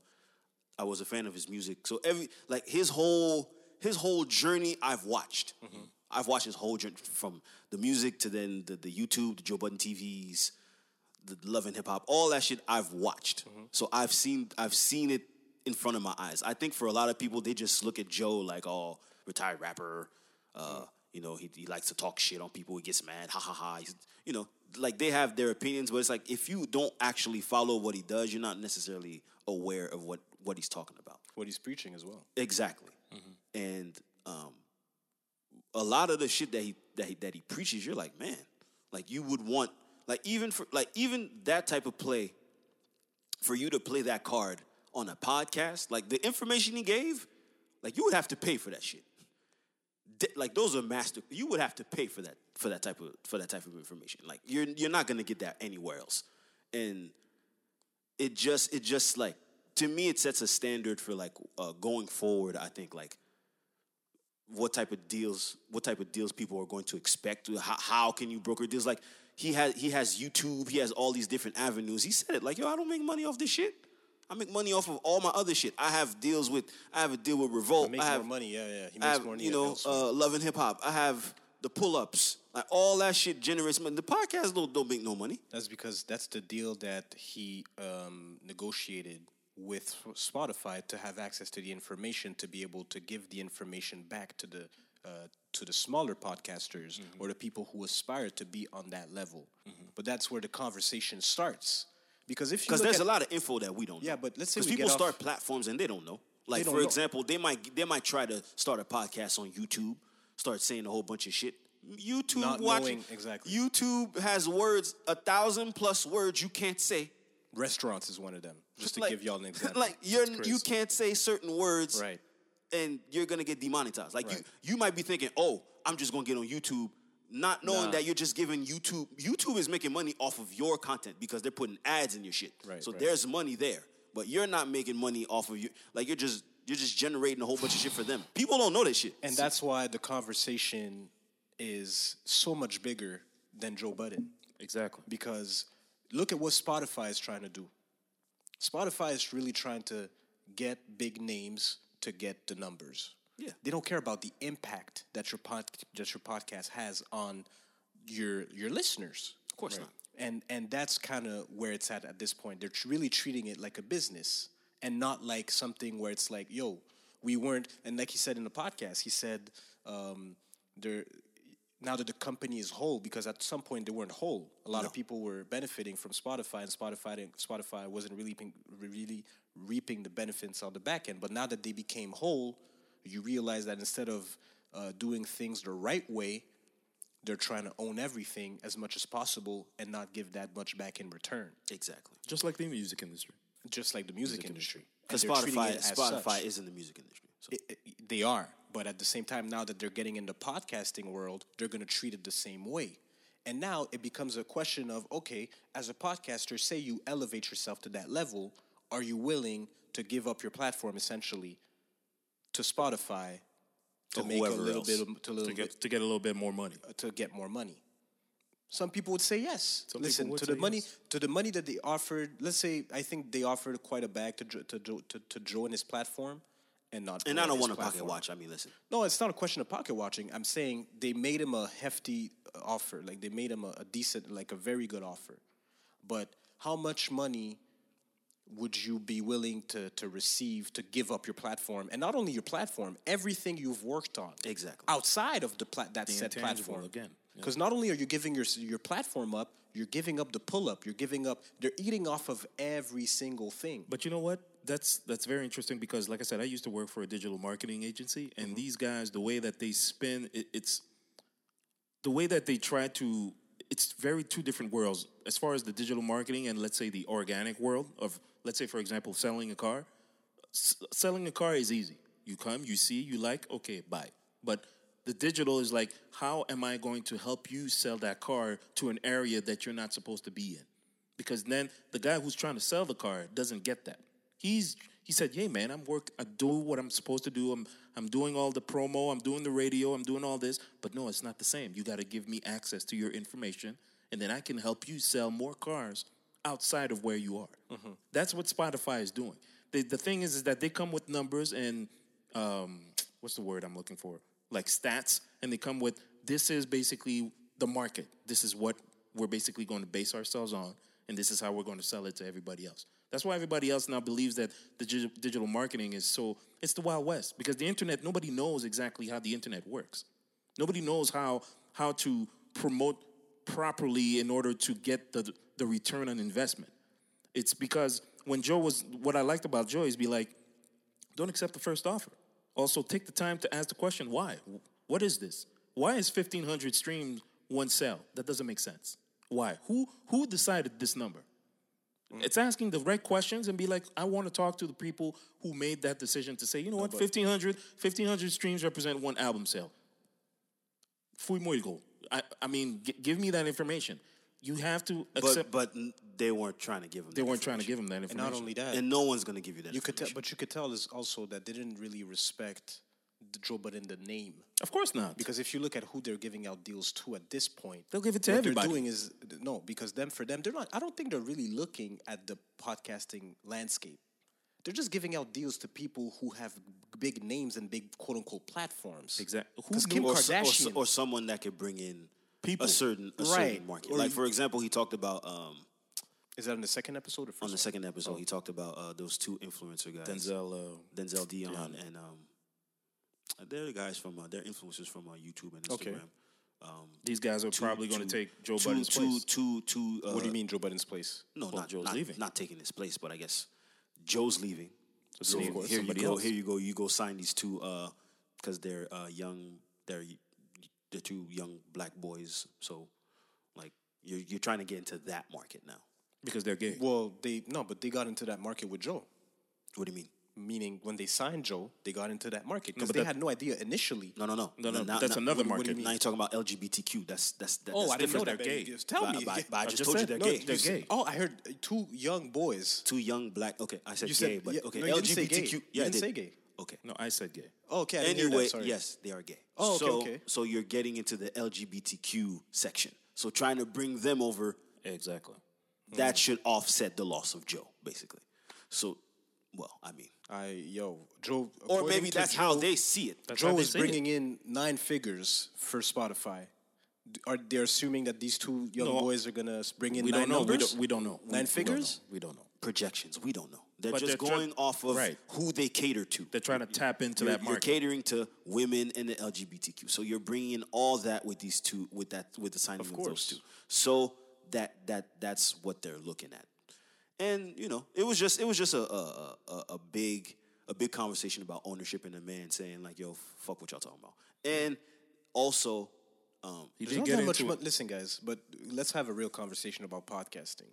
Speaker 1: I was a fan of his music. So every like his whole his whole journey I've watched.
Speaker 2: Mm-hmm.
Speaker 1: I've watched his whole journey from the music to then the, the YouTube, the Joe Budden TVs, the Love and Hip Hop, all that shit I've watched. So I've seen I've seen it in front of my eyes. I think for a lot of people they just look at Joe like oh retired rapper, uh, you know he, he likes to talk shit on people. He gets mad, ha ha ha. He's, you know like they have their opinions, but it's like if you don't actually follow what he does, you're not necessarily aware of what what he's talking about.
Speaker 2: What he's preaching as well.
Speaker 1: Exactly. And um, a lot of the shit that he that he, that he preaches, you're like, man, like you would want, like even for like even that type of play, for you to play that card on a podcast, like the information he gave, like you would have to pay for that shit. Di- Like those are master. You would have to pay for that for that type of for that type of information. Like you're you're not gonna get that anywhere else. And it just it just like to me it sets a standard for like uh, going forward. I think like what type of deals what type of deals people are going to expect how, how can you broker deals like he has he has youtube he has all these different avenues he said it like yo i don't make money off this shit i make money off of all my other shit i have deals with i have a deal with revolt
Speaker 2: I make
Speaker 1: I have,
Speaker 2: more money. Yeah, yeah. He
Speaker 1: I
Speaker 2: makes
Speaker 1: have
Speaker 2: more money.
Speaker 1: you know
Speaker 2: elsewhere.
Speaker 1: uh, love and hip hop i have the pull-ups like all that shit generates money the podcast don't, don't make no money
Speaker 2: that's because that's the deal that he um, negotiated with Spotify to have access to the information to be able to give the information back to the uh, to the smaller podcasters or the people who aspire to be on that level. But that's where the conversation starts. Because if you
Speaker 1: because
Speaker 2: look
Speaker 1: there's
Speaker 2: at-
Speaker 1: a lot of info that we don't know.
Speaker 2: Yeah, but let's say
Speaker 1: 'Cause
Speaker 2: we get
Speaker 1: people
Speaker 2: off-
Speaker 1: start platforms and they don't know. Like
Speaker 2: don't
Speaker 1: for
Speaker 2: know.
Speaker 1: example, they might they might try to start a podcast on YouTube, start saying a whole bunch of shit. YouTube
Speaker 2: Not
Speaker 1: watching
Speaker 2: knowing exactly.
Speaker 1: YouTube has words a thousand plus words you can't say.
Speaker 2: restaurants is one of them. Just to
Speaker 1: Like-
Speaker 2: give y'all an example,
Speaker 1: like you're
Speaker 2: It's
Speaker 1: you
Speaker 2: crazy.
Speaker 1: can't say certain words
Speaker 2: right.
Speaker 1: and you're gonna get demonetized. Like
Speaker 2: Right.
Speaker 1: you, you might be thinking, oh, I'm just gonna get on YouTube, not knowing
Speaker 2: Nah.
Speaker 1: that you're just giving YouTube. YouTube is making money off of your content because they're putting ads in your shit.
Speaker 2: Right,
Speaker 1: so
Speaker 2: right.
Speaker 1: there's money there, but you're not making money off of you. Like you're just you're just generating a whole bunch of shit for them. People don't know that shit.
Speaker 2: And that's why the conversation is so much bigger than Joe Budden.
Speaker 3: Exactly.
Speaker 2: Because look at what Spotify is trying to do. Spotify is really trying to get big names to get the numbers.
Speaker 1: Yeah.
Speaker 2: They don't care about the impact that your pod, that your podcast has on your your listeners. Of
Speaker 1: course not.
Speaker 2: And and that's kind of where it's at at this point. They're tr- really treating it like a business and not like something where it's like, yo, we weren't. And like he said in the podcast, he said, um, there. Now that the company is whole, because at some point they weren't whole. A lot of people were benefiting from Spotify, and Spotify didn't- Spotify wasn't really ping- really reaping the benefits on the back end. But now that they became whole, you realize that instead of uh, doing things the right way, they're trying to own everything as much as possible and not give that much back in return,
Speaker 1: exactly
Speaker 3: Just like the music industry.
Speaker 2: just like the music, industry. And
Speaker 1: because
Speaker 2: they're treating
Speaker 1: Spotify
Speaker 2: it as
Speaker 1: Spotify
Speaker 2: such.
Speaker 1: is in the music industry. So
Speaker 2: I- I- they are, but at the same time, now that they're getting into podcasting world, they're going to treat it the same way. And now it becomes a question of okay, as a podcaster, say you elevate yourself to that level, are you willing to give up your platform essentially to Spotify to
Speaker 1: Or
Speaker 2: make a
Speaker 1: whoever
Speaker 2: little
Speaker 1: else.
Speaker 2: bit of, to, little
Speaker 3: To
Speaker 2: bit,
Speaker 3: get, to get a little bit more money.
Speaker 2: to get more money. Some people would say yes.
Speaker 3: Some people
Speaker 2: Listen
Speaker 3: would
Speaker 2: to the
Speaker 3: say
Speaker 2: money
Speaker 3: yes.
Speaker 2: to the money that they offered. Let's say I think they offered quite a bag to Jo- to Jo- to, to Joe and his platform, and not
Speaker 1: and I don't
Speaker 2: his
Speaker 1: want a pocket
Speaker 2: platform.
Speaker 1: watch. I mean, listen,
Speaker 2: No, it's not a question of pocket watching. I'm saying they made him a hefty uh, offer. Like they made him a, a decent, like a very good offer. But how much money would you be willing to to receive to give up your platform, and not only your platform, everything you've worked on
Speaker 1: Exactly.
Speaker 2: outside of the plat that said
Speaker 3: intangible
Speaker 2: platform
Speaker 3: again. Yeah.
Speaker 2: Because not only are you giving your s- your platform up, you're giving up the pull up. You're giving up. They're eating off of every single thing.
Speaker 3: But you know what? That's that's very interesting because, like I said, I used to work for a digital marketing agency, and these guys, the way that they spin, it, it's the way that they try to. It's very two different worlds as far as the digital marketing and let's say the organic world of let's say for example selling a car. S- selling a car is easy. You come, you see, you like, okay, buy. But the digital is like, how am I going to help you sell that car to an area that you're not supposed to be in? because then the guy who's trying to sell the car doesn't get that. He's he said, "Hey man, I'm work. I do what I'm supposed to do. I'm I'm doing all the promo. I'm doing the radio. I'm doing all this. But no, it's not the same. You got to give me access to your information, and then I can help you sell more cars outside of where you are. That's what Spotify is doing. The the thing is, is that they come with numbers and um, what's the word I'm looking for? Like stats, and they come with this is basically the market. This is what we're basically going to base ourselves on, and this is how we're going to sell it to everybody else. That's why everybody else now believes that the digi- digital marketing is so it's the wild west because the internet nobody knows exactly how the internet works. Nobody knows how how to promote properly in order to get the the return on investment. It's because when Joe was what I liked about Joe is be like don't accept the first offer. Also, take the time to ask the question why? What is this? Why is 1,500 streams one sell? That doesn't make sense. Why? Who, who decided this number?
Speaker 2: Mm.
Speaker 3: It's asking the right questions and be like, I want to talk to the people who made that decision to say, you know what, 1,500, 1,500 streams represent one album sale. Fui Moigo. I, I mean, g- give me that information. You have to accept.
Speaker 1: But but n- they weren't trying to give him.
Speaker 3: they weren't trying to give him that
Speaker 2: And
Speaker 3: information.
Speaker 2: not only that,
Speaker 1: and no one's gonna give you that.
Speaker 2: you could tell,
Speaker 1: information.
Speaker 2: but you could tell is also that they didn't really respect the Joe Budden the name
Speaker 3: Of course not.
Speaker 2: because if you look at who they're giving out deals to at this point,
Speaker 3: They'll give it to
Speaker 2: what
Speaker 3: everybody.
Speaker 2: They're doing is no because them for them they're not. I don't think they're really looking at the podcasting landscape. They're just giving out deals to people who have big names and big quote unquote platforms.
Speaker 3: Exactly. Who
Speaker 2: 'Cause Kim
Speaker 3: knew-
Speaker 1: or, s- or s-
Speaker 2: Kardashian.
Speaker 1: or someone that could bring in
Speaker 3: People.
Speaker 1: a certain a
Speaker 2: Right.
Speaker 1: certain market.
Speaker 2: Or
Speaker 1: like
Speaker 2: you-
Speaker 1: for example, he talked about um,
Speaker 2: Is that in the second episode or first?
Speaker 1: on the
Speaker 2: one?
Speaker 1: second episode. He talked about uh, those two influencer guys,
Speaker 3: Denzel. Uh,
Speaker 1: Denzel Dion, and um, they're the guys from uh, they're influencers from uh, YouTube and Instagram.
Speaker 2: Okay.
Speaker 3: these guys are probably going to take Joe
Speaker 1: two,
Speaker 3: Budden's
Speaker 1: two,
Speaker 3: place.
Speaker 1: two, two. Uh,
Speaker 2: What do you mean Joe Budden's place?
Speaker 1: No, not
Speaker 3: Joe's
Speaker 1: not,
Speaker 3: leaving.
Speaker 1: Not taking his place, but I guess Joe's leaving. So
Speaker 3: leaving
Speaker 1: here you
Speaker 3: somebody
Speaker 1: go.
Speaker 3: else.
Speaker 1: Here you go. You go sign these two because they're uh, young. They're y- the two young black boys. So like you're you're trying to get into that market now.
Speaker 3: because they're gay.
Speaker 2: Well, they no, but they got into that market with Joe.
Speaker 1: What do you mean?
Speaker 2: Meaning, when they signed Joe, they got into that market because
Speaker 3: but
Speaker 2: they
Speaker 3: that-
Speaker 2: had no idea initially.
Speaker 1: No, no, no,
Speaker 3: No, no,
Speaker 1: now-
Speaker 3: that's
Speaker 1: now-
Speaker 3: another
Speaker 1: what do- what do you
Speaker 3: market.
Speaker 1: mean? Now you're talking about LGBTQ. That's that's that,
Speaker 2: Oh,
Speaker 1: that's
Speaker 2: I didn't
Speaker 1: different.
Speaker 2: know that, They're man. gay. Just tell
Speaker 1: But-
Speaker 2: me.
Speaker 1: but- but I
Speaker 3: I
Speaker 1: just
Speaker 3: just
Speaker 1: told you
Speaker 3: said-
Speaker 1: they're
Speaker 3: no,
Speaker 1: gay.
Speaker 3: they're gay.
Speaker 2: Oh, I heard uh, two young boys.
Speaker 1: Two young black. Okay, I said
Speaker 2: You
Speaker 1: gay,
Speaker 2: said-
Speaker 1: but
Speaker 2: yeah,
Speaker 1: okay.
Speaker 2: no, you didn't
Speaker 1: LGBTQ.
Speaker 2: say gay. You
Speaker 1: Yeah, I
Speaker 2: didn't
Speaker 1: did.
Speaker 2: say gay.
Speaker 1: Okay.
Speaker 3: No, I said gay.
Speaker 2: Oh, okay. I didn't hear that,
Speaker 1: anyway,
Speaker 2: sorry.
Speaker 1: yes, they are gay.
Speaker 2: Oh, okay,
Speaker 1: so,
Speaker 2: okay.
Speaker 1: So you're getting into the LGBTQ section. So trying to bring them over,
Speaker 3: Exactly.
Speaker 1: that should offset the loss of Joe, basically. So, well, I mean,
Speaker 2: I yo Joe.
Speaker 1: or
Speaker 2: according
Speaker 1: maybe
Speaker 2: to
Speaker 1: that's
Speaker 2: Joe,
Speaker 1: how they see it.
Speaker 3: That's how
Speaker 2: Joe
Speaker 3: they
Speaker 2: is
Speaker 3: see it.
Speaker 2: bringing in nine figures for Spotify. D- Are they assuming that these two young
Speaker 3: No.
Speaker 2: boys are gonna s- bring in
Speaker 3: We
Speaker 2: nine
Speaker 3: don't know. We
Speaker 2: numbers?
Speaker 3: don't, we don't know.
Speaker 2: Nine
Speaker 3: We- we don't
Speaker 2: figures?
Speaker 3: know. We don't know.
Speaker 1: Projections, we don't know. They're
Speaker 3: But
Speaker 1: just
Speaker 3: they're tr-
Speaker 1: going off of
Speaker 3: Right.
Speaker 1: who they cater to.
Speaker 3: They're trying to tap into
Speaker 1: you're,
Speaker 3: that
Speaker 1: you're
Speaker 3: market.
Speaker 1: catering to women and the LGBTQ. So you're bringing in all that with these two, with that, with the signing of, those
Speaker 2: course.
Speaker 1: two. So that that that's what they're looking at. And you know, it was just it was just a a, a, a big a big conversation about ownership and a man saying like, "Yo, fuck what y'all talking about," and also. Um,
Speaker 3: You
Speaker 2: There's
Speaker 3: didn't
Speaker 2: not
Speaker 3: get
Speaker 2: that much.
Speaker 3: into
Speaker 2: mon-
Speaker 3: it.
Speaker 2: Listen, guys, but let's have a real conversation about podcasting.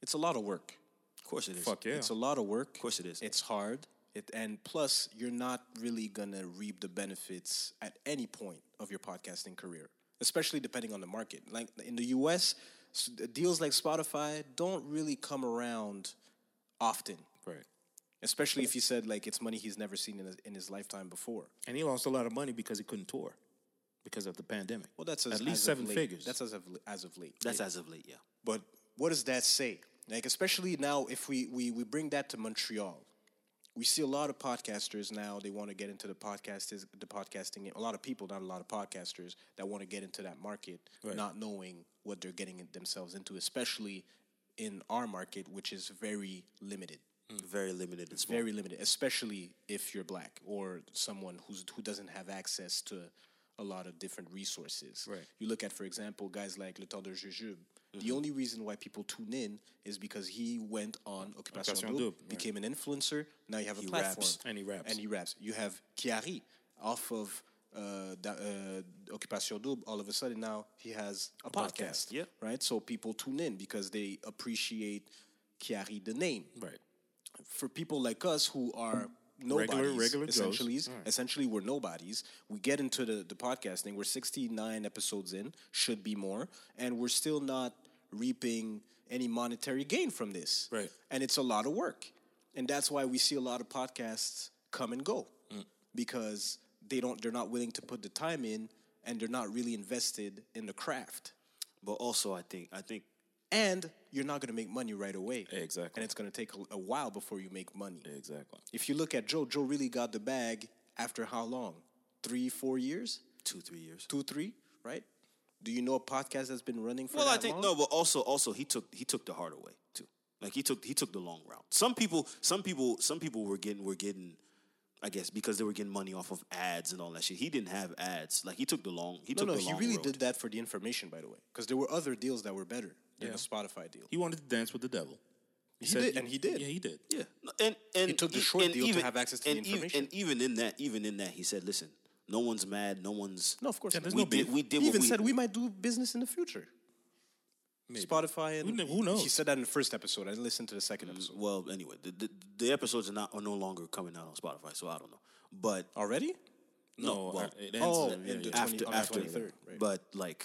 Speaker 2: It's a lot of work.
Speaker 1: of course it is.
Speaker 3: Fuck yeah.
Speaker 2: It's a lot of work. Of
Speaker 1: course it is.
Speaker 2: It's hard. It, and plus, you're not really gonna reap the benefits at any point of your podcasting career, especially depending on the market. Like in the U.S., s- deals like Spotify don't really come around often,
Speaker 3: Right.
Speaker 2: especially if you said like it's money he's never seen in his, in his lifetime before.
Speaker 3: And he lost a lot of money because he couldn't tour because of the pandemic.
Speaker 2: Well, that's as,
Speaker 3: at least
Speaker 2: as of
Speaker 3: seven
Speaker 2: late.
Speaker 3: figures.
Speaker 2: That's as of as of late.
Speaker 1: That's as of late, yeah.
Speaker 2: But what does that say? Like, especially now, if we, we, we bring that to Montreal, we see a lot of podcasters now. They want to get into the podcast is the podcasting. A lot of people, not a lot of podcasters, that want to get into that market, not knowing what they're getting themselves into, especially in our market, which is very limited.
Speaker 1: Very limited and small.
Speaker 2: Very limited, especially if you're black or someone who's who doesn't have access to a lot of different resources.
Speaker 3: Right. Mm-hmm.
Speaker 2: You look at, for example, guys like Le Temps de Jujube. The only reason why people tune in is because he went on Occupation,
Speaker 3: Occupation
Speaker 2: Double,
Speaker 3: Double, right.
Speaker 2: became an influencer. Now you have a
Speaker 1: He
Speaker 2: platform,
Speaker 1: raps.
Speaker 3: And he raps.
Speaker 2: and he raps. You have Chiari off of uh, da, uh, Occupation Double. All of a sudden, now he has a, podcast.
Speaker 1: yeah.
Speaker 2: Right. So people tune in because they appreciate Chiari the name
Speaker 3: Right.
Speaker 2: for people like us who are nobodies,
Speaker 3: Regular- regular Joes.
Speaker 2: essentially, essentially we're nobodies. We get into the, the podcasting. We're 69 episodes in, should be more, and we're still not reaping any monetary gain from this.
Speaker 3: Right.
Speaker 2: And it's a lot of work. And that's why we see a lot of podcasts come and go
Speaker 3: Mm.
Speaker 2: because they don't they're not willing to put the time in and they're not really invested in the craft.
Speaker 1: But also I think I think
Speaker 2: And you're not going to make money right away.
Speaker 3: Exactly.
Speaker 2: And it's going to take a, a while before you make money.
Speaker 3: Exactly.
Speaker 2: If you look at Joe, Joe really got the bag after how long? Three, four years?
Speaker 1: two, three years.
Speaker 2: Two, three, right? Do you know a podcast that's been running for
Speaker 1: Well, I
Speaker 2: that
Speaker 1: think
Speaker 2: long?
Speaker 1: no, but also also he took he took the harder way too. Like he took he took the long route. Some people some people some people were getting were getting I guess because they were getting money off of ads and all that shit. He didn't have ads. Like he took the long he
Speaker 2: no,
Speaker 1: took
Speaker 2: no.
Speaker 1: the
Speaker 2: He
Speaker 1: long
Speaker 2: really
Speaker 1: road.
Speaker 2: did that for the information, by the way, because there were other deals that were better than
Speaker 3: Yeah.
Speaker 2: the Spotify deal.
Speaker 3: He wanted to dance with the devil.
Speaker 2: He did, and he did.
Speaker 3: Yeah, he did.
Speaker 1: Yeah, No, and and
Speaker 2: took the
Speaker 1: e-
Speaker 2: short
Speaker 1: and
Speaker 2: deal to have access to the
Speaker 1: and ev-
Speaker 2: information.
Speaker 1: and even in that, even in that, he said, "Listen, no one's mad. No one's
Speaker 2: No, of course.
Speaker 3: Yeah,
Speaker 2: not.
Speaker 3: there's
Speaker 1: we did
Speaker 3: no beef.
Speaker 1: we did
Speaker 2: he
Speaker 1: what
Speaker 2: even
Speaker 1: we
Speaker 2: said we might do business in the future. Spotify and
Speaker 3: Who kn- who knows?
Speaker 2: He said that in the first episode. I didn't listen to the second episode
Speaker 1: Well, anyway, the, the, the episodes are not are no longer coming out on Spotify, so I don't know. But
Speaker 2: already.
Speaker 1: no,
Speaker 3: No,
Speaker 1: well,
Speaker 3: I- it ends
Speaker 2: Oh,
Speaker 3: in-
Speaker 2: yeah,
Speaker 3: in-
Speaker 2: yeah.
Speaker 1: after
Speaker 2: 20 on the
Speaker 1: after,
Speaker 2: 23rd, right.
Speaker 1: but like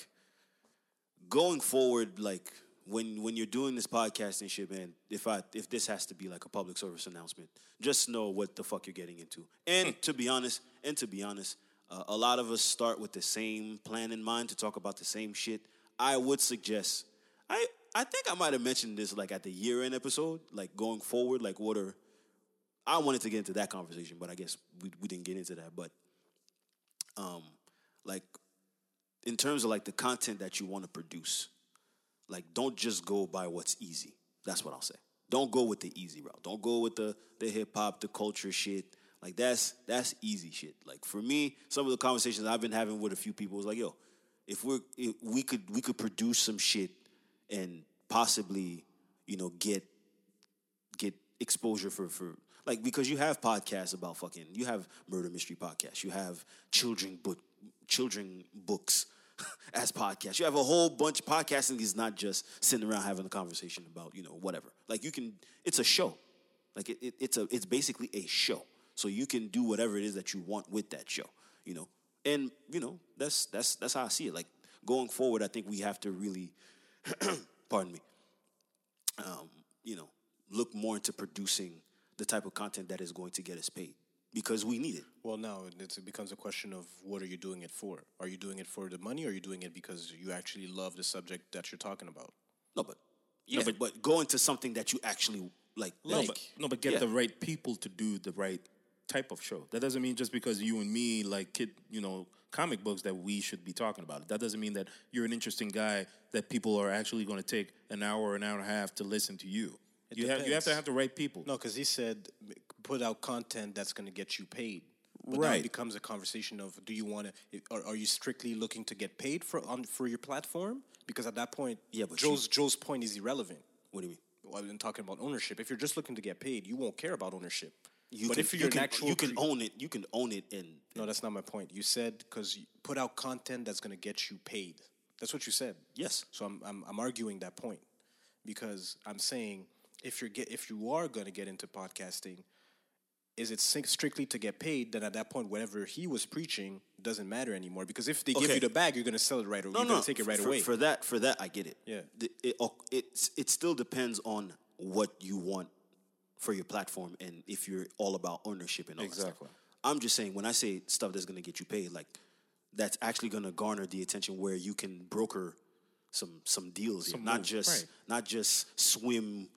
Speaker 1: going forward, like when when you're doing this podcasting shit, man. If I if this has to be like a public service announcement, just know what the fuck you're getting into. And to be honest, and to be honest, uh, a lot of us start with the same plan in mind to talk about the same shit. I would suggest I. I think I might have mentioned this like at the year end episode, like going forward, like what are I wanted to get into that conversation, but I guess we, we didn't get into that. But um, like in terms of like the content that you want to produce, like don't just go by what's easy. That's what I'll say. Don't go with the easy route. Don't go with the the hip hop, the culture shit. Like that's that's easy shit. Like for me, some of the conversations I've been having with a few people was like, yo, if we're if we could we could produce some shit and possibly you know get get exposure for for like because you have podcasts about fucking you have murder mystery podcasts you have children book children books as podcasts you have a whole bunch podcasting is not just sitting around having a conversation about you know whatever like you can it's a show like it, it, it's a it's basically a show so you can do whatever it is that you want with that show you know and you know that's that's that's how i see it like going forward i think we have to really pardon me um, you know, look more into producing the type of content that is going to get us paid because we need it.
Speaker 2: Well, now it's, it becomes a question of what are you doing it for? Are you doing it for the money? Or are you doing it because you actually love the subject that you're talking about?
Speaker 1: No, but yeah, but, but go into something that you actually like.
Speaker 3: No,
Speaker 1: like
Speaker 3: but, no, but get
Speaker 1: yeah.
Speaker 3: the right people to do the right type of show. That doesn't mean just because you and me like kid, you know, comic books that we should be talking about it. That doesn't mean that you're an interesting guy that people are actually going to take an hour, an hour and a half to listen to you. you have you have
Speaker 2: depends.
Speaker 3: to have the right people.
Speaker 2: No, because he said m- put out content that's going to get you paid. But now
Speaker 3: Right.
Speaker 2: it becomes a conversation of do you want to? Are, are you strictly looking to get paid for on for your platform? Because at that point,
Speaker 1: Yeah, but
Speaker 2: Joe's Joe's point is irrelevant.
Speaker 1: what do you mean?
Speaker 2: Well, I've been talking about ownership. If you're just looking to get paid, you won't care about ownership.
Speaker 1: You
Speaker 2: but
Speaker 1: can,
Speaker 2: if
Speaker 1: you
Speaker 2: you're an
Speaker 1: can,
Speaker 2: actual
Speaker 1: you can
Speaker 2: cre-
Speaker 1: own it. You can own it, and
Speaker 2: No, that's not my point. You said because you put out content that's going to get you paid. That's what you said.
Speaker 1: Yes.
Speaker 2: So I'm I'm, I'm arguing that point because I'm saying if you're get if you are going to get into podcasting, is it sin- strictly to get paid? Then at that point, whatever he was preaching doesn't matter anymore because if they give
Speaker 1: Okay.
Speaker 2: you the bag, you're going to sell it right away.
Speaker 1: no,
Speaker 2: you're
Speaker 1: no,
Speaker 2: going to take it right
Speaker 1: for,
Speaker 2: away.
Speaker 1: For that, for that, I get it.
Speaker 2: Yeah.
Speaker 1: The- it, oh, it's it still depends on what you want for your platform and if you're all about ownership and all that
Speaker 3: Exactly.
Speaker 1: stuff. I'm just saying when I say stuff that's gonna get you paid, like that's actually gonna garner the attention where you can broker some some deals, here. not
Speaker 3: moves,
Speaker 1: just
Speaker 3: right.
Speaker 1: not just swim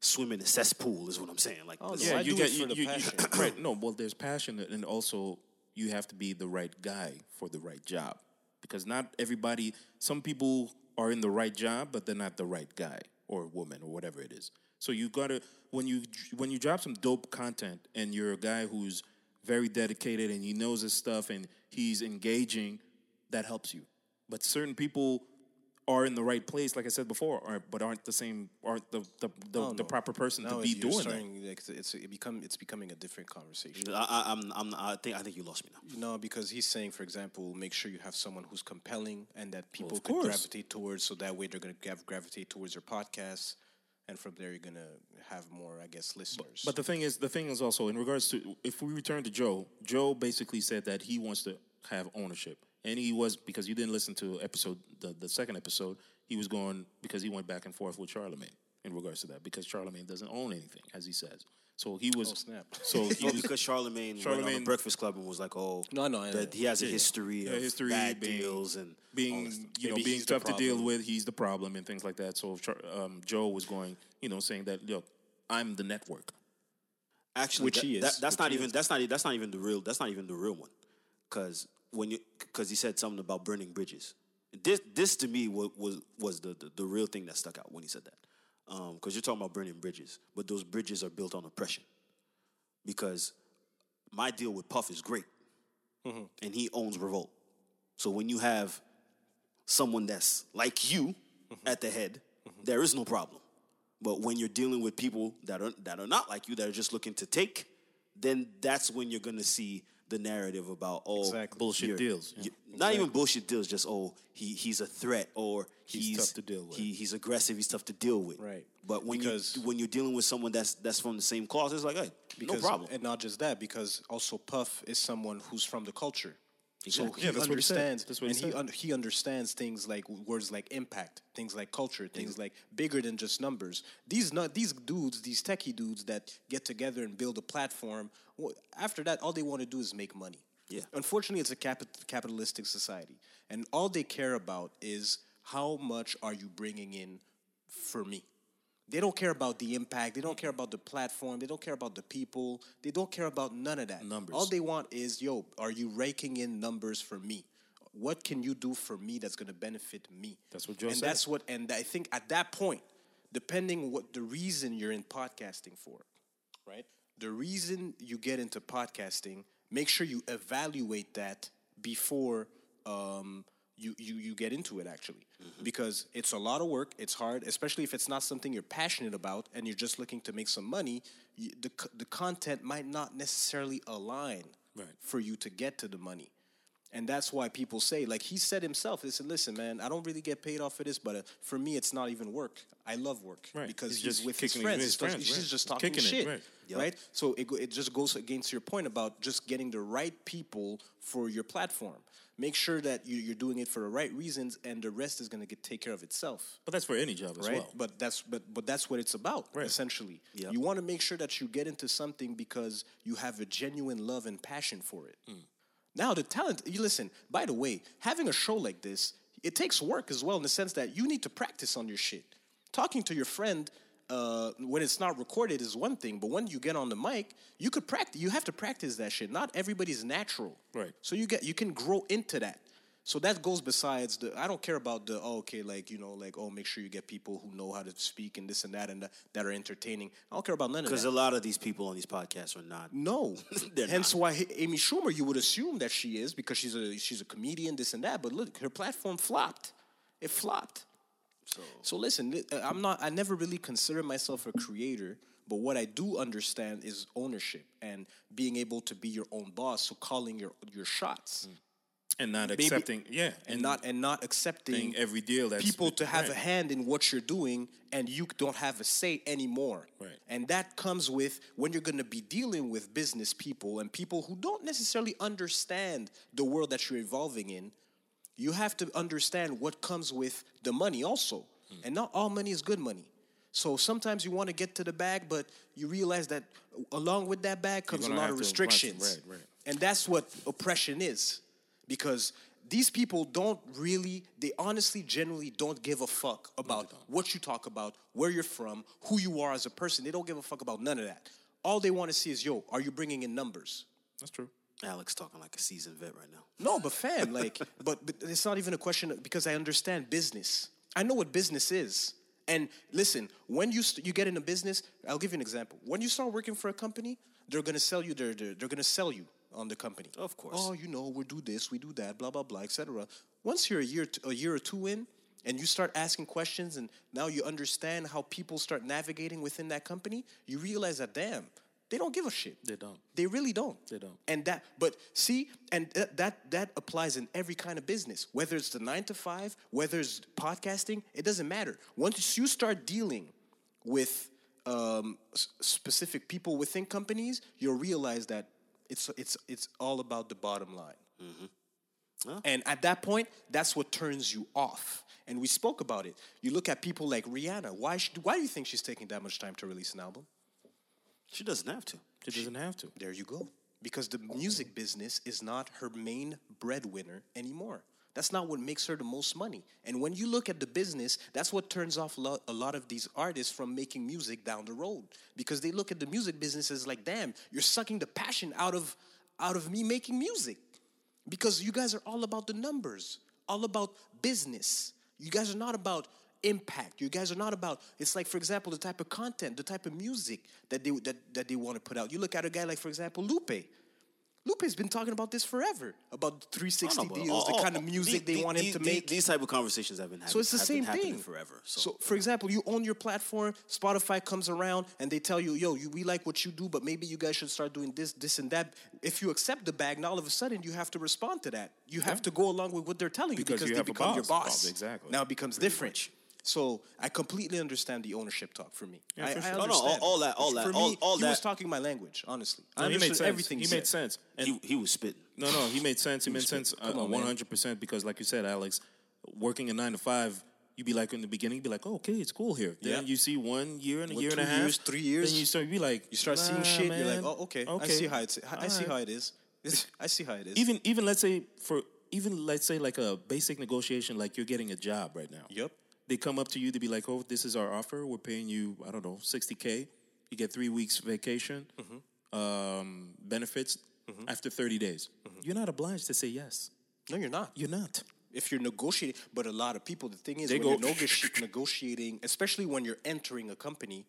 Speaker 1: swim in a cesspool is what I'm saying. Like this-
Speaker 2: Oh, no, I do it for the passion.
Speaker 3: right. No, well, there's passion, and also you have to be the right guy for the right job because not everybody. Some people are in the right job, but they're not the right guy or woman or whatever it is. So you gotta when you when you drop some dope content and you're a guy who's very dedicated and he knows his stuff and he's engaging, that helps you. But certain people are in the right place, like I said before, are, but aren't the same, aren't the the, the, the proper person
Speaker 2: Oh, Now
Speaker 3: to be
Speaker 2: you're
Speaker 3: doing that.
Speaker 2: starting, like, it's it become it's becoming a different conversation.
Speaker 1: I, I, I'm, I'm, I think I think you lost me now.
Speaker 2: No, because he's saying, for example, make sure you have someone who's compelling and that people
Speaker 3: of
Speaker 2: could
Speaker 3: course.
Speaker 2: gravitate towards. So that way, they're going to gravitate towards your podcast, and from there, you're going to have more, I guess, listeners.
Speaker 3: But the thing is, the thing is also in regards to if we return to Joe, Joe basically said that he wants to have ownership, and he was because you didn't listen to episode the, the second episode. He was going because he went back and forth with Charlemagne in regards to that because Charlemagne doesn't own anything as he says. So he was
Speaker 2: Oh, snap.
Speaker 3: so he
Speaker 1: Well,
Speaker 3: was
Speaker 1: because Charlemagne, went on
Speaker 3: Charlemagne-
Speaker 1: the Breakfast Club and was like, "Oh,
Speaker 2: No, no, I
Speaker 1: that
Speaker 2: know.
Speaker 1: he has a history of
Speaker 3: history
Speaker 1: bad
Speaker 3: being-
Speaker 1: deals and all
Speaker 3: being
Speaker 1: this stuff.
Speaker 3: you know
Speaker 2: Maybe
Speaker 3: being
Speaker 2: he's the
Speaker 3: tough to deal
Speaker 2: problem.
Speaker 3: with. He's the problem and things like that. So Char- um, Joe was going, you know, saying that look, I'm the network.
Speaker 1: Actually,
Speaker 2: Which
Speaker 1: that-
Speaker 2: he is.
Speaker 1: that- that's
Speaker 2: Which
Speaker 1: not
Speaker 2: he
Speaker 1: even that's not e- that's not even the real that's not even the real one, because when you because he said something about burning bridges. This this to me was was, was the, the the real thing that stuck out when he said that, because you're talking about burning bridges, but those bridges are built on oppression, because my deal with Puff is great, and he owns Revolt. So when you have someone that's like you
Speaker 3: Mm-hmm.
Speaker 1: at the head, there is no problem. But when you're dealing with people that are that are not like you, that are just looking to take, then that's when you're gonna see the narrative about oh
Speaker 2: Exactly.
Speaker 3: Bullshit
Speaker 1: you're-
Speaker 3: deals, yeah.
Speaker 1: you- Not even bullshit deals. Just oh he he's a threat or he's,
Speaker 3: tough to deal with.
Speaker 1: He, he's aggressive. He's tough to deal with.
Speaker 2: Right.
Speaker 1: But when
Speaker 2: Because-
Speaker 1: you when you're dealing with someone that's that's from the same cloth, it's like hey,
Speaker 2: Because,
Speaker 1: no problem.
Speaker 2: And not just that, because also Puff is someone who's from the culture. So
Speaker 1: Exactly.
Speaker 2: he
Speaker 3: Yeah, that's what he said.
Speaker 2: understands,
Speaker 3: That's what he
Speaker 2: and he,
Speaker 3: said.
Speaker 2: un- he understands things like words like impact, things like culture, things like bigger than just numbers. These not these dudes, these techie dudes that get together and build a platform. wh- After that, all they want to do is make money.
Speaker 1: Yeah.
Speaker 2: Unfortunately, it's a capit- capitalistic society, and all they care about is how much are you bringing in for me. They don't care about the impact. They don't care about the platform. They don't care about the people. They don't care about none of that.
Speaker 3: Numbers.
Speaker 2: All they want is, yo, are you raking in numbers for me? What can you do for me that's going to benefit me?
Speaker 3: That's what Joe
Speaker 2: and
Speaker 3: said.
Speaker 2: that's what. And I think at that point, depending what the reason you're in podcasting for, right? The reason you get into podcasting, make sure you evaluate that before um, you, you you get into it actually, because it's a lot of work. It's hard, especially if it's not something you're passionate about and you're just looking to make some money. You, the c- the content might not necessarily align
Speaker 3: Right.
Speaker 2: for you to get to the money. And that's why people say, like he said himself, listen, listen, man, I don't really get paid off for this, but uh, for me, it's not even work. I love work
Speaker 3: Right.
Speaker 2: because
Speaker 3: He's
Speaker 2: he's,
Speaker 3: just
Speaker 2: with his
Speaker 3: kicking it with
Speaker 2: friends.
Speaker 3: his
Speaker 2: He's just-
Speaker 3: friends,
Speaker 2: he's
Speaker 3: right.
Speaker 2: just
Speaker 3: He's
Speaker 2: talking
Speaker 3: kicking it,
Speaker 2: shit,
Speaker 3: right.
Speaker 1: Yep.
Speaker 2: right? So it, go- it just goes against your point about just getting the right people for your platform. Make sure that you, you're doing it for the right reasons, and the rest is going to get take care of itself
Speaker 3: But that's for any job as
Speaker 2: right?
Speaker 3: well.
Speaker 2: But that's but but that's what it's about
Speaker 3: Right.
Speaker 2: essentially.
Speaker 1: Yeah.
Speaker 2: You want to make sure that you get into something because you have a genuine love and passion for it.
Speaker 3: Hmm.
Speaker 2: Now the talent. You listen. By the way, having a show like this, it takes work as well in the sense that you need to practice on your shit. Talking to your friend. Uh, when it's not recorded is one thing, but when you get on the mic, you could practice. You have to practice that shit. Not everybody's natural,
Speaker 3: Right.
Speaker 2: So you get you can grow into that. So that goes besides the. I don't care about the. Oh, okay, like you know, like oh, make sure you get people who know how to speak and this and that and that, that are entertaining. I don't care about none of
Speaker 1: Because
Speaker 2: that.
Speaker 1: a lot of these people on these podcasts are not.
Speaker 2: no,
Speaker 1: They're
Speaker 2: hence why H- Amy Schumer, you would assume that she is because she's a she's a comedian, this and that. But look, her platform flopped. It flopped. So listen, li- uh, I'm not. I never really consider myself a creator, but what I do understand is ownership and being able to be your own boss. So calling your your
Speaker 1: Hmm.
Speaker 2: shots
Speaker 3: and not accepting, yeah,
Speaker 2: and, not and not accepting
Speaker 3: Thing, every deal that's-
Speaker 2: people to have
Speaker 3: right.
Speaker 2: a hand in what you're doing and you don't have a say anymore.
Speaker 3: Right.
Speaker 2: And that comes with when you're going to be dealing with business people and people who don't necessarily understand the world that you're evolving in. You have to understand what comes with the money also.
Speaker 3: Hmm.
Speaker 2: And not all money is good money. So sometimes you want to get to the bag, but you realize that along with that bag comes a
Speaker 3: gonna
Speaker 2: lot
Speaker 3: have
Speaker 2: of
Speaker 3: to-
Speaker 2: restrictions.
Speaker 3: right, right.
Speaker 2: And that's what oppression is. Because these people don't really, they honestly, generally don't give a fuck about what you talk about, where you're from, who you are as a person. They don't give a fuck about none of that. All they want to see is, yo, are you bringing in numbers?
Speaker 3: that's true.
Speaker 1: Alex talking like a seasoned vet right now.
Speaker 2: No, but fam, like, but, but it's not even a question of- because I understand business. I know what business is. And listen, when you st- you get in a business, I'll give you an example. When you start working for a company, they're gonna sell you. Their, their, they're gonna sell you on the company.
Speaker 1: Of course.
Speaker 2: Oh, you know, we do this, we do that, blah blah blah, etc. Once you're a year t- a year or two in, and you start asking questions, and now you understand how people start navigating within that company, you realize that damn, they don't give a shit.
Speaker 3: They don't.
Speaker 2: They really don't.
Speaker 3: They don't.
Speaker 2: And that, but see, and th- that that applies in every kind of business. Whether it's the nine to five, whether it's podcasting, it doesn't matter. Once you start dealing with um, s- specific people within companies, you'll realize that it's it's it's all about the bottom line.
Speaker 3: Mm-hmm.
Speaker 2: And at that point, that's what turns you off. And we spoke about it. You look at people like Rihanna. Why? She, why do you think she's taking that much time to release an album?
Speaker 1: She doesn't have to.
Speaker 3: She doesn't have to.
Speaker 2: There you go. Because the music business is not her main breadwinner anymore. That's not what makes her the most money. And when you look at the business, that's what turns off lo- a lot of these artists from making music down the road because they look at the music business as like, damn, you're sucking the passion out of out of me making music because you guys are all about the numbers, all about business. You guys are not about impact. You guys are not about. It's like, for example, the type of content, the type of music that they that, that they want to put out. You look at a guy like, for example, Lupe. Lupe's been talking about this forever about the 360
Speaker 1: know, but
Speaker 2: deals,
Speaker 1: all-
Speaker 2: the kind of
Speaker 1: all-
Speaker 2: music
Speaker 1: the-
Speaker 2: they want him
Speaker 1: the-
Speaker 2: to
Speaker 1: the-
Speaker 2: make.
Speaker 1: These type of conversations have been happening.
Speaker 2: so it's the
Speaker 1: have been
Speaker 2: same
Speaker 1: happening
Speaker 2: thing
Speaker 1: forever. So,
Speaker 2: So, for example, you own your platform. Spotify comes around and they tell you, "Yo, you, we like what you do, but maybe you guys should start doing this, this, and that." If you accept the bag, now all of a sudden you have to respond to that. You have to go along with what they're telling you
Speaker 3: Because
Speaker 2: because,
Speaker 3: you
Speaker 2: they
Speaker 3: have a
Speaker 2: become your
Speaker 3: boss.
Speaker 2: boss.
Speaker 3: Boss, exactly.
Speaker 2: Now it becomes different. So I completely understand the ownership talk for me. I,
Speaker 3: for
Speaker 1: Oh,
Speaker 2: I
Speaker 3: sure.
Speaker 1: No, no, all-
Speaker 2: understand.
Speaker 1: all that- all
Speaker 2: For
Speaker 1: that-
Speaker 2: me,
Speaker 1: all- all
Speaker 2: he was
Speaker 1: that-
Speaker 2: talking my language. Honestly, I
Speaker 3: he made
Speaker 2: understood
Speaker 3: sense.
Speaker 2: everything.
Speaker 3: he
Speaker 2: said.
Speaker 3: made sense. And
Speaker 1: he, he was spitting.
Speaker 3: No, no, he made sense. He made sense uh,
Speaker 2: on, man.
Speaker 3: 100% because, like you said, Alex, working a nine to five, you be like in the beginning, be like, oh, okay, it's cool here. Then
Speaker 2: Yeah.
Speaker 3: you see one year and a
Speaker 2: What,
Speaker 3: year and a
Speaker 2: two
Speaker 3: half,
Speaker 2: years, three years?
Speaker 3: Then you start be like,
Speaker 2: You start seeing
Speaker 3: "Nah,
Speaker 2: shit. You're like,
Speaker 3: man,
Speaker 2: "Oh, okay. I see how it's. I, I see
Speaker 3: alright."
Speaker 2: how it is. It's- I see how it is."
Speaker 3: Even even let's say for even let's say like a basic negotiation, like you're getting a job right now.
Speaker 2: Yep.
Speaker 3: They come up to you to be like, oh, this is our offer. We're paying you, I don't know, sixty k. You get three weeks vacation, um, benefits after thirty days. You're not obliged to say yes.
Speaker 2: No, you're not.
Speaker 3: You're not.
Speaker 2: if you're negotiating, but a lot of people, the thing is,
Speaker 3: They
Speaker 2: when
Speaker 3: go-
Speaker 2: you're negoti- negotiating, especially when you're entering a company,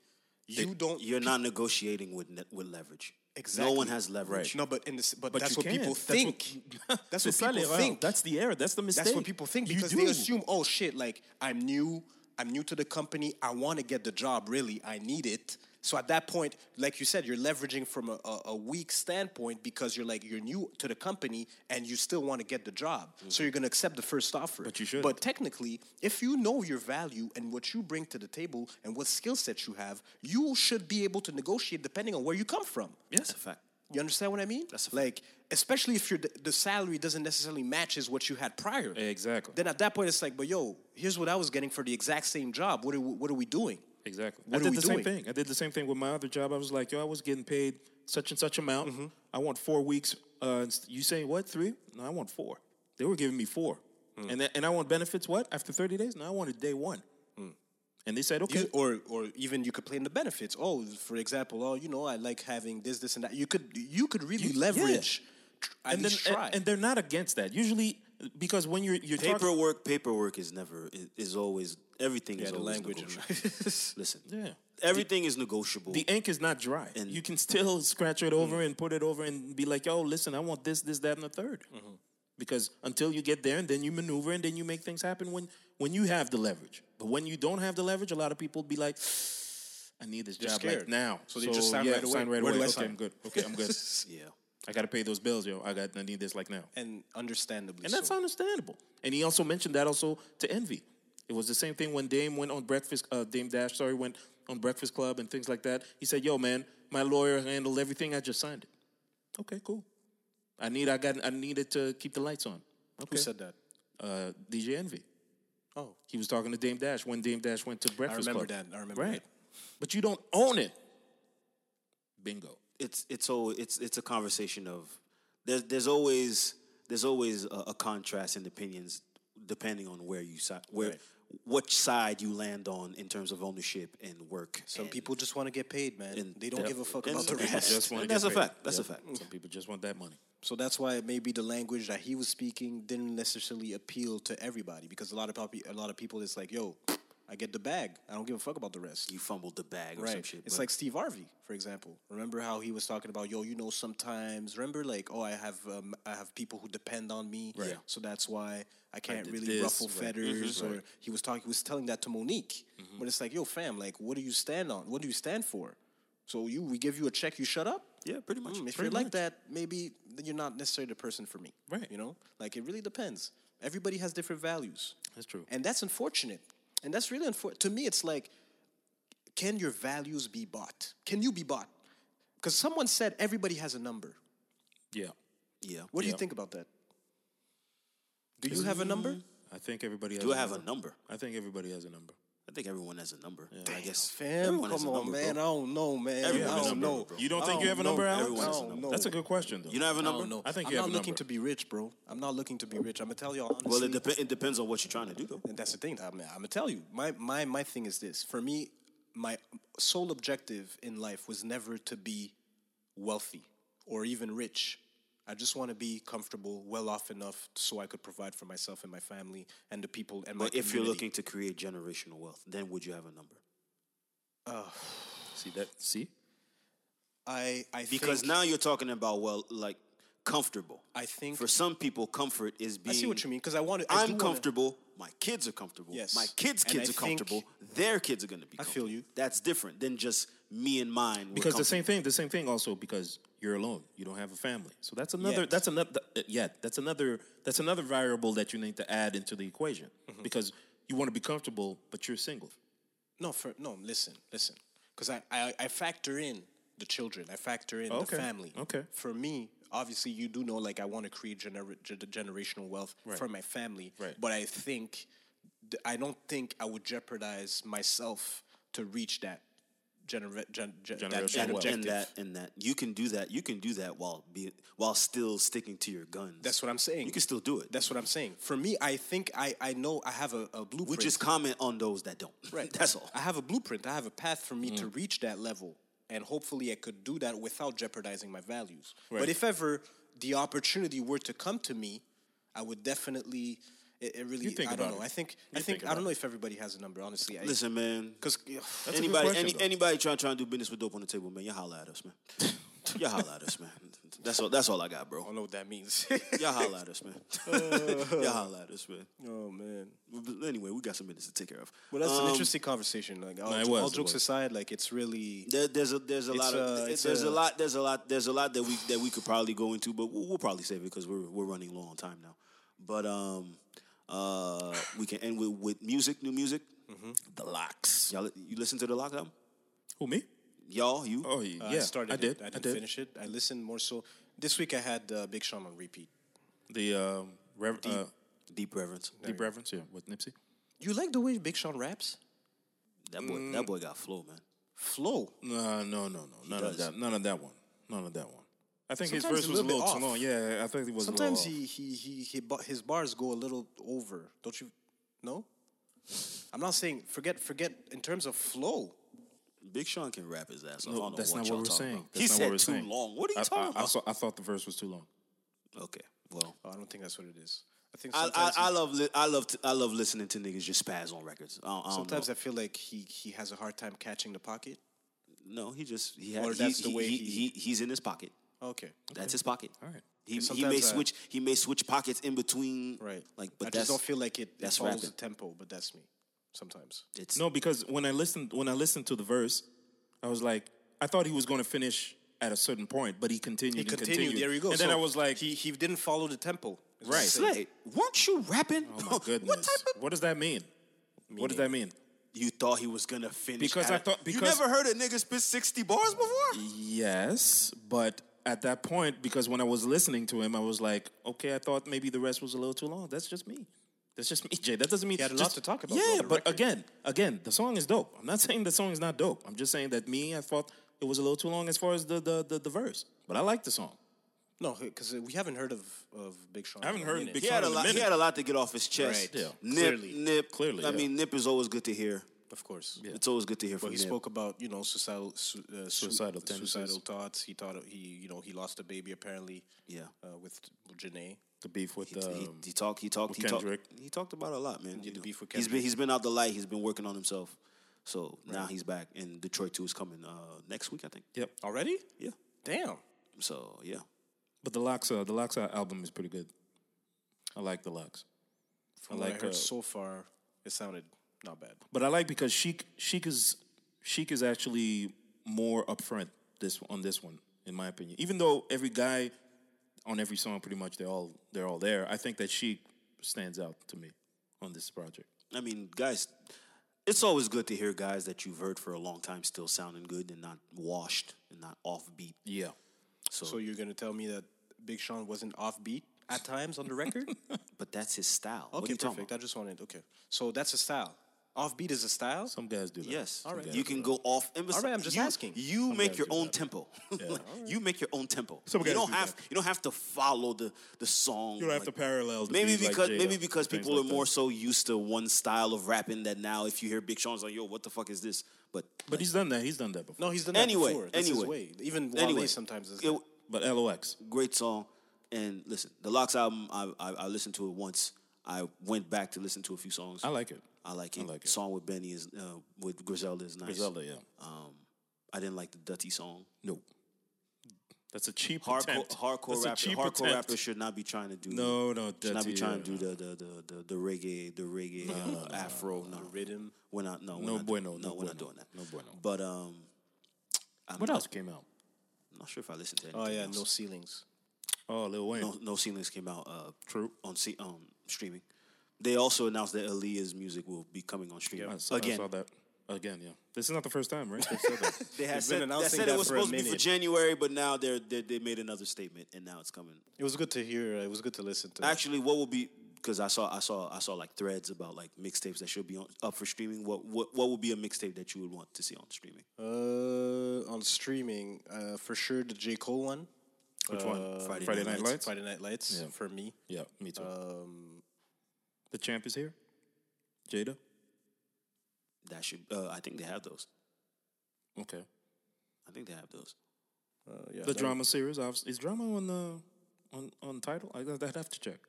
Speaker 2: you don't.
Speaker 1: You're not negotiating with ne- with leverage.
Speaker 2: Exactly.
Speaker 1: No one has leverage.
Speaker 2: No, but in this, but,
Speaker 3: But
Speaker 2: that's
Speaker 3: you
Speaker 2: what people
Speaker 3: can't.
Speaker 2: think. That's what,
Speaker 3: C'est ça
Speaker 2: people
Speaker 3: l'erreur.
Speaker 2: think.
Speaker 3: That's the error. That's the mistake.
Speaker 2: That's what people think
Speaker 3: You
Speaker 2: because
Speaker 3: do.
Speaker 2: they assume, oh shit, like I'm new, I'm new to the company, I want to get the job, really, I need it. So at that point, like you said, you're leveraging from a, a, a weak standpoint because you're like you're new to the company and you still want to get the job. So you're gonna accept the first offer.
Speaker 3: Mm-hmm. But you shouldn't.
Speaker 2: But technically, if you know your value and what you bring to the table and what skill set you have, you should be able to negotiate depending on where you come from.
Speaker 1: That's a fact.
Speaker 2: You understand what I mean?
Speaker 1: That's a fact.
Speaker 2: like, especially if your the salary doesn't necessarily matches what you had prior.
Speaker 3: Exactly.
Speaker 2: Then at that point, it's like, but yo, here's what I was getting for the exact same job. What are we, what are we doing?
Speaker 3: Exactly.
Speaker 2: What
Speaker 3: I
Speaker 2: are
Speaker 3: did
Speaker 2: we
Speaker 3: the
Speaker 2: doing?
Speaker 3: same thing. I did the same thing with my other job. I was like, yo, I was getting paid such and such amount.
Speaker 2: Mm-hmm.
Speaker 3: I want four weeks. Uh, inst- you say what? Three? No, I want four. They were giving me four.
Speaker 2: Mm.
Speaker 3: And th- and I want benefits. What after thirty days? No, I wanted day one. And they said, okay.
Speaker 2: Mm. You- or or even you could play in the benefits. Oh, for example, oh, you know, I like having this, this, and that. You could you could really
Speaker 3: You- yeah.
Speaker 2: leverage. tr- At
Speaker 3: and then
Speaker 2: least try.
Speaker 3: and, and they're not against that usually because when you're you're talking-
Speaker 1: Paperwork, paperwork is never is, is always everything is
Speaker 2: the
Speaker 1: always
Speaker 2: language.
Speaker 1: negotiable. Listen,
Speaker 3: Yeah.
Speaker 1: everything is negotiable.
Speaker 3: the ink is not dry.
Speaker 1: And-
Speaker 3: you can still scratch it over and put it over and be like, "Yo, listen, I want this, this, that, and the 3rd
Speaker 2: Mm-hmm.
Speaker 3: Because until you get there, and then you maneuver, and then you make things happen when when you have the leverage. But when you don't have the leverage, a lot of people be like, "I need this job like
Speaker 2: scared.
Speaker 3: now."
Speaker 2: So they just sign right away.
Speaker 3: Sign right
Speaker 2: Where do I
Speaker 3: away. okay,
Speaker 2: sign?
Speaker 3: I'm good. Okay, I'm good.
Speaker 1: yeah,
Speaker 3: I got to pay those bills, yo. I got. I need this like now.
Speaker 2: And understandably,
Speaker 3: And that's
Speaker 2: so.
Speaker 3: understandable. And he also mentioned that also to Envy. It was the same thing when Dame went on Breakfast, uh, Dame Dash, sorry, went on Breakfast Club and things like that. He said, "Yo, man, my lawyer handled everything. I just signed it. Okay, cool. I need, I got, I needed to keep the lights on. Okay.
Speaker 2: who said that.
Speaker 3: Uh, DJ Envy.
Speaker 2: Oh,
Speaker 3: He was talking to Dame Dash when Dame Dash went to
Speaker 2: I
Speaker 3: Breakfast
Speaker 2: remember
Speaker 3: Club.
Speaker 2: that. I remember
Speaker 3: right.
Speaker 2: that.
Speaker 3: But you don't own it. Bingo.
Speaker 1: it's it's all it's it's a conversation of there's there's always there's always a, a contrast in opinions depending on where you si- where which side you land on in terms of ownership and work.
Speaker 2: Some
Speaker 1: and-
Speaker 2: people just want to get paid, man.
Speaker 1: and-
Speaker 2: they don't
Speaker 1: Yep.
Speaker 2: give a fuck
Speaker 1: And
Speaker 2: about the
Speaker 1: some people
Speaker 2: rest.
Speaker 1: just wanna
Speaker 3: wanna
Speaker 1: That's
Speaker 3: get
Speaker 1: a
Speaker 3: paid.
Speaker 1: fact. That's a
Speaker 3: Yep.
Speaker 1: fact.
Speaker 3: Some people just want that money.
Speaker 2: So that's why maybe the language that he was speaking didn't necessarily appeal to everybody because a lot of pop- a lot of people is like, "Yo, I get the bag. I don't give a fuck about the rest."
Speaker 1: You fumbled the bag or some
Speaker 2: Right.
Speaker 1: shit.
Speaker 2: It's
Speaker 1: but-
Speaker 2: like Steve Harvey, for example. Remember how he was talking about, "Yo, you know, sometimes remember like, oh, I have um, I have people who depend on me,
Speaker 1: Right. Yeah.
Speaker 2: so that's why I can't
Speaker 3: did
Speaker 2: really
Speaker 3: this,
Speaker 2: ruffle
Speaker 3: right.
Speaker 2: feathers." Or he was talking, he was telling that to Monique, but it's like, "Yo, fam, like, what do you stand on? What do you stand for?" So you, we give you a check, you shut up.
Speaker 1: yeah, pretty much.
Speaker 2: Mm, if
Speaker 1: pretty
Speaker 2: you're like
Speaker 1: much.
Speaker 2: that, maybe then you're not necessarily the person for me.
Speaker 3: Right.
Speaker 2: You know, like it really depends. Everybody has different values.
Speaker 3: That's true.
Speaker 2: And that's unfortunate. And that's really unfortunate. To me, it's like, can your values be bought? Can you be bought? Because someone said everybody has a number.
Speaker 3: Yeah.
Speaker 1: yeah.
Speaker 2: What do
Speaker 3: Yeah.
Speaker 2: you think about that? Do you have a number?
Speaker 3: I think everybody. Has
Speaker 1: Do
Speaker 3: a
Speaker 1: I have a
Speaker 3: number.
Speaker 1: number?
Speaker 3: I think everybody has a number.
Speaker 1: I think everyone has a number. I guess
Speaker 2: Fam,
Speaker 1: everyone has
Speaker 2: come
Speaker 1: a
Speaker 2: on,
Speaker 1: number,
Speaker 2: man.
Speaker 1: bro.
Speaker 2: I don't know, man.
Speaker 1: Everyone
Speaker 2: I
Speaker 1: has a
Speaker 2: don't
Speaker 1: number,
Speaker 2: know.
Speaker 1: bro.
Speaker 3: You don't
Speaker 2: I
Speaker 3: think you have a number, Alex?
Speaker 1: Everyone has a
Speaker 2: I don't
Speaker 1: number.
Speaker 2: know.
Speaker 3: That's a good question, though.
Speaker 1: You don't have a
Speaker 2: I
Speaker 1: number?
Speaker 2: don't know.
Speaker 3: I think
Speaker 2: I'm
Speaker 3: you have
Speaker 2: not
Speaker 3: a
Speaker 2: looking
Speaker 3: number.
Speaker 2: to be rich, bro. I'm not looking to be rich. I'm gonna tell y'all honestly.
Speaker 1: Well, it, dep- it depends on what you're trying to do, though.
Speaker 2: And that's the thing. I'm, I'm gonna tell you. My my my thing is this. For me, my sole objective in life was never to be wealthy or even rich. I just want to be comfortable, well off enough, so I could provide for myself and my family and the people and my.
Speaker 1: But if you're
Speaker 2: community.
Speaker 1: looking to create generational wealth, then would you have a number?
Speaker 3: See that? See?
Speaker 2: I I
Speaker 1: Because
Speaker 2: think-
Speaker 1: now you're talking about well, like comfortable.
Speaker 2: I think-
Speaker 1: for some people, comfort is being.
Speaker 2: I see what you mean because I want to. I do
Speaker 1: I'm
Speaker 2: wanna-
Speaker 1: comfortable. My kids are comfortable.
Speaker 2: Yes.
Speaker 1: My kids'
Speaker 2: And
Speaker 1: kids
Speaker 2: I
Speaker 1: are comfortable. Their kids are going to be.
Speaker 2: I
Speaker 1: comfortable.
Speaker 2: feel you.
Speaker 1: That's different than just me and mine. were
Speaker 3: because the
Speaker 1: comfortable.
Speaker 3: same thing the same thing also because you're alone you don't have a family so that's another
Speaker 1: Yet.
Speaker 3: that's another uh, yeah that's another that's another variable that you need to add into the equation because you want to be comfortable but you're single
Speaker 2: No, for, no. Listen, listen. Because I, I, I factor in the children. I factor in
Speaker 3: Okay,
Speaker 2: the family.
Speaker 3: okay.
Speaker 2: For me, obviously, you do know like I want to create gener- ge- generational wealth for my family.
Speaker 3: Right.
Speaker 2: But I think th- I don't think I would jeopardize myself to reach that gener- gen- gen- that- that,
Speaker 3: Generational wealth.
Speaker 1: and,
Speaker 2: objective.
Speaker 1: and that and that you can do that you can do that while be, while still sticking to your guns
Speaker 2: That's what I'm saying.
Speaker 1: you can still do it
Speaker 2: That's what I'm saying. For me, I think I, I know I have a, a blueprint.
Speaker 1: we just comment on those that don't
Speaker 2: Right.
Speaker 1: that's all
Speaker 2: I have a blueprint. I have a path for me
Speaker 3: Mm.
Speaker 2: to reach that level. And hopefully I could do that without jeopardizing my values. But if ever the opportunity were to come to me, I would definitely it, it really
Speaker 3: You think
Speaker 2: I don't
Speaker 3: about
Speaker 2: know.
Speaker 3: it.
Speaker 2: I think I
Speaker 3: You
Speaker 2: think,
Speaker 3: think
Speaker 2: I
Speaker 3: about
Speaker 2: don't know if everybody has a number, honestly. I,
Speaker 1: listen man
Speaker 2: because
Speaker 3: a good
Speaker 1: anybody
Speaker 3: question,
Speaker 1: any,
Speaker 3: though.
Speaker 1: anybody trying trying to do business with dope on the table man you holla at us man you holla at us man that's all that's all I got
Speaker 2: I
Speaker 1: bro
Speaker 2: don't know what that means.
Speaker 1: y'all holla at us man
Speaker 3: Uh.
Speaker 1: y'all holla at us man
Speaker 2: oh man.
Speaker 1: But anyway we got some business to take care of
Speaker 2: Well that's an
Speaker 1: Um,
Speaker 2: interesting conversation. Like all,
Speaker 3: it
Speaker 2: all
Speaker 3: was, it
Speaker 2: jokes
Speaker 3: was.
Speaker 2: aside, like it's really
Speaker 1: There, there's a there's a lot
Speaker 2: uh,
Speaker 1: of
Speaker 2: it's
Speaker 1: there's a,
Speaker 2: a-
Speaker 1: lot there's a lot there's a lot that we that we could probably go into, but we'll, we'll probably save it because we're we're running low on time now. But um, uh, we can end with with music, new music.
Speaker 3: the locks
Speaker 1: Y'all, you listen to the lock album?
Speaker 3: who me
Speaker 1: Y'all, you?
Speaker 3: oh yeah
Speaker 2: uh, I started
Speaker 3: I
Speaker 2: it.
Speaker 3: did
Speaker 2: I didn't finish it. I listened more so this week I had uh, Big Sean on repeat.
Speaker 3: the um, rev- deep, uh,
Speaker 1: Deep reverence.
Speaker 3: deep reverence yeah with Nipsey
Speaker 2: You like the way Big Sean raps?
Speaker 1: That boy, that
Speaker 3: Mm.
Speaker 1: boy got flow, man.
Speaker 2: Flow.
Speaker 3: no no no no none
Speaker 1: does.
Speaker 3: of that none of that one none of that one I think his
Speaker 2: Sometimes
Speaker 3: verse
Speaker 2: a
Speaker 3: was a
Speaker 2: little
Speaker 3: little
Speaker 2: bit
Speaker 3: too
Speaker 2: off.
Speaker 3: long yeah I think it was
Speaker 2: Sometimes
Speaker 3: a little
Speaker 2: he he he, he bu- his bars go a little over. Don't you? No. I'm not saying forget forget in terms of flow.
Speaker 1: Big Sean can rap his ass off. I
Speaker 3: off.
Speaker 1: don't
Speaker 3: that's
Speaker 1: know what,
Speaker 3: not what
Speaker 1: y'all
Speaker 3: we're
Speaker 1: talking
Speaker 3: saying
Speaker 1: about.
Speaker 3: That's
Speaker 1: he
Speaker 3: not what
Speaker 1: said
Speaker 3: we're
Speaker 1: too
Speaker 3: saying.
Speaker 1: long. What are you
Speaker 3: I- I-
Speaker 1: talking
Speaker 3: I
Speaker 1: about?
Speaker 3: saw- I thought the verse was too long
Speaker 1: okay, well,
Speaker 2: Oh, I don't think that's what it is. I think
Speaker 1: I,
Speaker 2: sometimes
Speaker 1: I,
Speaker 2: he-
Speaker 1: I love li- I love t- I love listening to niggas just spaz on records. I, I don't know.
Speaker 2: sometimes I feel like he he has a hard time catching the pocket.
Speaker 1: No, he just he had,
Speaker 2: Or
Speaker 1: he-
Speaker 2: that's the
Speaker 1: he-
Speaker 2: way
Speaker 1: he, he,
Speaker 2: he-
Speaker 1: he's in his pocket.
Speaker 2: Oh, Okay.
Speaker 1: That's his pocket.
Speaker 3: All right. uh,
Speaker 1: He, he
Speaker 2: Sometimes
Speaker 1: may
Speaker 2: I-
Speaker 1: switch he may switch pockets in between.
Speaker 2: Right.
Speaker 1: Like, but
Speaker 2: I
Speaker 1: that's
Speaker 2: just don't feel like it, it
Speaker 1: that's
Speaker 2: follows
Speaker 1: rapping.
Speaker 2: the tempo. But that's me. Sometimes.
Speaker 1: it's
Speaker 3: No, because when I listened when I listened to the verse, I was like, I thought he was going to finish at a certain point, but he continued.
Speaker 2: He
Speaker 3: and
Speaker 2: continued. There you go.
Speaker 3: And then
Speaker 2: So
Speaker 3: I was like,
Speaker 2: he he didn't follow the tempo. is what I'm
Speaker 3: Right.
Speaker 2: saying.
Speaker 1: Slay. Weren't you rapping?
Speaker 3: Oh my goodness!
Speaker 1: what type of
Speaker 3: what does that mean? What does that mean?
Speaker 1: you thought he was gonna finish?
Speaker 3: Because
Speaker 1: at
Speaker 3: I
Speaker 1: a-
Speaker 3: thought-
Speaker 1: you
Speaker 3: because-
Speaker 1: never heard a nigga spit sixty bars before.
Speaker 3: Yes, but at that point, because when I was listening to him, I was like, okay, I thought maybe the rest was a little too long. That's just me. That's just me, Jay. That doesn't mean
Speaker 2: He had a lot
Speaker 3: just,
Speaker 2: to talk about on
Speaker 3: Yeah,
Speaker 2: the
Speaker 3: but
Speaker 2: record.
Speaker 3: again, again, the song is dope. I'm not saying the song is not dope. I'm just saying that me, I thought it was a little too long as far as the the the, the verse. But I like the song.
Speaker 2: No, because we haven't heard of of Big Sean.
Speaker 3: I haven't
Speaker 2: in
Speaker 3: heard
Speaker 2: minute.
Speaker 3: Big
Speaker 1: He had a
Speaker 3: Sean in a
Speaker 1: lot. He
Speaker 3: minute.
Speaker 1: had a lot to get off his chest.
Speaker 2: Right. Yeah.
Speaker 1: Nip,
Speaker 2: Clearly.
Speaker 1: nip.
Speaker 3: Clearly,
Speaker 1: I
Speaker 3: yeah.
Speaker 1: mean, nip is always good to hear.
Speaker 2: Of course.
Speaker 1: It's always good to hear
Speaker 2: But
Speaker 1: from
Speaker 2: he
Speaker 1: Nip.
Speaker 2: spoke about you know suicidal su- uh, su-
Speaker 3: Suicidal
Speaker 2: suicidal
Speaker 3: tendencies.
Speaker 2: thoughts. He thought he you know he lost a baby apparently.
Speaker 1: Yeah.
Speaker 2: uh, with Janae.
Speaker 3: The beef with
Speaker 1: He- he,
Speaker 3: um,
Speaker 1: he talked. He talked.
Speaker 3: with
Speaker 1: He talked.
Speaker 3: Kendrick.
Speaker 1: He talked about a lot, man. You know.
Speaker 2: beef with
Speaker 1: He's been
Speaker 2: Kendrick.
Speaker 1: he's been out the light. He's been working on himself. So now he's back, and Detroit Two is coming uh, next week, I think.
Speaker 3: Yep.
Speaker 2: Already?
Speaker 1: Yeah.
Speaker 2: Damn.
Speaker 1: So yeah,
Speaker 3: But the Locks, uh, the Locks uh, album is pretty good. I like the Locks,
Speaker 2: From what I
Speaker 3: like,
Speaker 2: heard
Speaker 3: uh,
Speaker 2: so far, it sounded not bad.
Speaker 3: but I like because Sheik Sheik is Sheik is actually more upfront this on this one, in my opinion. Even though every guy on every song, pretty much they all they're all there. I think that Sheik stands out to me on this project.
Speaker 1: I mean, guys, it's always good to hear guys that you've heard for a long time still sounding good and not washed and not offbeat.
Speaker 3: Yeah.
Speaker 1: Oh.
Speaker 2: So you're gonna tell me that Big Sean wasn't offbeat at times on the record?
Speaker 1: But that's his style. what are
Speaker 2: okay,
Speaker 1: you talking
Speaker 2: perfect. I
Speaker 1: about?
Speaker 2: just wanted okay. So that's a style. Offbeat is a style.
Speaker 3: Some guys do that.
Speaker 1: Yes,
Speaker 2: All right.
Speaker 1: You can go off. and besi-
Speaker 2: All right, I'm just
Speaker 1: you-
Speaker 2: asking.
Speaker 1: You make your
Speaker 3: do
Speaker 1: own
Speaker 3: that.
Speaker 1: tempo. You make your own tempo.
Speaker 3: Some
Speaker 1: you
Speaker 3: guys
Speaker 1: don't
Speaker 3: do
Speaker 1: have.
Speaker 3: that.
Speaker 1: You don't have to follow the the song.
Speaker 3: You don't have to parallel the
Speaker 1: maybe
Speaker 3: beat like
Speaker 1: because
Speaker 3: Jada
Speaker 1: maybe because
Speaker 3: and things
Speaker 1: people
Speaker 3: like
Speaker 1: are more
Speaker 3: that.
Speaker 1: so used to one style of rapping that now if you hear Big Sean's like, yo, what the fuck is this? But
Speaker 3: But he's done that. He's done that before.
Speaker 2: No, he's done that
Speaker 1: Anyway,
Speaker 2: before. That's his
Speaker 1: anyway.
Speaker 2: way. Even Wale
Speaker 1: anyway,
Speaker 2: sometimes is.
Speaker 1: it-
Speaker 2: like-
Speaker 3: But LOX.
Speaker 1: great song. And listen, the Locks album, I, I I listened to it once. I went back to listen to a few songs.
Speaker 3: I like it.
Speaker 1: I like
Speaker 3: I
Speaker 1: it.
Speaker 3: like it.
Speaker 1: Song with Benny is uh, with Griselda is nice.
Speaker 3: Griselda, yeah.
Speaker 1: Um, I didn't like the Dutty song.
Speaker 3: No. That's a cheap
Speaker 1: Hardcore,
Speaker 3: attempt.
Speaker 1: hardcore
Speaker 3: That's a
Speaker 1: rapper,
Speaker 3: cheap
Speaker 1: hardcore
Speaker 3: attempt.
Speaker 1: rappers should not be trying to do.
Speaker 3: No, no, uh,
Speaker 1: should not be
Speaker 3: that's-
Speaker 1: trying
Speaker 3: yeah.
Speaker 1: to do the the the the, the reggae, the reggae uh, afro, no
Speaker 2: rhythm.
Speaker 1: We're not, no, we're
Speaker 3: No
Speaker 1: not,
Speaker 3: bueno,
Speaker 1: no,
Speaker 3: no
Speaker 1: we're not
Speaker 3: bueno,
Speaker 1: doing that.
Speaker 3: no bueno.
Speaker 1: But um, I'm
Speaker 3: What
Speaker 1: not-
Speaker 3: else came out?
Speaker 1: I'm not sure if I listened to. Anything
Speaker 2: Oh yeah,
Speaker 1: else.
Speaker 2: no ceilings.
Speaker 3: Oh, Lil Wayne.
Speaker 1: No, no ceilings came out. Uh,
Speaker 3: True.
Speaker 1: on C- um streaming. They also announced that Aaliyah's music will be coming on streaming
Speaker 3: I saw, I
Speaker 1: again.
Speaker 3: saw that. Again, yeah. This is not the first time, right? They've said that.
Speaker 1: They had
Speaker 2: been
Speaker 1: said, they
Speaker 2: announcing
Speaker 1: said it
Speaker 2: that
Speaker 1: was
Speaker 2: for a
Speaker 1: supposed to be for
Speaker 2: minute.
Speaker 1: January, but now they're, they they made another statement, and now it's coming.
Speaker 2: It was good to hear. uh, It was good to listen to.
Speaker 1: Actually, what will be because I saw I saw I saw like threads about like mixtapes that should be on, up for streaming. What what what would be a mixtape that you would want to see on streaming?
Speaker 2: uh, on streaming, uh, for sure the J Cole one, Uh,
Speaker 3: Which
Speaker 1: Uh,
Speaker 3: one? Friday, Night, Lights?
Speaker 2: Friday Night Lights
Speaker 3: Yeah.
Speaker 2: for me.
Speaker 3: Yeah, me too.
Speaker 2: Uh,
Speaker 3: Um, the champ is here. Jada.
Speaker 1: That should uh, I think they have those.
Speaker 3: Okay.
Speaker 1: I think they have those.
Speaker 2: Uh, yeah,
Speaker 3: The
Speaker 2: that-
Speaker 3: drama series. obviously- Is drama on the on on title? I I'd have to check.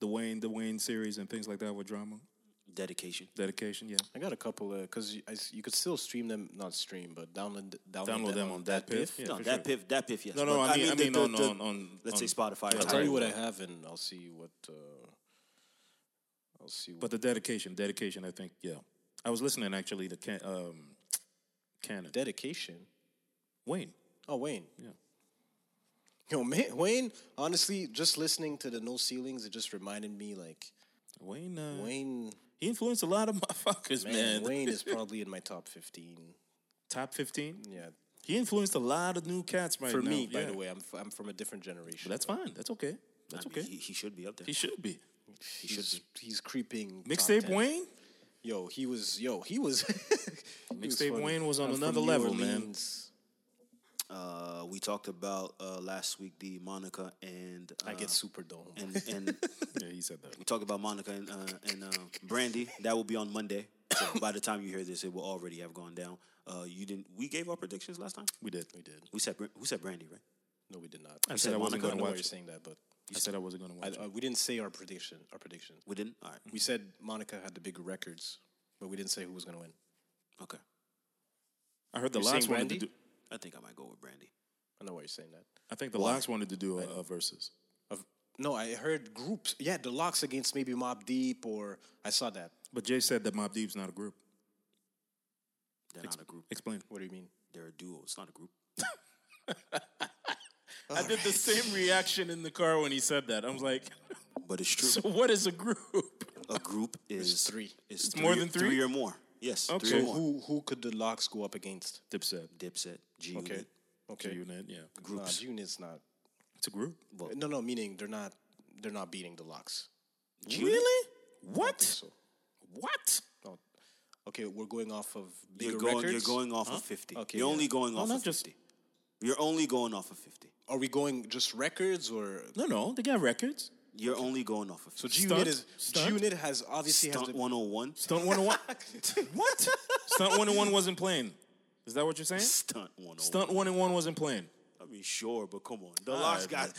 Speaker 3: The Wayne, the Wayne series, and things like that with drama
Speaker 1: Dedication.
Speaker 3: dedication. Yeah.
Speaker 2: I got a couple because you, I s- you could still stream them, not stream, but download download,
Speaker 3: Download them on that piff.
Speaker 2: Yeah.
Speaker 3: Yeah,
Speaker 1: no,
Speaker 3: for
Speaker 1: that
Speaker 3: sure.
Speaker 1: piff that piff yes.
Speaker 3: No, no,
Speaker 1: But
Speaker 3: I mean- I mean on- on- on-
Speaker 1: let's say
Speaker 3: on-
Speaker 1: Spotify.
Speaker 3: yeah,
Speaker 1: is
Speaker 2: I'll tell you
Speaker 1: hiring
Speaker 2: what I
Speaker 1: them.
Speaker 2: have, and I'll see what uh, I'll see. What,
Speaker 3: But the dedication, dedication. I think. Yeah. I was listening actually to Can, um, Cannon
Speaker 2: dedication.
Speaker 3: Wayne.
Speaker 2: Oh Wayne,
Speaker 3: Yeah.
Speaker 2: yo man, Wayne. Honestly, just listening to the No Ceilings, it just reminded me like
Speaker 3: Wayne. Uh,
Speaker 2: Wayne.
Speaker 3: He influenced a lot of motherfuckers, man.
Speaker 2: Man, Wayne is probably in my top fifteen.
Speaker 3: top fifteen.
Speaker 2: Yeah,
Speaker 3: He influenced a lot of new cats right
Speaker 2: for
Speaker 3: now.
Speaker 2: me, by
Speaker 3: yeah.
Speaker 2: the way, I'm f- I'm from a different generation.
Speaker 3: But that's fine. That's okay. That's
Speaker 1: I mean,
Speaker 3: okay.
Speaker 1: He, he should be up there.
Speaker 3: He should be.
Speaker 2: he's, he's creeping. top
Speaker 3: Mixtape
Speaker 2: 10.
Speaker 3: Wayne?
Speaker 2: Yo, he was. Yo, he was.
Speaker 3: Mixtape Wayne was on another level, man.
Speaker 1: Uh, we talked about uh, last week the Monica and uh,
Speaker 2: I get super dome.
Speaker 1: and and
Speaker 3: Yeah, he said that.
Speaker 1: we talked about Monica and uh, and uh, Brandy. That will be on Monday. So by the time you hear this, it will already have gone down. Uh, you didn't. We gave our predictions last time.
Speaker 3: We did.
Speaker 2: we did.
Speaker 1: We said Bra- who said Brandy, right?
Speaker 2: No, we did not.
Speaker 3: I said I wasn't
Speaker 2: I don't
Speaker 3: going to
Speaker 2: know why
Speaker 3: watch
Speaker 2: you're
Speaker 3: it.
Speaker 2: saying that, but
Speaker 3: I said I wasn't going to watch
Speaker 2: I, I,
Speaker 3: it.
Speaker 2: we didn't say our prediction. Our prediction.
Speaker 1: We didn't. All right.
Speaker 2: We said Monica had the big records, but we didn't say who was going to win.
Speaker 1: Okay.
Speaker 3: I heard the
Speaker 2: You're
Speaker 3: locks
Speaker 2: saying
Speaker 3: wanted to
Speaker 2: Brandy?
Speaker 3: do.
Speaker 1: I think I might go with Brandy.
Speaker 2: I know why you're saying that.
Speaker 3: I think the locks wanted to do uh, a, a versus.
Speaker 2: Of, no, I heard groups. Yeah, the locks against maybe Mob Deep, or I saw that.
Speaker 3: But Jay said that Mob Deep's not a group.
Speaker 1: They're not a group.
Speaker 3: Explain.
Speaker 2: What do you mean?
Speaker 1: They're a duo. It's not a group.
Speaker 3: I did the same reaction in the car when he said that. I was like,
Speaker 1: But it's true.
Speaker 3: so what is a group?
Speaker 1: a group is
Speaker 2: three.
Speaker 1: Is
Speaker 3: It's more than three?
Speaker 1: Three or more. Yes.
Speaker 3: Okay.
Speaker 1: Three or
Speaker 2: So
Speaker 1: more.
Speaker 2: who who could the locks go up against?
Speaker 3: Dipset.
Speaker 1: Dipset. G
Speaker 2: Okay,
Speaker 1: Unit.
Speaker 2: okay.
Speaker 3: Unit, yeah.
Speaker 2: Mm-hmm. Groups. Nah, Unit's not.
Speaker 3: It's a group.
Speaker 2: No, no, meaning they're not. They're not beating the locks.
Speaker 3: Really? What?
Speaker 2: So,
Speaker 3: What?
Speaker 2: no. okay, we're going off of bigger
Speaker 1: You're going.
Speaker 2: records.
Speaker 1: You're going off of fifty.
Speaker 2: Okay,
Speaker 1: you're
Speaker 2: yeah.
Speaker 1: only going
Speaker 3: Oh, No,
Speaker 1: off
Speaker 3: not
Speaker 1: of
Speaker 3: just-
Speaker 1: fifty. You're only going off of fifty.
Speaker 2: Are we going just records or
Speaker 3: No, no. They got records.
Speaker 1: You're only going off of
Speaker 2: so?
Speaker 1: fifty.
Speaker 2: G
Speaker 3: Stunt?
Speaker 2: Unit is
Speaker 3: Stunt?
Speaker 2: G Unit has obviously has
Speaker 1: Stunt
Speaker 2: the,
Speaker 1: one hundred and one.
Speaker 3: Stunt 101. what? Stunt 101 wasn't playing. Is that what you're saying?
Speaker 1: Stunt one hundred and
Speaker 3: Stunt
Speaker 1: one.
Speaker 3: 101 wasn't playing.
Speaker 1: I mean, sure, but come on. The
Speaker 3: All
Speaker 1: locks
Speaker 3: right,
Speaker 1: got.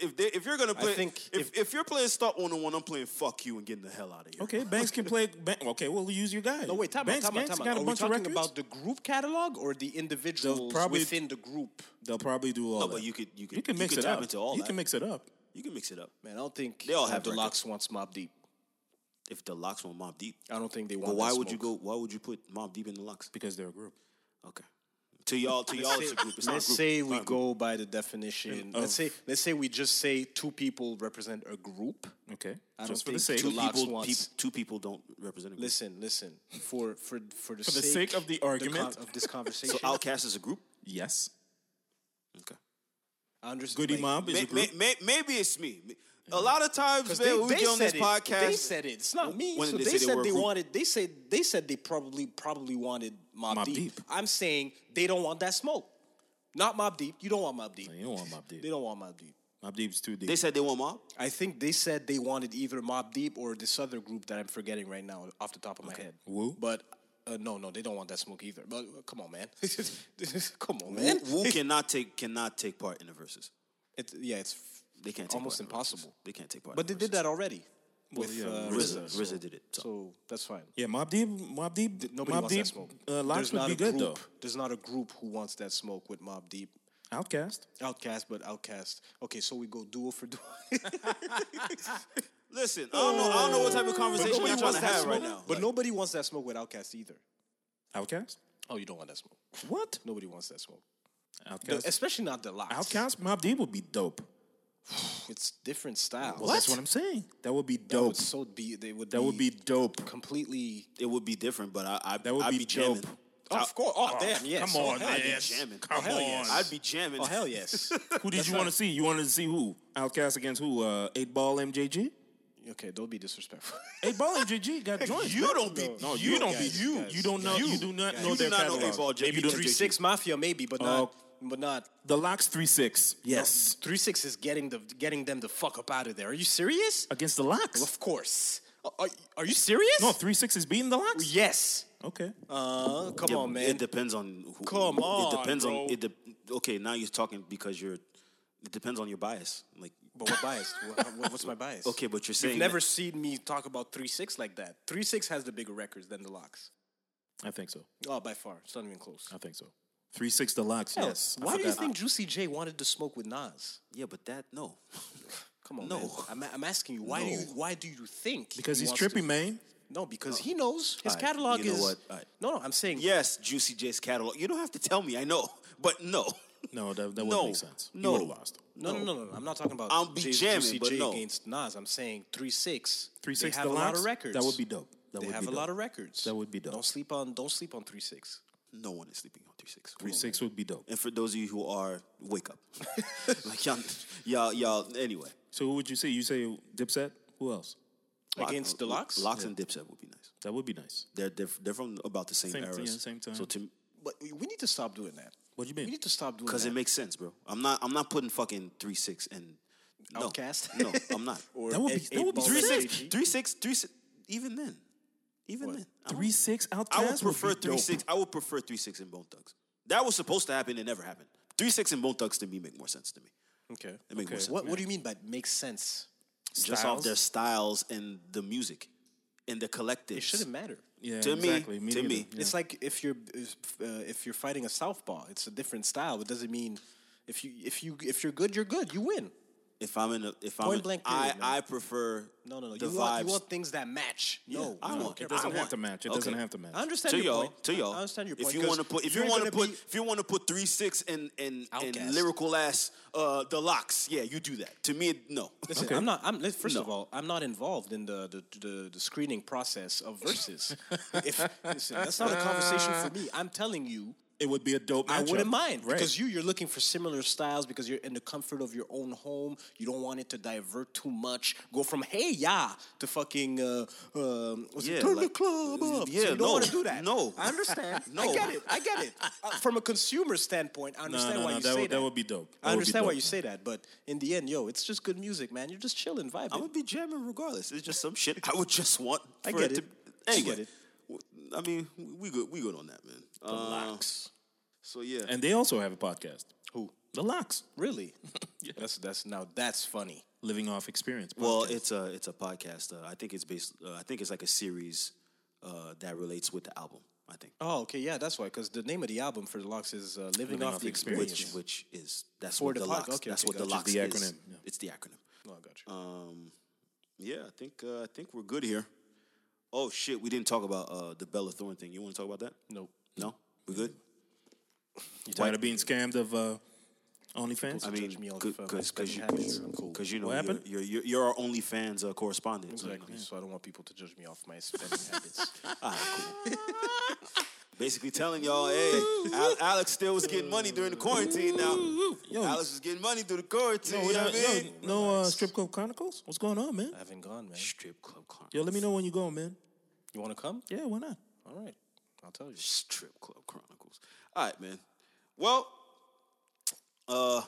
Speaker 1: If they, if you're gonna play,
Speaker 2: think
Speaker 1: if, if you're playing stunt one hundred and one, I'm playing fuck you and getting the hell out of here.
Speaker 3: Okay, Banks can play. Ban- okay, we'll use your guy.
Speaker 2: No wait, time out,
Speaker 3: Banks,
Speaker 2: time out,
Speaker 3: Banks
Speaker 2: time
Speaker 3: got
Speaker 2: out.
Speaker 3: a
Speaker 2: Are we
Speaker 3: bunch of
Speaker 2: talking
Speaker 3: records.
Speaker 2: about the group catalog or the individuals
Speaker 3: probably-
Speaker 2: within the group?
Speaker 3: They'll probably do all.
Speaker 1: No,
Speaker 3: that.
Speaker 1: but you could you could
Speaker 3: you can mix
Speaker 1: could
Speaker 3: it
Speaker 1: tap
Speaker 3: up.
Speaker 1: into all
Speaker 3: you
Speaker 1: that.
Speaker 3: can mix it up.
Speaker 1: you can mix it up.
Speaker 2: Man, I don't think
Speaker 1: They all
Speaker 2: that
Speaker 1: have
Speaker 2: the
Speaker 1: records.
Speaker 2: locks wants Mob Deep.
Speaker 1: If the locks were Mob Deep,
Speaker 2: I don't think they want.
Speaker 1: well, why
Speaker 2: that
Speaker 1: would you go?
Speaker 2: smoke.
Speaker 1: Why would you put Mob Deep in the locks?
Speaker 3: because they're a group.
Speaker 1: Okay. To y'all, to y'all, it's a group. It's not a
Speaker 2: Let's
Speaker 1: group.
Speaker 2: say
Speaker 1: It's
Speaker 2: we
Speaker 1: not a group.
Speaker 2: go by the definition. Let's say let's say we just say two people represent a group.
Speaker 3: Okay,
Speaker 2: I
Speaker 3: just for
Speaker 2: don't
Speaker 3: the
Speaker 2: think
Speaker 3: sake,
Speaker 2: two
Speaker 3: of-
Speaker 2: locks
Speaker 1: people,
Speaker 2: wants-
Speaker 1: peop- two people don't represent. A group.
Speaker 2: Listen, listen. For for for the,
Speaker 3: the
Speaker 2: sake,
Speaker 3: sake of the
Speaker 2: con-
Speaker 3: argument.
Speaker 2: of this conversation,
Speaker 1: So Outcast is a group.
Speaker 3: yes,
Speaker 1: Okay.
Speaker 2: I understand.
Speaker 3: Goody
Speaker 2: like,
Speaker 3: Mob is
Speaker 1: May,
Speaker 3: a group.
Speaker 1: may- may- maybe it's me. A lot of times,
Speaker 2: Because
Speaker 1: man, when we get on
Speaker 2: said
Speaker 1: this
Speaker 2: it.
Speaker 1: podcast,
Speaker 2: They said it. It's not me.
Speaker 1: When
Speaker 2: so
Speaker 1: did
Speaker 2: they,
Speaker 1: they say they
Speaker 2: said
Speaker 1: were a
Speaker 2: they
Speaker 1: group?
Speaker 2: wanted. They said they said they probably probably wanted Mob,
Speaker 3: Mobb
Speaker 2: Deep.
Speaker 3: Deep.
Speaker 2: I'm saying they don't want that smoke. Not Mob Deep. You don't want Mob Deep.
Speaker 3: you don't want Mob Deep.
Speaker 2: They don't want Mob Deep.
Speaker 3: Mob Deep's too deep.
Speaker 1: they said they want mob.
Speaker 2: I think they said they wanted either Mob Deep or this other group that I'm forgetting right now off the top of my head.
Speaker 3: Woo?
Speaker 2: But uh, no, no, they don't want that smoke either. But uh, come on, man. come on,
Speaker 1: Woo,
Speaker 2: man.
Speaker 1: Woo cannot take cannot take part in the verses.
Speaker 2: It's, yeah, it's f-
Speaker 1: They can't. Take
Speaker 2: almost
Speaker 1: part in the verses.
Speaker 2: impossible.
Speaker 1: They can't take part.
Speaker 2: But they
Speaker 1: in
Speaker 2: did that already with
Speaker 3: yeah,
Speaker 2: uh,
Speaker 1: RZA,
Speaker 2: RZA.
Speaker 1: RZA did it. So.
Speaker 2: So that's fine.
Speaker 3: yeah, Mob Deep. Mob Deep.
Speaker 2: Nobody
Speaker 3: Mob
Speaker 2: wants
Speaker 3: Deep.
Speaker 2: that smoke.
Speaker 3: Uh, locks
Speaker 2: There's not
Speaker 3: would be
Speaker 2: a
Speaker 3: good
Speaker 2: group,
Speaker 3: though.
Speaker 2: There's not a group who wants that smoke with Mob Deep.
Speaker 3: Outcast.
Speaker 2: Outcast, but outcast. Okay, so we go duo for duo.
Speaker 1: Listen, I don't know. I don't know what type of conversation
Speaker 2: Nobody
Speaker 1: y'all trying
Speaker 2: wants
Speaker 1: to
Speaker 2: that
Speaker 1: have
Speaker 2: smoke.
Speaker 1: right now.
Speaker 2: But nobody wants that smoke with outcast either.
Speaker 3: Outcast.
Speaker 2: Oh, you don't want that smoke.
Speaker 3: What?
Speaker 2: Nobody wants that smoke. The-
Speaker 3: Outcast.
Speaker 2: especially not the locks.
Speaker 3: Outcast Mob Deep would be dope.
Speaker 2: It's different style.
Speaker 3: Well, that's what I'm saying. That would be
Speaker 2: That
Speaker 3: dope.
Speaker 2: would so be. They would.
Speaker 3: That would be dope.
Speaker 2: completely.
Speaker 1: it would be different, but I, I
Speaker 3: That would
Speaker 1: I'd
Speaker 3: be
Speaker 1: be,
Speaker 3: dope.
Speaker 1: jamming.
Speaker 2: Oh, of course. Oh, damn. Yes.
Speaker 3: Come
Speaker 2: Oh,
Speaker 3: on,
Speaker 2: hell
Speaker 3: man.
Speaker 1: I'd be
Speaker 2: yes.
Speaker 1: jamming. Oh,
Speaker 3: Come
Speaker 2: hell
Speaker 3: on.
Speaker 2: yes.
Speaker 1: I'd be jamming.
Speaker 2: Oh hell yes.
Speaker 3: Who did you want to see? You wanted to see who? Outcast against who? Uh, eight Ball MJG.
Speaker 2: okay, don't be disrespectful.
Speaker 3: Eight Ball MJG got joints.
Speaker 1: You
Speaker 3: man.
Speaker 1: don't be.
Speaker 3: No, you, don't be. You. you don't know. You, do not know
Speaker 1: You do
Speaker 3: their
Speaker 1: not know
Speaker 3: catalog.
Speaker 1: A-Ball J-
Speaker 3: Maybe
Speaker 1: you don't-
Speaker 3: three
Speaker 2: Three six mafia maybe, but not. But not.
Speaker 3: The Locks three six. Yes.
Speaker 2: Three six is getting the getting them the fuck up out of there. Are you serious?
Speaker 3: Oh, Against the Locks.
Speaker 2: Of course. Are- Are, are you serious?
Speaker 3: No, three six is beating the Locks.
Speaker 2: Yes.
Speaker 3: Okay.
Speaker 2: Uh, come on, man.
Speaker 1: It depends on. Who,
Speaker 2: Come on,
Speaker 1: It depends
Speaker 2: bro.
Speaker 1: on. It de- okay, now you're talking because you're. It depends on your bias. Like
Speaker 2: But what bias? What- what- What's my bias?
Speaker 1: okay, but you're saying
Speaker 2: You've never
Speaker 1: that-
Speaker 2: seen me talk about three six like that. Three six has the bigger records than the locks.
Speaker 3: I think so.
Speaker 2: Oh, by far. It's not even close.
Speaker 3: I think so. Three six the Locks. Yes. I
Speaker 2: Why do you
Speaker 3: forgot.
Speaker 2: think Juicy J wanted to smoke with Nas?
Speaker 1: yeah, but that no.
Speaker 2: Come on,
Speaker 1: No.
Speaker 2: man. I'm, I'm asking you. Why do you? Why do you think?
Speaker 3: Because
Speaker 2: he
Speaker 3: he's
Speaker 2: wants to-
Speaker 3: trippy, man.
Speaker 2: No,
Speaker 3: Oh.
Speaker 2: because he knows his
Speaker 1: Alright,
Speaker 2: catalog
Speaker 1: you know
Speaker 2: is.
Speaker 1: what? Alright.
Speaker 2: No, no. I'm saying.
Speaker 1: Yes, Juicy J's catalog. You don't have to tell me. I know, but no.
Speaker 3: No, that, that wouldn't
Speaker 1: No.
Speaker 3: make sense.
Speaker 1: No.
Speaker 3: would have lost.
Speaker 2: No, no, no, no, no. I'm not talking about.
Speaker 1: I'll be
Speaker 2: Jay-
Speaker 1: jamming,
Speaker 2: Juicy
Speaker 1: but
Speaker 2: J
Speaker 1: no.
Speaker 2: against Nas. I'm saying three six.
Speaker 3: Three
Speaker 2: they
Speaker 3: six
Speaker 2: have
Speaker 3: the
Speaker 2: a lot
Speaker 3: Locks.
Speaker 2: of records.
Speaker 3: That would be dope. That
Speaker 2: They
Speaker 3: would
Speaker 2: have
Speaker 3: be
Speaker 2: a
Speaker 3: dope.
Speaker 2: lot of records.
Speaker 3: That would be dope.
Speaker 2: Don't sleep on. Don't sleep on three six.
Speaker 1: No one is sleeping on three six.
Speaker 3: Three six would be dope.
Speaker 1: And for those of you who are, wake up. like y'all, y'all, y'all. Anyway,
Speaker 3: So who would you say? You say Dipset? Who else?
Speaker 2: Against the locks.
Speaker 1: locks and Dipset would be nice.
Speaker 3: That would be nice.
Speaker 1: They're they're, they're from about the same,
Speaker 3: Same-
Speaker 1: eras.
Speaker 3: yeah, same
Speaker 1: So
Speaker 3: time.
Speaker 1: to
Speaker 2: But we we need to stop doing that.
Speaker 3: What do you
Speaker 2: We
Speaker 3: mean?
Speaker 2: need to stop doing that.
Speaker 1: because it makes sense, bro. I'm not I'm not putting fucking three six and no.
Speaker 2: Outcast?
Speaker 1: No, I'm not.
Speaker 2: Or
Speaker 3: That would be-
Speaker 2: eight-
Speaker 3: that would be
Speaker 2: eight
Speaker 1: three
Speaker 2: ball
Speaker 1: six,
Speaker 2: strategy.
Speaker 1: three six, three six. Even then, even then, I would-
Speaker 3: Three six
Speaker 1: I
Speaker 3: outcast.
Speaker 1: would prefer
Speaker 3: would be
Speaker 1: three
Speaker 3: dope.
Speaker 1: six. I would prefer three six and Bone Thugs. That was supposed to happen. It never happened. Three six and Bone Thugs to me make more sense to me.
Speaker 2: Okay.
Speaker 1: It make more sense.
Speaker 2: What What do you mean by makes sense?
Speaker 1: Just off their styles and the music and the collective.
Speaker 2: It shouldn't matter.
Speaker 3: Yeah,
Speaker 1: to me,
Speaker 3: exactly.
Speaker 1: to
Speaker 3: neither.
Speaker 1: me.
Speaker 3: Yeah.
Speaker 2: It's like if you're if, uh, if you're fighting a southpaw, it's a different style. It doesn't mean if you if you if you're good, you're good. You win.
Speaker 1: If I'm in a, if I'm,
Speaker 2: Point
Speaker 1: in,
Speaker 2: blank
Speaker 1: I
Speaker 2: period, man.
Speaker 1: I prefer
Speaker 2: No, no, no.
Speaker 1: The
Speaker 2: you,
Speaker 1: vibes.
Speaker 2: want, you want things that match.
Speaker 1: Yeah,
Speaker 2: No,
Speaker 1: I
Speaker 2: no.
Speaker 1: want.
Speaker 3: It doesn't
Speaker 1: I
Speaker 3: have
Speaker 1: want-
Speaker 3: to match. It
Speaker 1: okay.
Speaker 3: doesn't have to match.
Speaker 2: I understand
Speaker 1: to
Speaker 2: your
Speaker 1: y'all,
Speaker 2: point.
Speaker 1: to y'all.
Speaker 2: I understand your point.
Speaker 1: If you
Speaker 2: 'cause
Speaker 1: want to put, if you
Speaker 2: ain't
Speaker 1: want to
Speaker 2: gonna
Speaker 1: put,
Speaker 2: be-
Speaker 1: if you want to put three six and and and
Speaker 2: Outcast.
Speaker 1: lyrical ass uh, the locks, yeah, you do that. To me, it- no.
Speaker 2: Listen, I'm not. I'm li- first of
Speaker 1: No.
Speaker 2: all, I'm not involved in the the, the, the screening process of verses. if, listen, that's not a conversation for me. I'm telling you,
Speaker 3: It would be a dope.
Speaker 2: I
Speaker 3: matchup.
Speaker 2: wouldn't mind
Speaker 3: Right.
Speaker 2: because you you're looking for similar styles because you're in the comfort of your own home. You don't want it to divert too much. Go from hey ya to fucking uh, um, what's
Speaker 1: Yeah,
Speaker 2: it, turn the
Speaker 1: like-
Speaker 2: club up.
Speaker 1: yeah,
Speaker 2: so you don't
Speaker 1: no,
Speaker 2: want to do that.
Speaker 1: no.
Speaker 2: I understand. I
Speaker 1: No.
Speaker 2: get it. I get it. Uh, from a consumer standpoint, I
Speaker 3: No,
Speaker 2: understand
Speaker 3: no,
Speaker 2: why
Speaker 3: no.
Speaker 2: you
Speaker 3: That
Speaker 2: say
Speaker 3: would
Speaker 2: that.
Speaker 3: that would be dope. That
Speaker 2: I
Speaker 3: would be
Speaker 2: understand why
Speaker 3: dope,
Speaker 2: you
Speaker 3: man.
Speaker 2: say that, but in the end, yo, it's just good music, man. You're just chilling, vibing.
Speaker 1: I would be jamming regardless. It's just some shit I would just want.
Speaker 2: I
Speaker 1: for
Speaker 2: get
Speaker 1: to,
Speaker 2: it. I
Speaker 1: Anyway,
Speaker 2: get it.
Speaker 1: w- I mean, we good. We good on that, man. The locks. So yeah,
Speaker 3: And they also have a podcast.
Speaker 2: Who?
Speaker 3: The Locks,
Speaker 2: Really? That's that's now that's funny.
Speaker 3: Living Off Experience.
Speaker 1: well,
Speaker 3: podcast.
Speaker 1: it's a it's a podcast. Uh, I think it's based. Uh, I think it's like a series uh, that relates with the album. I think.
Speaker 2: Oh, okay, yeah, that's why. Because the name of the album for the Locks is uh, Living, Off, the Experience.
Speaker 1: Which, which is that's
Speaker 2: For
Speaker 1: what
Speaker 2: the
Speaker 1: the
Speaker 2: pod-
Speaker 1: locks.
Speaker 2: okay,
Speaker 1: that's
Speaker 2: okay,
Speaker 1: what the
Speaker 2: gotcha.
Speaker 1: locks
Speaker 3: The
Speaker 1: is.
Speaker 3: acronym, yeah.
Speaker 1: It's the acronym. Um,
Speaker 2: No, I got you.
Speaker 1: Yeah, I think uh, I think we're good here. Oh shit, we didn't talk about uh, the Bella Thorne thing. You want to talk about that?
Speaker 2: Nope.
Speaker 1: No, we good.
Speaker 3: tired of being scammed of uh, OnlyFans.
Speaker 1: I mean,
Speaker 2: judge me on the phone.
Speaker 1: because
Speaker 2: Doesn't
Speaker 1: you
Speaker 2: happen here. I'm cool.
Speaker 1: because you know
Speaker 3: What
Speaker 1: you're,
Speaker 3: happened?
Speaker 1: you're you're you're our OnlyFans uh, correspondent.
Speaker 2: Exactly. So I don't want people to judge me off my spending habits.
Speaker 1: Basically telling y'all, hey, Al- Alex still was getting money during the quarantine. Now Alex was getting money through the quarantine.
Speaker 3: Yo,
Speaker 1: you know
Speaker 3: no,
Speaker 1: what I mean?
Speaker 3: yo, no uh, strip club chronicles. What's going on, man?
Speaker 2: I haven't gone, man.
Speaker 1: Strip club Chronicles.
Speaker 3: Yo, let me know when you go, man.
Speaker 2: You want to come?
Speaker 3: Yeah, why not?
Speaker 2: All right. I'll tell you.
Speaker 1: Strip club chronicles. All right, man. Well, uh, I,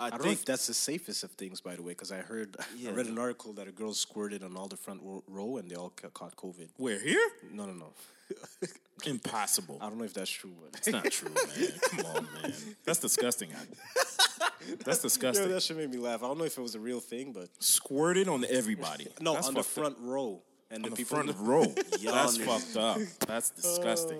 Speaker 2: I don't know
Speaker 1: think
Speaker 2: if that's the safest of things, by the way, because I heard,
Speaker 1: Yeah,
Speaker 2: I read
Speaker 1: no.
Speaker 2: an article that a girl squirted on all the front ro- row and they all ca- caught COVID.
Speaker 3: We're here.
Speaker 2: No, no, no.
Speaker 3: Impossible.
Speaker 2: I don't know if that's true, but
Speaker 3: It's not true, man. Come on, man. That's disgusting. Adam. That's
Speaker 2: Yo,
Speaker 3: disgusting.
Speaker 2: that should make me laugh. I don't know if it was a real thing, but
Speaker 3: Squirted on everybody.
Speaker 2: no,
Speaker 3: That's
Speaker 2: on the
Speaker 3: fucked up.
Speaker 2: front row and the
Speaker 3: On the
Speaker 2: people.
Speaker 3: front row.
Speaker 1: Y'all
Speaker 3: That's
Speaker 1: niggas.
Speaker 3: fucked up. That's disgusting.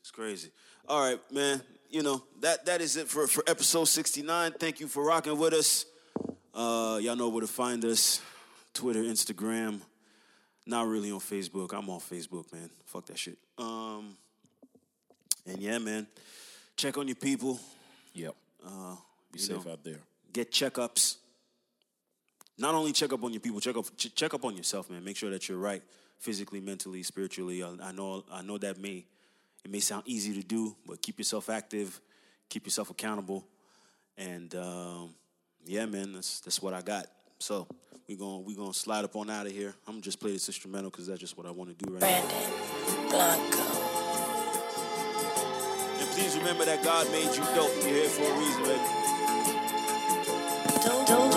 Speaker 1: It's crazy. All right, man. You know that that is it for for episode sixty nine. Thank you for rocking with us. Uh, y'all know where to find us: Twitter, Instagram. Not really on Facebook. I'm on Facebook, man. Fuck that shit. Um, and yeah, man. Check on your people.
Speaker 3: Yep. Be
Speaker 1: you
Speaker 3: safe
Speaker 1: know.
Speaker 3: out there.
Speaker 1: Get checkups. Not only check up on your people, check up ch- check up on yourself, man. Make sure that you're right physically, mentally, spiritually. Uh, I, I know I know that may it may sound easy to do, but keep yourself active, keep yourself accountable, and um, yeah, man, that's that's what I got. So we gonna we gonna slide up on out of here. I'm gonna just play this instrumental because that's just what I want to do right now.
Speaker 6: Brandon Blanco.
Speaker 1: And please remember that God made you dope. You're here for a reason, baby.
Speaker 6: Don't, don't